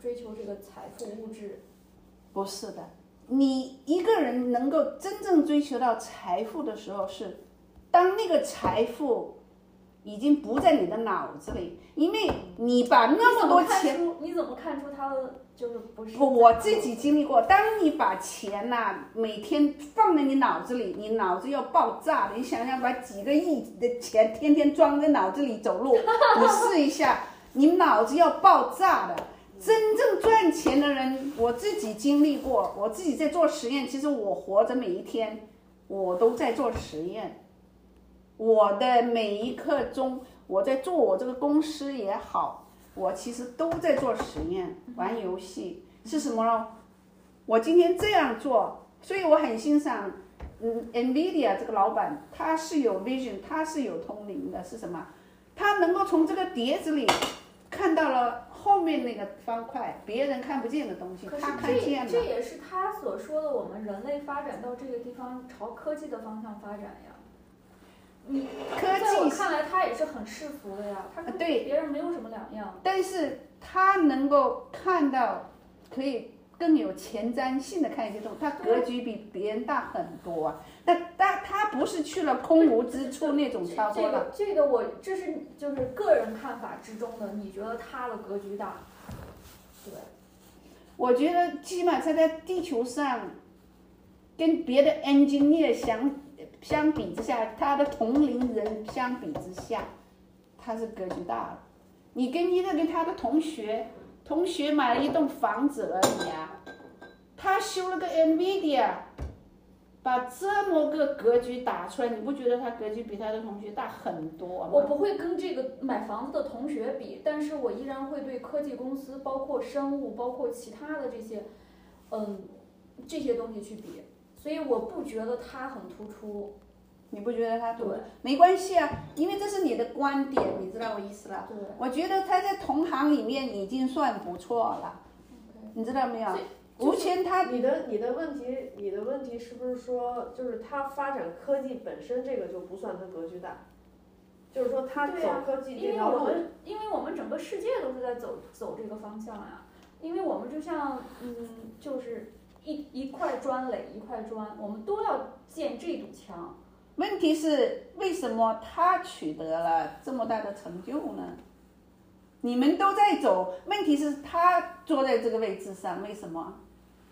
Speaker 4: 追求这个财富物质。
Speaker 2: 不是的。你一个人能够真正追求到财富的时候是，当那个财富已经不在你的脑子里，因为你把啊那么多
Speaker 4: 你怎么
Speaker 2: 钱
Speaker 4: 看。出？你怎么看出他的就是不是？
Speaker 2: 我我自己经历过，当你把钱呐、每天放在你脑子里，你脑子要爆炸了。你想想，把几个亿的钱天天装在脑子里走路，你试一下，你脑子要爆炸的。真正赚钱的人，我自己经历过，我自己在做实验。其实我活着每一天，我都在做实验。我的每一刻钟，我在做我这个公司也好，我其实都在做实验，
Speaker 4: 嗯
Speaker 2: 玩游戏是什么呢？我今天这样做，所以我很欣赏，嗯，NVIDIA 这个老板，他是有 vision，他是有通灵的，是什么？他能够从这个碟子里看到了后面那个方块，别人看不见的东西
Speaker 4: 可，是
Speaker 2: 他看见
Speaker 4: 这
Speaker 2: 了。
Speaker 4: 这也是他所说的，我们人类发展到这个地方，朝科技的方向发展呀。你
Speaker 2: 科
Speaker 4: 在我
Speaker 2: 技是啊
Speaker 4: 看来，他也是很世俗的呀，他跟
Speaker 2: 对
Speaker 4: 别人没有什么两样。
Speaker 2: 但是他能够看到，可以更有前瞻性的看一些东西，他格局比别人大很多啊。那但他不是去了空无之处那种
Speaker 4: 这
Speaker 2: 操
Speaker 4: 这
Speaker 2: 作了，
Speaker 4: 个这个我这是就是个人看法之中的，你觉得他的格局大？对，
Speaker 2: 我觉得起码他在地球上，跟别的 engineer 相相比之下，他的同龄人相比之下，他是格局大了。你跟一个跟他的同学，同学买了一栋房子而已啊，他修了个 NVIDIA，把这么个格局打出来，你不觉得他格局比他的同学大很多吗？
Speaker 4: 我不会跟这个买房子的同学比，但是我依然会对科技公司，包括生物，包括其他的这些，嗯，这些东西去比，所以我不觉得他很突出。
Speaker 2: 你不觉得他
Speaker 4: 对
Speaker 2: 多？没关系啊，因为这是你的观点，你知道我意思了。
Speaker 4: 对，
Speaker 2: 我觉得他在同行里面已经算不错了，你知道没有
Speaker 4: 所以？
Speaker 2: 吴谦他
Speaker 5: 你的你的问题，你的问题是不是说，就是他发展科技本身这个就不算他格局大，就是说他
Speaker 4: 对
Speaker 5: 走
Speaker 4: 呀
Speaker 5: 科技这
Speaker 4: 因为
Speaker 5: 条
Speaker 4: 我
Speaker 5: 路，
Speaker 4: 们因为我们整个世界都是在走走这个方向啊，因为我们就像嗯，就是一一块砖垒一块砖，我们都要建这堵墙。
Speaker 2: 问题是为什么他取得了这么大的成就呢？你们都在走，问题是他坐在这个位置上，为什么？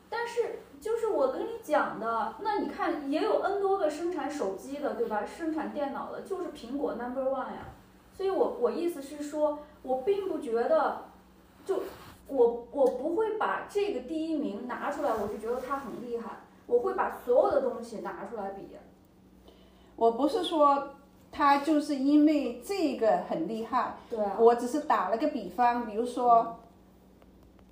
Speaker 4: 但是就是我跟你讲的，那你看也有 N 多个生产手机的，对吧？生产电脑的，就是苹果 number one 呀。所以我我意思是说，我并不觉得，就我我不会把这个第一名拿出来，我就觉得他很厉害。我会把所有的东西拿出来比，
Speaker 2: 我不是说他就是因为这个很厉害，
Speaker 4: 对啊，
Speaker 2: 我只是打了个比方，比如说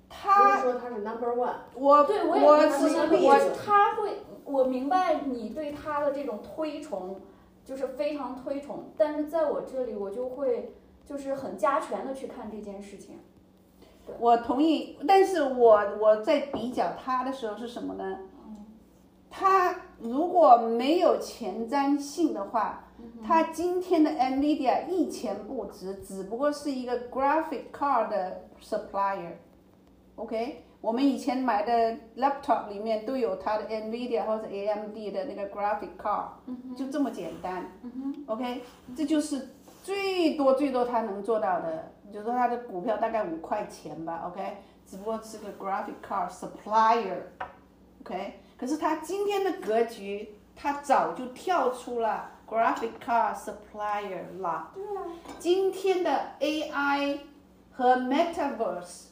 Speaker 5: 不是
Speaker 4: 啊
Speaker 2: 他，
Speaker 5: 说他是 number one，
Speaker 2: 我
Speaker 4: 哦对我也
Speaker 2: 我
Speaker 4: 明白
Speaker 5: 只
Speaker 2: 是
Speaker 5: 是
Speaker 4: 我
Speaker 5: 例
Speaker 4: 我
Speaker 5: 子
Speaker 4: 他会，我明白你对他的这种推崇，就是非常推崇，但是在我这里我就会就是很加权的去看这件事情。
Speaker 2: 我同意，但是我我在比较他的时候是什么呢？他如果没有前瞻性的话，他今天的 NVIDIA 一钱不值，只不过是一个 graphic card 的 supplier。OK，我们以前买的 laptop 里面都有它的 NVIDIA 或者 AMD 的那个 graphic card，、就这么简单。OK，这就是最多最多他能做到的，比如说他的股票大概五块钱吧，OK，只不过是个 graphic card supplier，OK，、可是他今天的格局，他早就跳出了 graphic card supplier 啦。对啊。今天的 AI 和 Metaverse，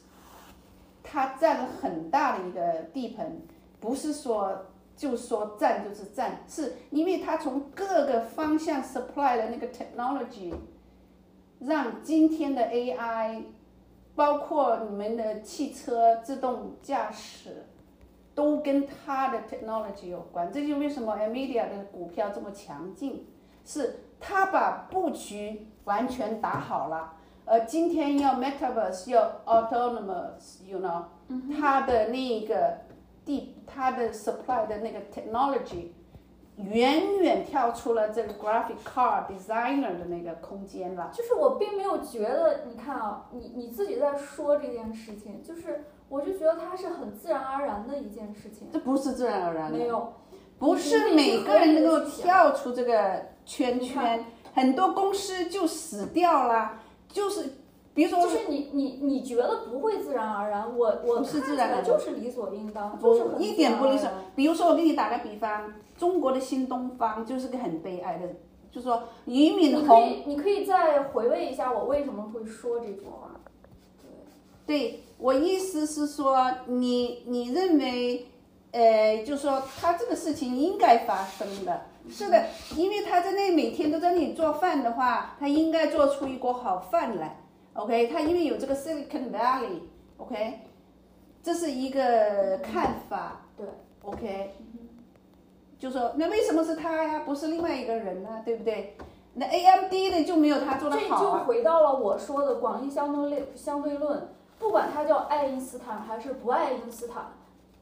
Speaker 2: 它占了很大的一个地盘，不是说就说占就是占，是因为它从各个方向 supply 的那个 technology，让今天的 AI，包括你们的汽车自动驾驶，都跟它的 technology 有关。这就为什么 Nvidia 的股票这么强劲，是它把布局完全打好了。呃，今天要 metaverse，要 autonomous，you know，、它的那个地，它的 supply 的那个 technology，远远跳出了这个 graphic card designer 的那个空间了。
Speaker 4: 就是我并没有觉得，你看啊，你你自己在说这件事情，就是我就觉得它是很自然而然的一件事情，
Speaker 2: 这不是自然而然的
Speaker 4: 没，有
Speaker 2: 不是每个人能够跳出这个圈圈，很多公司就死掉了，就是比如
Speaker 4: 就
Speaker 2: 说
Speaker 4: 是你你你觉得不会自然而然，我我
Speaker 2: 不是自
Speaker 4: 看起
Speaker 2: 然
Speaker 4: 来
Speaker 2: 而然
Speaker 4: 就是理所应当，
Speaker 2: 不
Speaker 4: 就是很
Speaker 2: 一点不理
Speaker 4: 自
Speaker 2: 想
Speaker 4: 然而然。
Speaker 2: 比如说，我给你打个比方，中国的新东方就是个很悲哀的，就说俞敏
Speaker 4: 你可
Speaker 2: 洪，
Speaker 4: 以你可以再回味一下我为什么会说这句话，
Speaker 2: 对我意思是说，你你认为，呃，就说他这个事情应该发生的，是的，因为他在那每天都在那里做饭的话，他应该做出一锅好饭来。OK，他因为有这个 Silicon Valley，OK，、这是一个看法。
Speaker 4: 对
Speaker 2: OK，就说那为什么是他呀？不是另外一个人呢？对不对？那 AMD 的就没有他做的
Speaker 4: 这
Speaker 2: 好
Speaker 4: 就
Speaker 2: 啊。
Speaker 4: 回到了我说的广义相对论相对论，不管他叫爱因斯坦还是不爱因斯坦，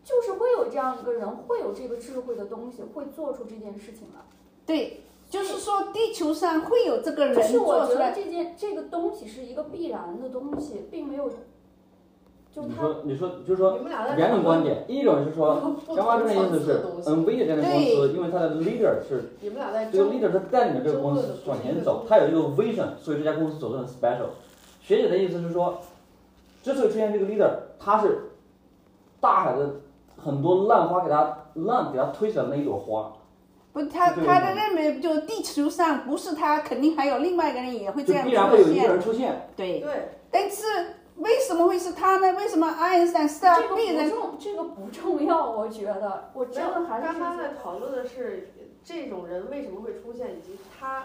Speaker 4: 就是会有这样一个人，会有这个智慧的东西，会做出这件事情来。
Speaker 2: 对，就是说地球上会有这个
Speaker 4: 就
Speaker 2: 人
Speaker 4: 是我
Speaker 2: 做
Speaker 4: 觉
Speaker 2: 出
Speaker 4: 得
Speaker 2: 来。
Speaker 4: 这件这个东西是一个必然的东西，并没有，就
Speaker 3: 你
Speaker 4: 它
Speaker 3: 说，你说，就是说
Speaker 5: 你们俩在
Speaker 3: 两种观点，一种是说，
Speaker 5: 不
Speaker 3: 张华这
Speaker 5: 同
Speaker 3: 边
Speaker 5: 层
Speaker 3: 意思
Speaker 5: 次
Speaker 3: 是
Speaker 5: 的东西，
Speaker 3: ，NVIDIA 这边公司，因为它的 leader 是
Speaker 5: 你们俩在
Speaker 3: 这个
Speaker 5: 争
Speaker 3: leader 他带领着这个公司往前走，他有这个 vision，所以这家公司走得很 special。学姐的意思是说，之所以出现这个 leader，他是大海的很多浪花给他浪给他推起来的那一朵花，
Speaker 2: 不，他
Speaker 3: 对
Speaker 2: 他的
Speaker 3: 对
Speaker 2: 认为就地球上不是他，肯定还有另外一个人也会
Speaker 3: 就
Speaker 2: 这样
Speaker 3: 必然会有
Speaker 2: 出
Speaker 3: 一个
Speaker 2: 现。
Speaker 3: 人出现。
Speaker 2: 对，
Speaker 5: 对，
Speaker 2: 但是为什么会是他呢？为什么爱因斯坦是
Speaker 4: 这
Speaker 2: 他
Speaker 4: 个
Speaker 2: 必
Speaker 4: 不
Speaker 2: 然？
Speaker 4: 重，这个不重要，我觉得，我
Speaker 5: 没
Speaker 4: 真
Speaker 5: 有
Speaker 4: 的，还是
Speaker 5: 刚刚
Speaker 4: 这
Speaker 5: 在讨论的是这种人为什么会出现，以及他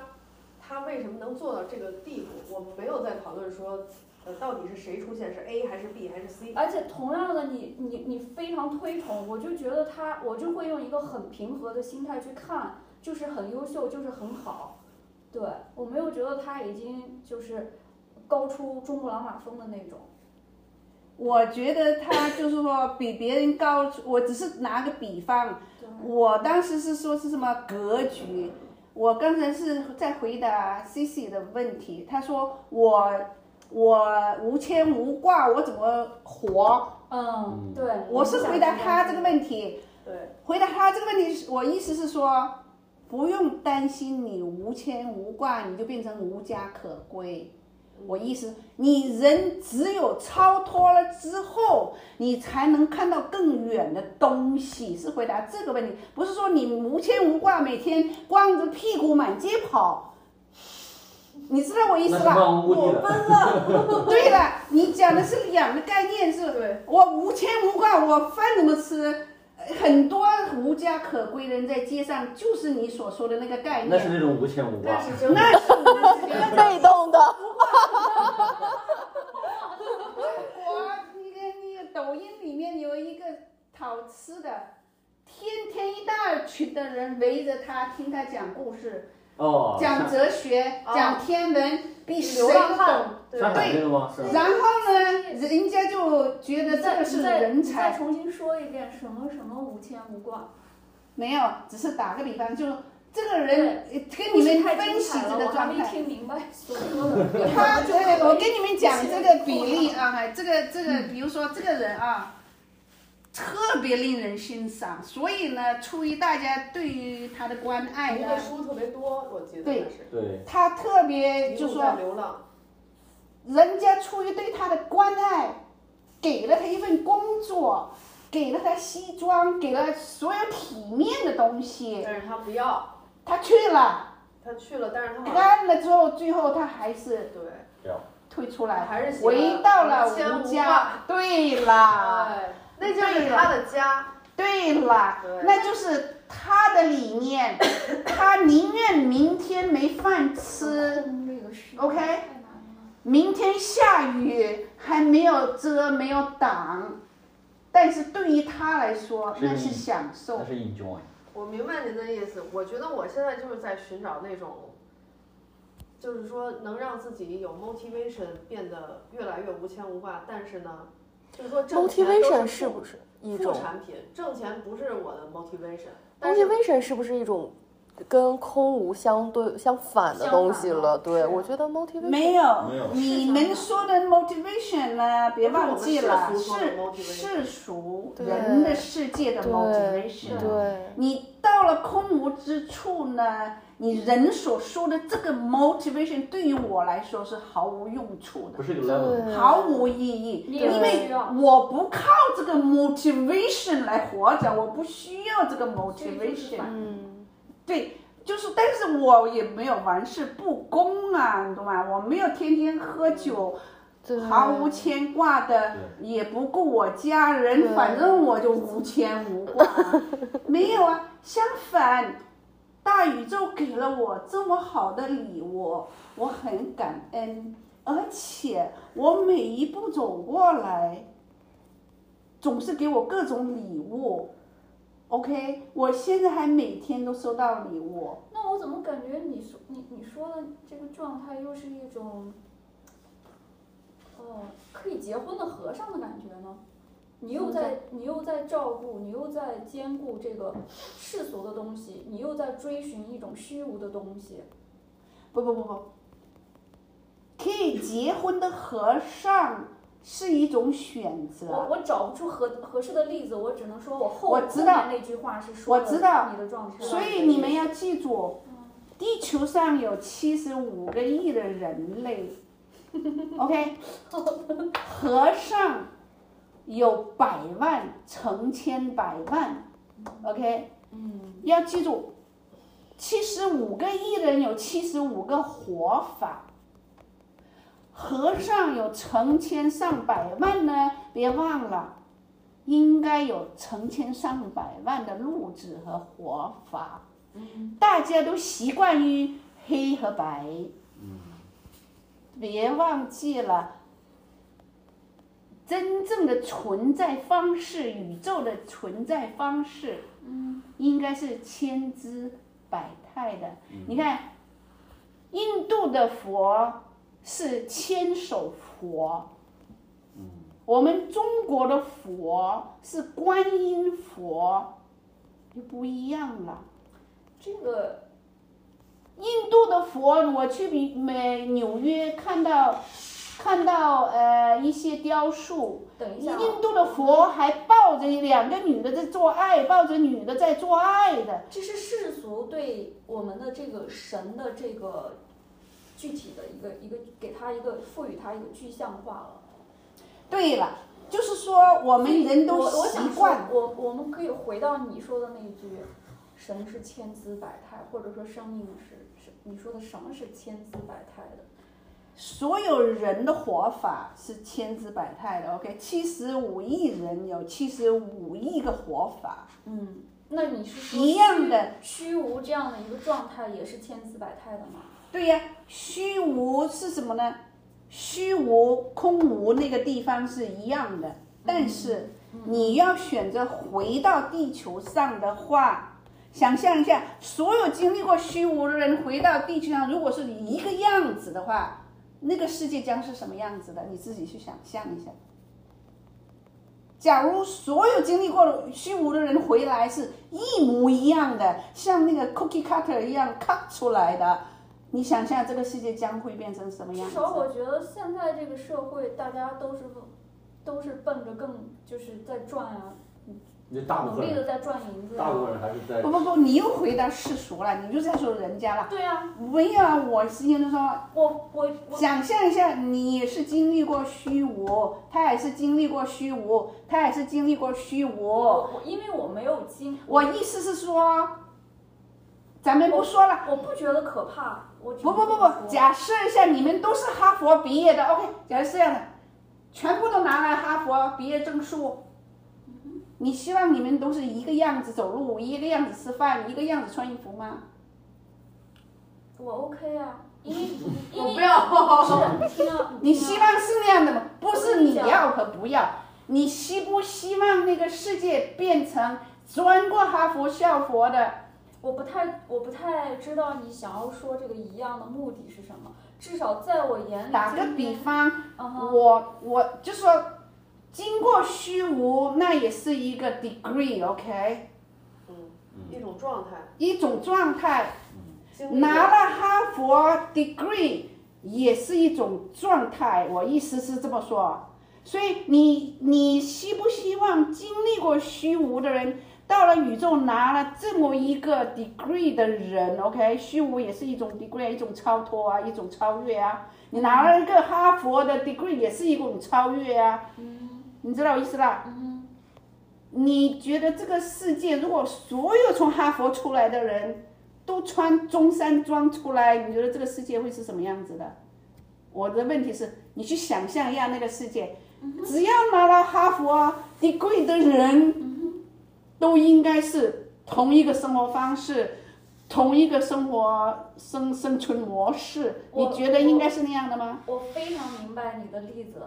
Speaker 5: 他为什么能做到这个地步。我们没有在讨论说，呃，到底是谁出现，是 A 还是 B 还是 C。
Speaker 4: 而且同样的你，你你非常推崇，我就觉得他，我就会用一个很平和的心态去看，就是很优秀，就是很好。对我没有觉得他已经就是高出珠穆朗玛峰的那种。
Speaker 2: 我觉得他就是说比别人高出，我只是拿个比方，
Speaker 4: 对
Speaker 2: 我当时是说是什么格局，我刚才是在回答 C C 的问题，他说我我无牵无挂，我怎么活？
Speaker 4: 嗯，对，
Speaker 2: 我是回答他这个
Speaker 4: 题。
Speaker 2: 问题，
Speaker 5: 对，
Speaker 2: 回答他这个问题是，我意思是说，不用担心你无牵无挂，你就变成无家可归。我意思，你人只有超脱了之后，你才能看到更远的东西。是回答这个问题，不是说你无牵无挂，每天光着屁股满街跑。你知道我意思
Speaker 3: 那是
Speaker 2: 吧？
Speaker 3: 漫无目的
Speaker 5: 奔
Speaker 3: 的，
Speaker 5: 了。
Speaker 2: 对了，你讲的是两个概念是
Speaker 5: 对，
Speaker 2: 我无牵无挂，我饭怎么吃？很多无家可归的人在街上，就是你所说的那个概
Speaker 3: 那是
Speaker 2: 念。
Speaker 3: 那种无牵无
Speaker 5: 那
Speaker 3: 挂。
Speaker 5: 是真的。那是真的。
Speaker 6: 被动的，
Speaker 2: 我那个那个抖音里面有一个讨吃的，天天一大群的人围着他听他讲故事，
Speaker 3: 哦，
Speaker 2: 讲
Speaker 3: 像
Speaker 2: 哲学，
Speaker 5: 哦
Speaker 2: 讲天文，比谁
Speaker 4: 流浪
Speaker 2: 都
Speaker 4: 汉
Speaker 2: 懂。
Speaker 5: 对
Speaker 3: 上海那个吗？是吧？
Speaker 2: 然后呢，人家就觉得
Speaker 4: 你
Speaker 2: 这
Speaker 4: 再
Speaker 2: 个
Speaker 4: 你
Speaker 2: 是
Speaker 4: 再
Speaker 2: 人
Speaker 4: 你
Speaker 2: 才
Speaker 4: 再。重新说一遍，什么什么无牵无挂，
Speaker 2: 没有，只是打个比方，就是这个人呃跟你
Speaker 4: 故事
Speaker 2: 们
Speaker 4: 太
Speaker 2: 分
Speaker 4: 精
Speaker 2: 析
Speaker 4: 彩
Speaker 2: 这
Speaker 4: 了，
Speaker 2: 个
Speaker 4: 我还
Speaker 2: 状
Speaker 4: 没
Speaker 2: 态。
Speaker 4: 听明白所 说的。
Speaker 2: 他对我跟你们讲这个比例啊，哎这个这个，比如说这个人啊，特别令人欣赏，所以呢，出于大家对于他的关爱
Speaker 5: 那个
Speaker 2: 呢，
Speaker 5: 书特别多，我记得
Speaker 2: 对
Speaker 5: 那是。
Speaker 3: 对，
Speaker 2: 他特别
Speaker 5: 一
Speaker 2: 就
Speaker 5: 路在
Speaker 2: 说，
Speaker 5: 流浪。
Speaker 2: 人家出于对他的关爱，给了他一份工作，给了他西装，给了所有体面的东西，
Speaker 5: 但是他不要，
Speaker 2: 他去了，
Speaker 5: 他去了，但是他好像
Speaker 2: 干了之后，最后他还是
Speaker 5: 对，
Speaker 2: 退出来
Speaker 5: 他
Speaker 2: 了。
Speaker 5: 还是喜欢
Speaker 2: 回到了
Speaker 5: 无牵
Speaker 2: 吴
Speaker 5: 无
Speaker 2: 家
Speaker 5: 挂。，
Speaker 2: 对啦，
Speaker 5: 哎，那就是他的家。
Speaker 2: 对啦
Speaker 5: 对，
Speaker 2: 那就是他的理 念，他宁愿明天没饭吃，
Speaker 4: 这个是
Speaker 2: OK
Speaker 4: 太难了
Speaker 2: 明天下雨还没有遮没有挡，但是对于他来说，
Speaker 3: 是
Speaker 2: 那是享受
Speaker 3: 那。是 enjoy。
Speaker 5: 我明白您的意思，我觉得我现在就是在寻找那种，就是说能让自己有 motivation 变得越来越无牵无挂，但是呢，就是说挣钱都
Speaker 6: motivation
Speaker 5: 是
Speaker 6: 是
Speaker 5: 副
Speaker 6: 不是一
Speaker 5: 副
Speaker 6: 种
Speaker 5: 产品，挣钱不是我的 motivation，但是
Speaker 6: motivation 是不是一种跟空无相对相反的
Speaker 4: 相
Speaker 6: 东
Speaker 4: 反
Speaker 6: 西
Speaker 4: 的
Speaker 6: 了？对，
Speaker 4: 是
Speaker 6: 我觉得 motivation
Speaker 2: 没有，
Speaker 3: 没有
Speaker 2: 你们说的 motivation 呢？别忘记了，
Speaker 5: 不是我们
Speaker 2: 是
Speaker 5: 世
Speaker 2: 世俗
Speaker 6: 对
Speaker 2: 人的世界的
Speaker 6: 对
Speaker 2: motivation。
Speaker 6: 对，
Speaker 2: 你到了空无之处呢，你人所说的这个 motivation 对于我来说是毫无用处
Speaker 3: 不
Speaker 2: 的，
Speaker 3: 是有 level 的。
Speaker 2: 毫无意义，
Speaker 4: 你
Speaker 2: 因
Speaker 4: 也不需
Speaker 2: 为
Speaker 4: 要
Speaker 2: 我不靠这个 motivation 来活着，我不需要这个
Speaker 4: 这就是
Speaker 2: motivation。
Speaker 4: 反
Speaker 6: 嗯，
Speaker 2: 对，就是，但是我也没有玩世不恭啊，你懂吗？我没有天天喝酒，
Speaker 6: 对，
Speaker 2: 毫无牵挂的，也不顾我家人，
Speaker 6: 对
Speaker 2: 反正我就无牵无挂。没有啊，相反，大宇宙给了我这么好的礼物，我很感恩，而且我每一步走过来，总是给我各种礼物。OK，我现在还每天都收到礼物。
Speaker 4: 那我怎么感觉你说你你说的这个状态又是一种，呃，可以结婚的和尚的感觉呢？
Speaker 2: 嗯
Speaker 4: 你又在你又在照顾，你又在兼顾这个世俗的东西，你又在追寻一种虚无的东西。
Speaker 2: 不不不不，可以结婚的和尚是一种选
Speaker 4: 我
Speaker 2: 择。
Speaker 4: 我找不出合合适的例子，我只能说我后
Speaker 2: 我知道
Speaker 4: 后面那句话是说
Speaker 2: 我知道
Speaker 4: 的你的状态，
Speaker 2: 所以你们要记住，地球上有七十五个亿的人类，OK，和尚有百万、成千百万，OK，
Speaker 4: 嗯，
Speaker 2: 要记住，七十五个艺人有七十五个活法，和尚有成千上百万呢，别忘了，应该有成千上百万的路子和活法。大家都习惯于黑和白，别忘记了。真正的存在方式，宇宙的存在方式，应该是千姿百态的。你看，印度的佛是千手佛，我们中国的佛是观音佛，就不一样了。
Speaker 4: 这个
Speaker 2: 印度的佛，我去美美纽约看到，看到呃一些雕塑，
Speaker 4: 等一下啊，
Speaker 2: 印度的佛还抱着两个女的在做爱，抱着女的在做爱的。
Speaker 4: 这是世俗对我们的这个神的这个具体的一个一个给他一个赋予他一个具象化了。
Speaker 2: 对了，就是说我
Speaker 4: 我
Speaker 2: 们人都
Speaker 4: 我我
Speaker 2: 习
Speaker 4: 想说
Speaker 2: 惯，
Speaker 4: 我我们可以回到你说的那一句，神是千姿百态，或者说生命是是你说的什么是千姿百态的？
Speaker 2: 所有人的活法是千姿百态的。OK，七十五亿人有七十五亿个活法，
Speaker 4: 嗯，那你是说
Speaker 2: 一样的
Speaker 4: 虚虚无这样的一个状态也是千姿百态的吗？
Speaker 2: 对呀、虚无是什么呢？虚无、空无那个地方是一样的，但是你要选择回到地球上的话，想象一下，所有经历过虚无的人回到地球上，如果是一个样子的话，那个世界将是什么样子的？你自己去想象一下。假如所有经历过虚无的人回来是一模一样的，像那个 cookie cutter 一样 cut 出来的，你想象这个世界将会变成什么样
Speaker 4: 至
Speaker 2: 子？
Speaker 4: 少我觉得现在这个社会，大家都是都是奔着更就是在赚啊，
Speaker 3: 你大部
Speaker 4: 努
Speaker 3: 分
Speaker 4: 力的
Speaker 3: 人，
Speaker 4: 在赚银子
Speaker 3: 大部
Speaker 4: 啊。
Speaker 3: 分人还是在
Speaker 2: 不不不，你又回到世俗了，你就在说人家了。
Speaker 4: 对啊，
Speaker 2: 没有啊，我之前就说，
Speaker 4: 我我我
Speaker 2: 想象一下，你也是经历过虚无，他也是经历过虚无，他也是经历过虚无。
Speaker 4: 我我因为我没有经，
Speaker 2: 我意思是说，咱们不说了。
Speaker 4: 我不觉得可怕，我只
Speaker 2: 不不不
Speaker 4: 能这么
Speaker 2: 不，
Speaker 4: 说
Speaker 2: 假设一下，你们都是哈佛毕业的，OK，假设这样的，全部都拿来哈佛毕业证书，你希望你们都是一个样子走路，一个样子吃饭，一个样子穿衣服吗？
Speaker 4: 我 OK 啊，因为因
Speaker 5: 我
Speaker 4: 为
Speaker 5: 不要，
Speaker 4: 不是你听啊，
Speaker 2: 你
Speaker 4: 听啊
Speaker 2: 希望是那样的吗？不是你要和不要，你希不希望那个世界变成穿过哈佛校服的？
Speaker 4: 我不太我不太知道你想要说这个一样的目的是什么，至少在我眼里，
Speaker 2: 打个
Speaker 4: 今
Speaker 2: 比
Speaker 4: 天，
Speaker 2: 方，
Speaker 4: 嗯哼，
Speaker 2: 我我就说，经过虚无，那也是一个 degree，OK，、
Speaker 5: 一种状态，
Speaker 2: 一种状态。
Speaker 5: 经历
Speaker 2: 拿
Speaker 5: 了
Speaker 2: 了哈佛 degree 也是一种状态，我意思是这么说。所以你你希不希望经历过虚无的人，到了宇宙拿了这么一个 degree 的人，OK，虚无也是一种 degree，一种超脱啊，一种超越啊。你拿了一个哈佛的 degree 也是一种超越啊，你知道我意思啦？你觉得这个世界如果所有从哈佛出来的人，都穿中山装出来，你觉得这个世界会是什么样子的？我的问题是，你去想象一下那个世界，只要拿了哈佛 degree 的人，都应该是同一个生活方式，同一个生活生生存模式，
Speaker 4: 我
Speaker 2: 你觉得应该是那样的吗？
Speaker 4: 我非常明白你的例子，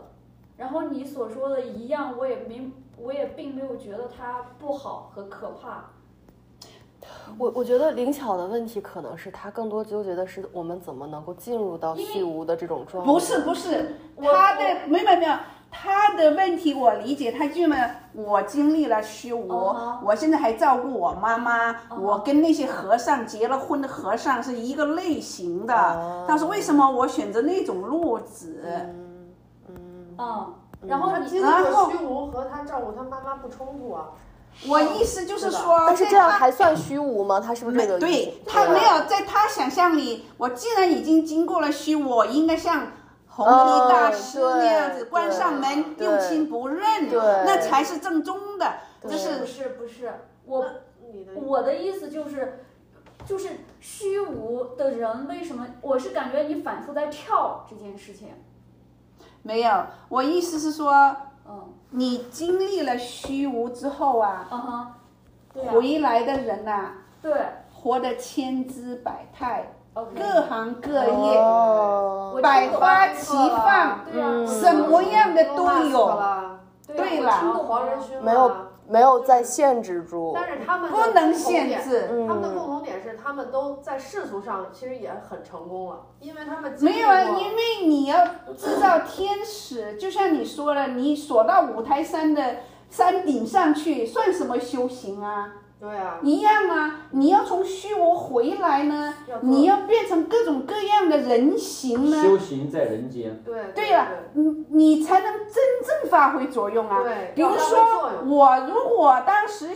Speaker 4: 然后你所说的一样，我也明，我也并没有觉得它不好和可怕。
Speaker 6: 我我觉得灵巧的问题可能是他更多纠结的是我们怎么能够进入到
Speaker 4: 因为
Speaker 6: 虚无的这种状态。
Speaker 2: 不是不是，
Speaker 4: 我
Speaker 2: 他的没有没有，他的问题我理解，他就问我经历了虚无
Speaker 4: 哦
Speaker 2: 我现在还照顾我妈妈
Speaker 4: 哦
Speaker 2: 我跟那些和尚结了婚的和尚是一个类型的
Speaker 6: 哦
Speaker 2: 但是为什么我选择那种路子？
Speaker 4: 嗯，然后
Speaker 5: 他
Speaker 4: 你
Speaker 5: 经历
Speaker 2: 然后
Speaker 5: 过虚无和他照顾他妈妈不冲突啊。
Speaker 2: 我意思就是
Speaker 5: 是的
Speaker 2: 说，
Speaker 6: 但是
Speaker 2: 在
Speaker 6: 这样
Speaker 2: 他
Speaker 6: 还算虚无吗？他是不是这个意思？
Speaker 2: 对他没有在他想象里，我既然已经经过了虚无，我应该像红衣大师那样子
Speaker 6: 哦对
Speaker 2: 关上门，
Speaker 6: 对
Speaker 2: 六亲不认，
Speaker 6: 对
Speaker 2: 那才是正宗的。
Speaker 6: 对
Speaker 2: 就是
Speaker 4: 不是不是，我
Speaker 5: 你
Speaker 2: 嗯
Speaker 5: 的
Speaker 4: 我的意思就是，就是虚无的人为什么？我是感觉你反复在跳这件事情。
Speaker 2: 没有，我意思是说，
Speaker 4: 嗯
Speaker 2: 你经历了虚无之后啊，
Speaker 4: 嗯哼，对啊呀、
Speaker 2: 回来的人呐、
Speaker 4: 对
Speaker 2: 活得千姿百态，
Speaker 4: ，OK，
Speaker 2: 各行各业，
Speaker 6: 哦
Speaker 4: 我
Speaker 2: 百
Speaker 4: 听懂
Speaker 2: 花
Speaker 4: 了
Speaker 2: 齐放
Speaker 4: 对呀、啊
Speaker 6: 嗯
Speaker 2: 什么样的
Speaker 5: 都
Speaker 2: 都有，
Speaker 4: 对
Speaker 2: 对
Speaker 4: 呀、
Speaker 2: 了
Speaker 4: 我听懂
Speaker 5: 黄仁勋啊
Speaker 6: 没有没有再限制住。嗯
Speaker 5: 但是他们的
Speaker 2: 不能
Speaker 5: 共同
Speaker 2: 限
Speaker 5: 点
Speaker 2: 制。
Speaker 5: 他们的共同点是，他们都在世俗上其实也很成功了，因为他们经历
Speaker 2: 没有啊，
Speaker 5: 过
Speaker 2: 因为你要知道天使，就像你说了，你锁到五台山的山顶上去，算什么修行啊？
Speaker 5: 对啊，
Speaker 2: 一样啊，你要从虚无回来呢，
Speaker 5: 要做
Speaker 2: 你要变成各种各样的人形呢。
Speaker 3: 修行在人间，
Speaker 5: 对
Speaker 2: 对了，你你才能真正发挥作用啊。
Speaker 5: 对，
Speaker 2: 比如
Speaker 5: 要发挥作
Speaker 2: 说，
Speaker 5: 用
Speaker 2: 我如果当时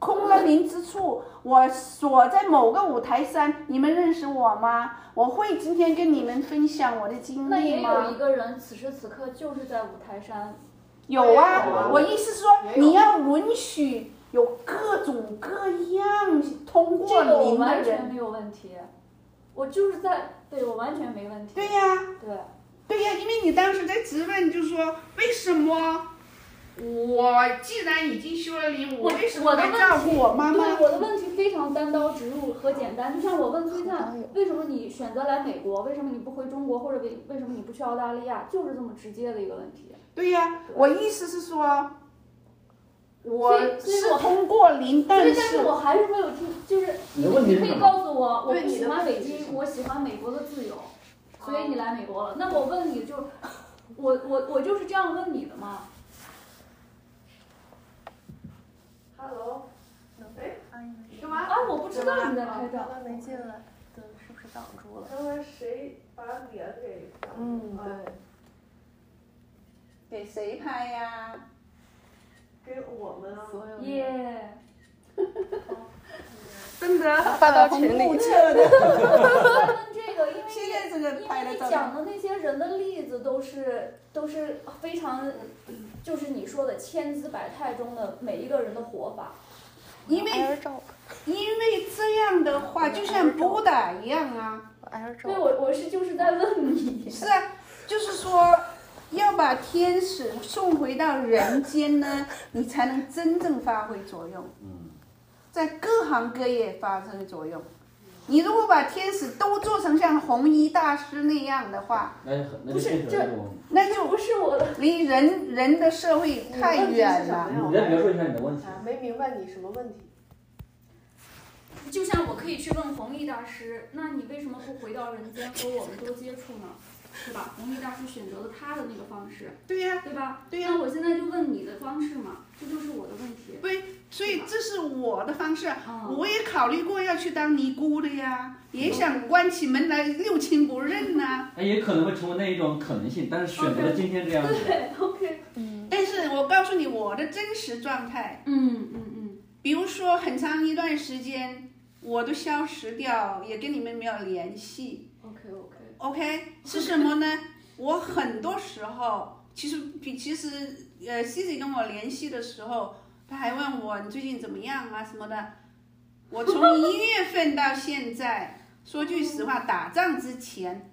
Speaker 2: 空了林之处，我锁在某个五台山，你们认识我吗？我会今天跟你们分享我的经
Speaker 4: 那也
Speaker 2: 历
Speaker 4: 有一
Speaker 2: 吗？
Speaker 4: 个人此时此刻就是在五台山，
Speaker 2: 有啊
Speaker 5: 有啊，
Speaker 2: 我意思是说，
Speaker 5: 也有
Speaker 2: 你要允许有各种各样通过
Speaker 4: 这个我
Speaker 2: 林的
Speaker 4: 完全
Speaker 2: 人。
Speaker 4: 没有问题，我就是在，对我完全没问题。
Speaker 2: 对呀、
Speaker 4: 对，
Speaker 2: 对呀、因为你当时在质问，就是说为什么我既然已经修了灵，
Speaker 4: 我
Speaker 2: 为什
Speaker 4: 我
Speaker 2: 么
Speaker 4: 的
Speaker 2: 还
Speaker 4: 问
Speaker 2: 照顾我妈妈
Speaker 4: 对？我的问题非常单刀直入和简单，就像我问崔灿，为什么你选择来美国，为什么你不回中国，或者为为什么你不去澳大利亚，就是这么直接的一个问题。
Speaker 2: 对呀、我意思是说，我
Speaker 4: 所以所以
Speaker 2: 是
Speaker 4: 我
Speaker 2: 通过零，
Speaker 4: 所以，
Speaker 2: 但
Speaker 4: 但是
Speaker 2: 是
Speaker 4: 我还是没有听，就是
Speaker 3: 你的问题
Speaker 4: 可
Speaker 3: 是什
Speaker 4: 以
Speaker 3: 么？
Speaker 4: 告诉我，我
Speaker 5: 对
Speaker 4: 不
Speaker 5: 你
Speaker 4: 喜
Speaker 5: 的
Speaker 4: 欢北
Speaker 5: 问题是
Speaker 4: 京，我喜欢美国的自由，所
Speaker 2: 哦
Speaker 4: 以你来美国了。那我问你就，我我我就是这样问你的嘛。
Speaker 5: Hello，哎，你干嘛？
Speaker 4: 啊，我不知道你在拍照。
Speaker 6: 没进来，对，是不是挡住了？
Speaker 5: 刚才谁把脸给？
Speaker 6: 嗯，对。
Speaker 2: 给谁拍呀？
Speaker 5: 给我们啊，所有
Speaker 2: 嗯
Speaker 4: 耶、
Speaker 2: 真的呃
Speaker 6: 发到群里
Speaker 2: 很目测的，
Speaker 4: 咱们这个，因为
Speaker 2: 现在这个
Speaker 4: 因
Speaker 2: 拍的
Speaker 4: 为你
Speaker 2: 照
Speaker 4: 讲
Speaker 2: 片，
Speaker 4: 的那些人的例子都是都是非常，就是你说的千姿百态中的每一个人的活法。
Speaker 2: 因为
Speaker 6: 挨着照，
Speaker 2: 因为这样的话，就像波打一样啊，
Speaker 6: 挨着照
Speaker 4: 对，。我我是就是在问你。
Speaker 2: 是啊，就是说。要把天使送回到人间呢，你才能真正发挥作用，
Speaker 3: 嗯，
Speaker 2: 在各行各业发挥作用。你如果把天使都做成像红衣大师那样的话，
Speaker 3: 那就很那
Speaker 4: 不
Speaker 3: 就是变成
Speaker 4: 这
Speaker 3: 一种。
Speaker 2: 那就
Speaker 4: 不是我的，
Speaker 2: 离人人的社会太远了。
Speaker 5: 没有
Speaker 3: 你再描述一下你的问题。
Speaker 5: 没明白你什么问题。
Speaker 4: 就像我可以去问弘毅大师，那你为什么不回到人间和我们多接触呢？对吧？弘毅大师选择了他的那个方式，
Speaker 2: 对呀、
Speaker 4: 对吧？
Speaker 2: 对呀、
Speaker 4: 那我现在就问你的方式嘛，这就是我的问题。
Speaker 2: 所以这是我的方式。
Speaker 4: 啊、
Speaker 2: 我也考虑过要去当尼姑的呀，也想关起门来六亲不认啊呐、
Speaker 3: 那哎也可能会成为那一种可能性，但是选择了今天这样子。
Speaker 4: 对，OK，
Speaker 2: 但是我告诉你我的真实状态，
Speaker 4: 嗯嗯嗯，
Speaker 2: 比如说很长一段时间我都消失掉，也跟你们没有联系。
Speaker 4: OK OK，
Speaker 2: OK，是什么呢？ 我很多时候其实比其实呃，Cici 跟我联系的时候，他还问我你最近怎么样啊什么的。我从一月份到现在，说句实话，打仗之前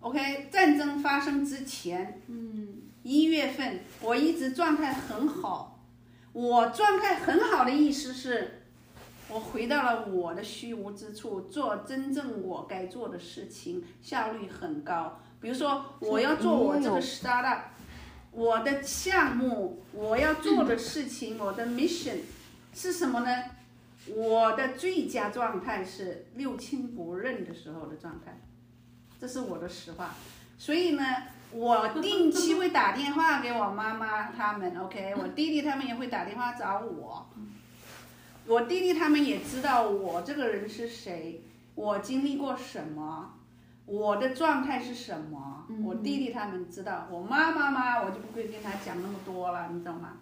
Speaker 2: ，OK，战争发生之前，
Speaker 4: 嗯
Speaker 2: 一月份我一直状态很好，我状态很好的意思是，我回到了我的虚无之处，做真正我该做的事情，效率很高。比如说，我要做我这个 startup，我的项目，我要做的事情，我的 mission 是什么呢？我的最佳状态是六亲不认的时候的状态，这是我的实话。所以呢，我定期会打电话给我妈妈他们，OK，我弟弟他们也会打电话找我。我弟弟他们也知道我这个人是谁，我经历过什么，我的状态是什么。
Speaker 4: 嗯
Speaker 2: 我弟弟他们知道，我妈妈嘛，我就不会跟他讲那么多了，你懂吗？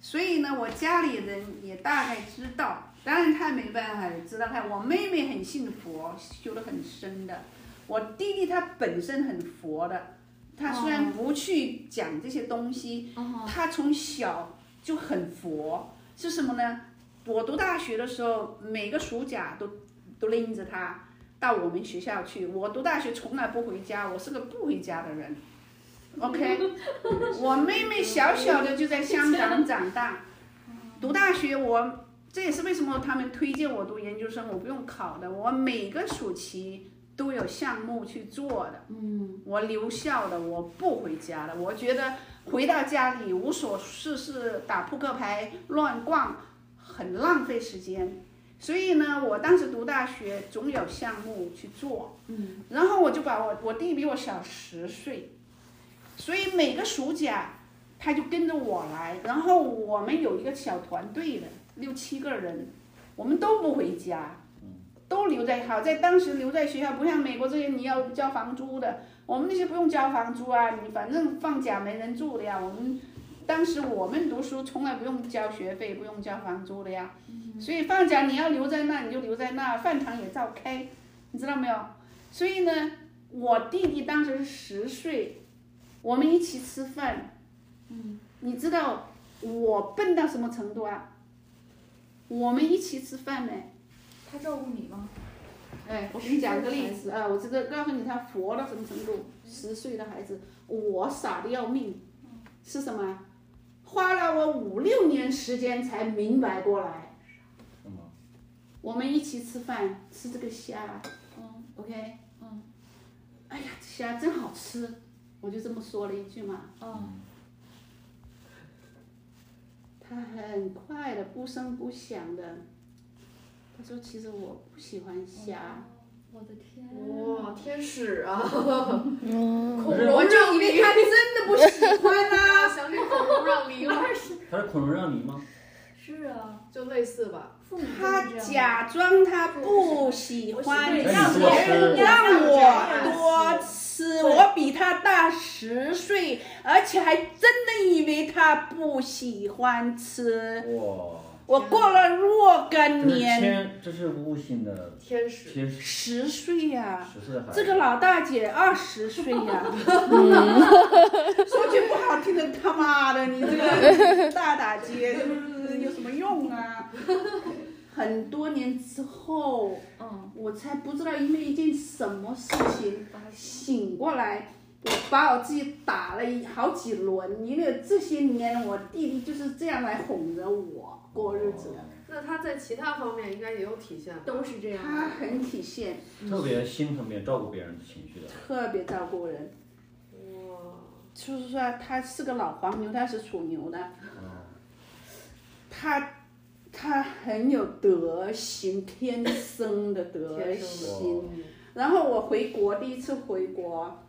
Speaker 2: 所以呢，我家里人也大概知道，当然他没办法也知道他。我妹妹很信佛，修得很深的。我弟弟他本身很佛的，他虽然不去讲这些东西，
Speaker 4: 哦，
Speaker 2: 他从小就很佛，是什么呢？我读大学的时候，每个暑假都都拎着他到我们学校去。我读大学从来不回家，我是个不回家的人。OK，我妹妹小小的就在香港长大，读大学我这也是为什么他们推荐我读研究生，我不用考的，我每个暑期都有项目去做的。
Speaker 4: 嗯
Speaker 2: 我留校的，我不回家了。我觉得回到家里无所事事，打扑克牌、乱逛，很浪费时间。所以呢，我当时读大学总有项目去做，
Speaker 4: 嗯，
Speaker 2: 然后我就把我我弟比我小十岁，所以每个暑假他就跟着我来，然后我们有一个小团队的六七个人，我们都不回家，都留在好在当时留在学校，不像美国这些你要交房租的，我们那些不用交房租啊，你反正放假没人住的呀。我们当时我们读书从来不用交学费，不用交房租的呀，所以放假你要留在那你就留在那，饭堂也照开，你知道没有？所以呢，我弟弟当时十岁，我们一起吃饭，嗯，你知道我笨到什么程度啊？我们一起吃饭呢。
Speaker 4: 他照顾你吗？
Speaker 2: 哎，我给你讲个例子啊，我这个告诉你他佛到什么程度。十岁的孩子，我傻的要命，
Speaker 4: 嗯
Speaker 2: 是什么啊？花了我五六年时间才明白过来。
Speaker 3: 什么？
Speaker 2: 我们一起吃饭，吃这个虾
Speaker 4: 嗯
Speaker 2: ，OK，
Speaker 4: 嗯，
Speaker 2: 哎呀，这虾真好吃，我就这么说了一句嘛。
Speaker 4: 哦，
Speaker 2: 他很快的，不声不响的，他说：“其实我不喜欢
Speaker 4: 嗯
Speaker 2: 虾。
Speaker 4: 我的天，
Speaker 5: 哇，天使啊！
Speaker 6: 嗯，
Speaker 5: 孔
Speaker 2: 我
Speaker 5: 融
Speaker 2: 就
Speaker 5: 让
Speaker 2: 以为
Speaker 5: 梨，
Speaker 2: 他真的不喜欢啦、
Speaker 5: 想起孔融让梨了，
Speaker 3: 他是孔融让梨吗？
Speaker 4: 是啊，
Speaker 5: 就类似吧。
Speaker 4: 父母
Speaker 2: 他
Speaker 4: 就是这
Speaker 2: 假
Speaker 4: 样。
Speaker 2: 装他不喜欢，
Speaker 4: 对
Speaker 2: 让别人让我多吃，我比他大十岁，而且还真的以为他不喜欢吃。
Speaker 3: 哇，
Speaker 2: 我过了若干
Speaker 3: 这是
Speaker 2: 年，
Speaker 3: 天，这是悟性的
Speaker 5: 天使，
Speaker 3: 天使，
Speaker 2: 十岁呀、
Speaker 3: 十岁的孩子。
Speaker 2: 这个老大姐二十岁 呀、嗯说句不好听的，他妈的，你这 个大大姐就是有什么用啊？很多年之后。
Speaker 4: 嗯，
Speaker 2: 我才不知道因为一件什么事情
Speaker 4: 把他
Speaker 2: 醒过来，我把我自己打了一好几轮，因为这些年我弟弟就是这样来哄着我过日子，
Speaker 5: 那他在其他方面应该也有体现吧，
Speaker 4: 都是这样
Speaker 2: 他
Speaker 4: 的。
Speaker 2: 很体现，
Speaker 7: 特别心疼别人、照顾别人的情绪的。
Speaker 2: 特别照顾人。
Speaker 5: 哇，
Speaker 2: 就是说他是个老黄牛，他是属牛的，嗯他他很有德行，天生的德
Speaker 5: 天
Speaker 2: 行
Speaker 5: 生。的，
Speaker 2: 然后我回国第一次回国，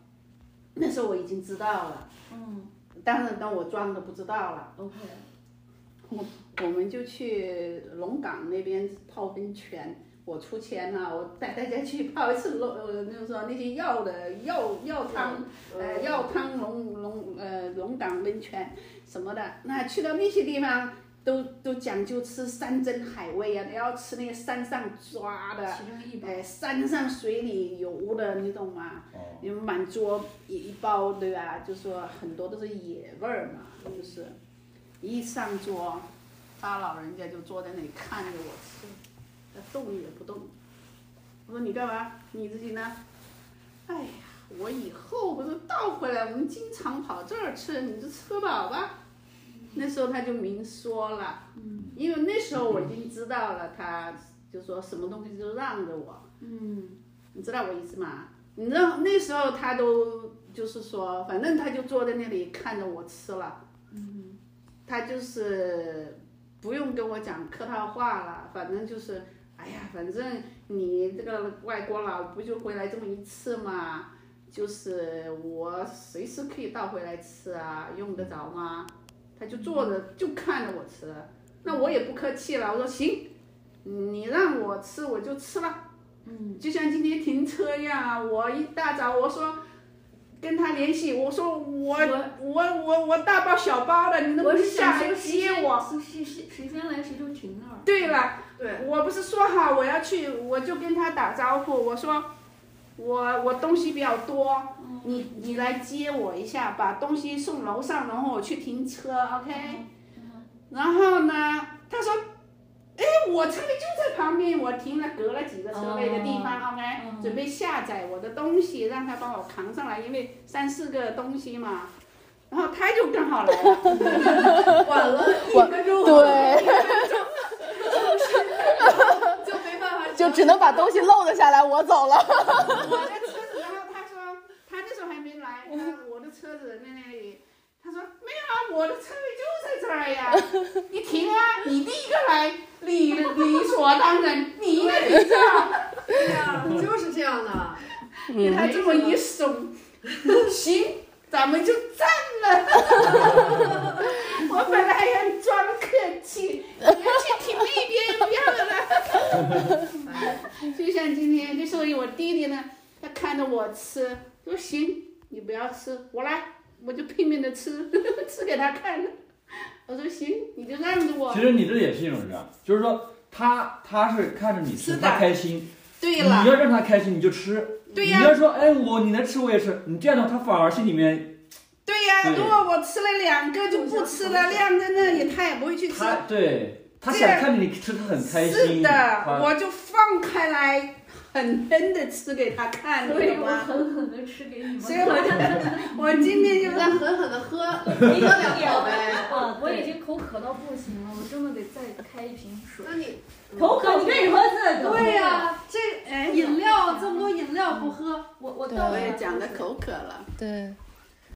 Speaker 2: 那时候我已经知道了，
Speaker 4: 嗯
Speaker 2: 但是当我装的不知道了，
Speaker 4: ，OK，
Speaker 2: 我们就去龙岗那边泡温泉。我出钱了，我带大家去泡一次龙，呃，就是说那些药的药药汤呃，
Speaker 5: 嗯
Speaker 2: 药汤龙龙呃龙岗温泉什么的，那去到那些地方都都讲究吃山珍海味啊，你要吃那个山上抓的，
Speaker 4: 其中一百，
Speaker 2: 呃，山上水里游的，啊你懂吗？你们满桌一一包，对吧？就说很多都是野味儿嘛，就是一上桌，他老人家就坐在那里看着我吃，他动也不动。我说你干嘛？你自己呢？哎呀，我以后我说倒回来，我们经常跑这儿吃，你就吃饱吧。那时候他就明说了，因为那时候我已经知道了，他就说什么东西都让着我，
Speaker 4: 嗯
Speaker 2: 你知道我意思吗？你知道那时候他都就是说，反正他就坐在那里看着我吃了，
Speaker 4: 嗯，
Speaker 2: 他就是不用跟我讲客套话了，反正就是，哎呀，反正你这个外国佬不就回来这么一次嘛，就是我随时可以倒回来吃啊，用得着吗？他就坐着就看着我吃，那我也不客气了，我说行，你让我吃我就吃了。嗯，就像今天停车一样啊，我一大早我说跟他联系，我说我
Speaker 4: 我
Speaker 2: 我我我大包小包的，你能不
Speaker 4: 我
Speaker 2: 能
Speaker 4: 是
Speaker 2: 下
Speaker 4: 想
Speaker 2: 来
Speaker 4: 说谁
Speaker 2: 接
Speaker 4: 先
Speaker 2: 我？
Speaker 4: 谁谁谁先来谁就停那儿。
Speaker 2: 对了，
Speaker 5: 对，
Speaker 2: 我不是说好我要去，我就跟他打招呼，我说我我东西比较多，你你来接我一下，把东西送楼上，然后我去停车，OK？、然后呢，他说，哎，我车里就在旁边，我停了隔了几个车位的地方、o k
Speaker 4: 嗯
Speaker 2: 准备下载我的东西，让他帮我扛上来，因为三四个东西嘛。然后他就刚好来了，
Speaker 5: 晚了一分
Speaker 6: 对，
Speaker 5: 钟，就没办法，
Speaker 6: 就只能把东西漏了下来，我走了。
Speaker 2: 我的车子，然后他说他那时候还没来，他我的车子在那里，他说没有啊，我的车位就在这儿呀，你停啊，你第一个来，理理所当然，你应该停啊，
Speaker 5: 对呀，就是这样的，
Speaker 2: 给他这么一怂， 行，咱们就站了。 我本来还装客气，你要去停那边不要了。 就像今天，就所以我弟弟呢，他看着我吃，说行，你不要吃，我来，我就拼命的吃， 吃给他看。我说行，你就让着我
Speaker 7: 其。实你这也是一种人，啊就是说他他是看着你吃，
Speaker 2: 是的
Speaker 7: 他开心，
Speaker 2: 对
Speaker 7: 你
Speaker 2: 了，
Speaker 7: 要让他开心你就吃，
Speaker 2: 对
Speaker 7: 你
Speaker 2: 呀、
Speaker 7: 要说哎我你能吃我也吃，你这样的话他反而心里面
Speaker 2: 对呀、
Speaker 7: 对
Speaker 2: 如果我吃了两个就不吃了，晾在那里，他也不会去吃。
Speaker 7: 他对他
Speaker 2: 这
Speaker 7: 想
Speaker 2: 样
Speaker 7: 看着你吃他很开心，
Speaker 2: 是的，
Speaker 7: 他
Speaker 2: 我就放开来，狠狠的吃给他看，
Speaker 4: 所以
Speaker 2: 对
Speaker 4: 我
Speaker 2: 吗？
Speaker 4: 狠狠的吃给你们
Speaker 2: 所以我 就，我今天就
Speaker 5: 再
Speaker 2: 让
Speaker 5: 狠狠的喝，喝两口
Speaker 2: 哎
Speaker 5: 呗。
Speaker 4: 啊， 我已经口渴到不行了，我真的得再开一瓶水。
Speaker 5: 那你
Speaker 4: 口渴，你为什么这
Speaker 5: 对呀、这
Speaker 2: 哎，
Speaker 5: 饮料这么多饮料不喝，
Speaker 4: 我我
Speaker 6: 对
Speaker 4: 倒
Speaker 2: 我
Speaker 4: 了
Speaker 2: 也讲的口渴了，
Speaker 6: 对，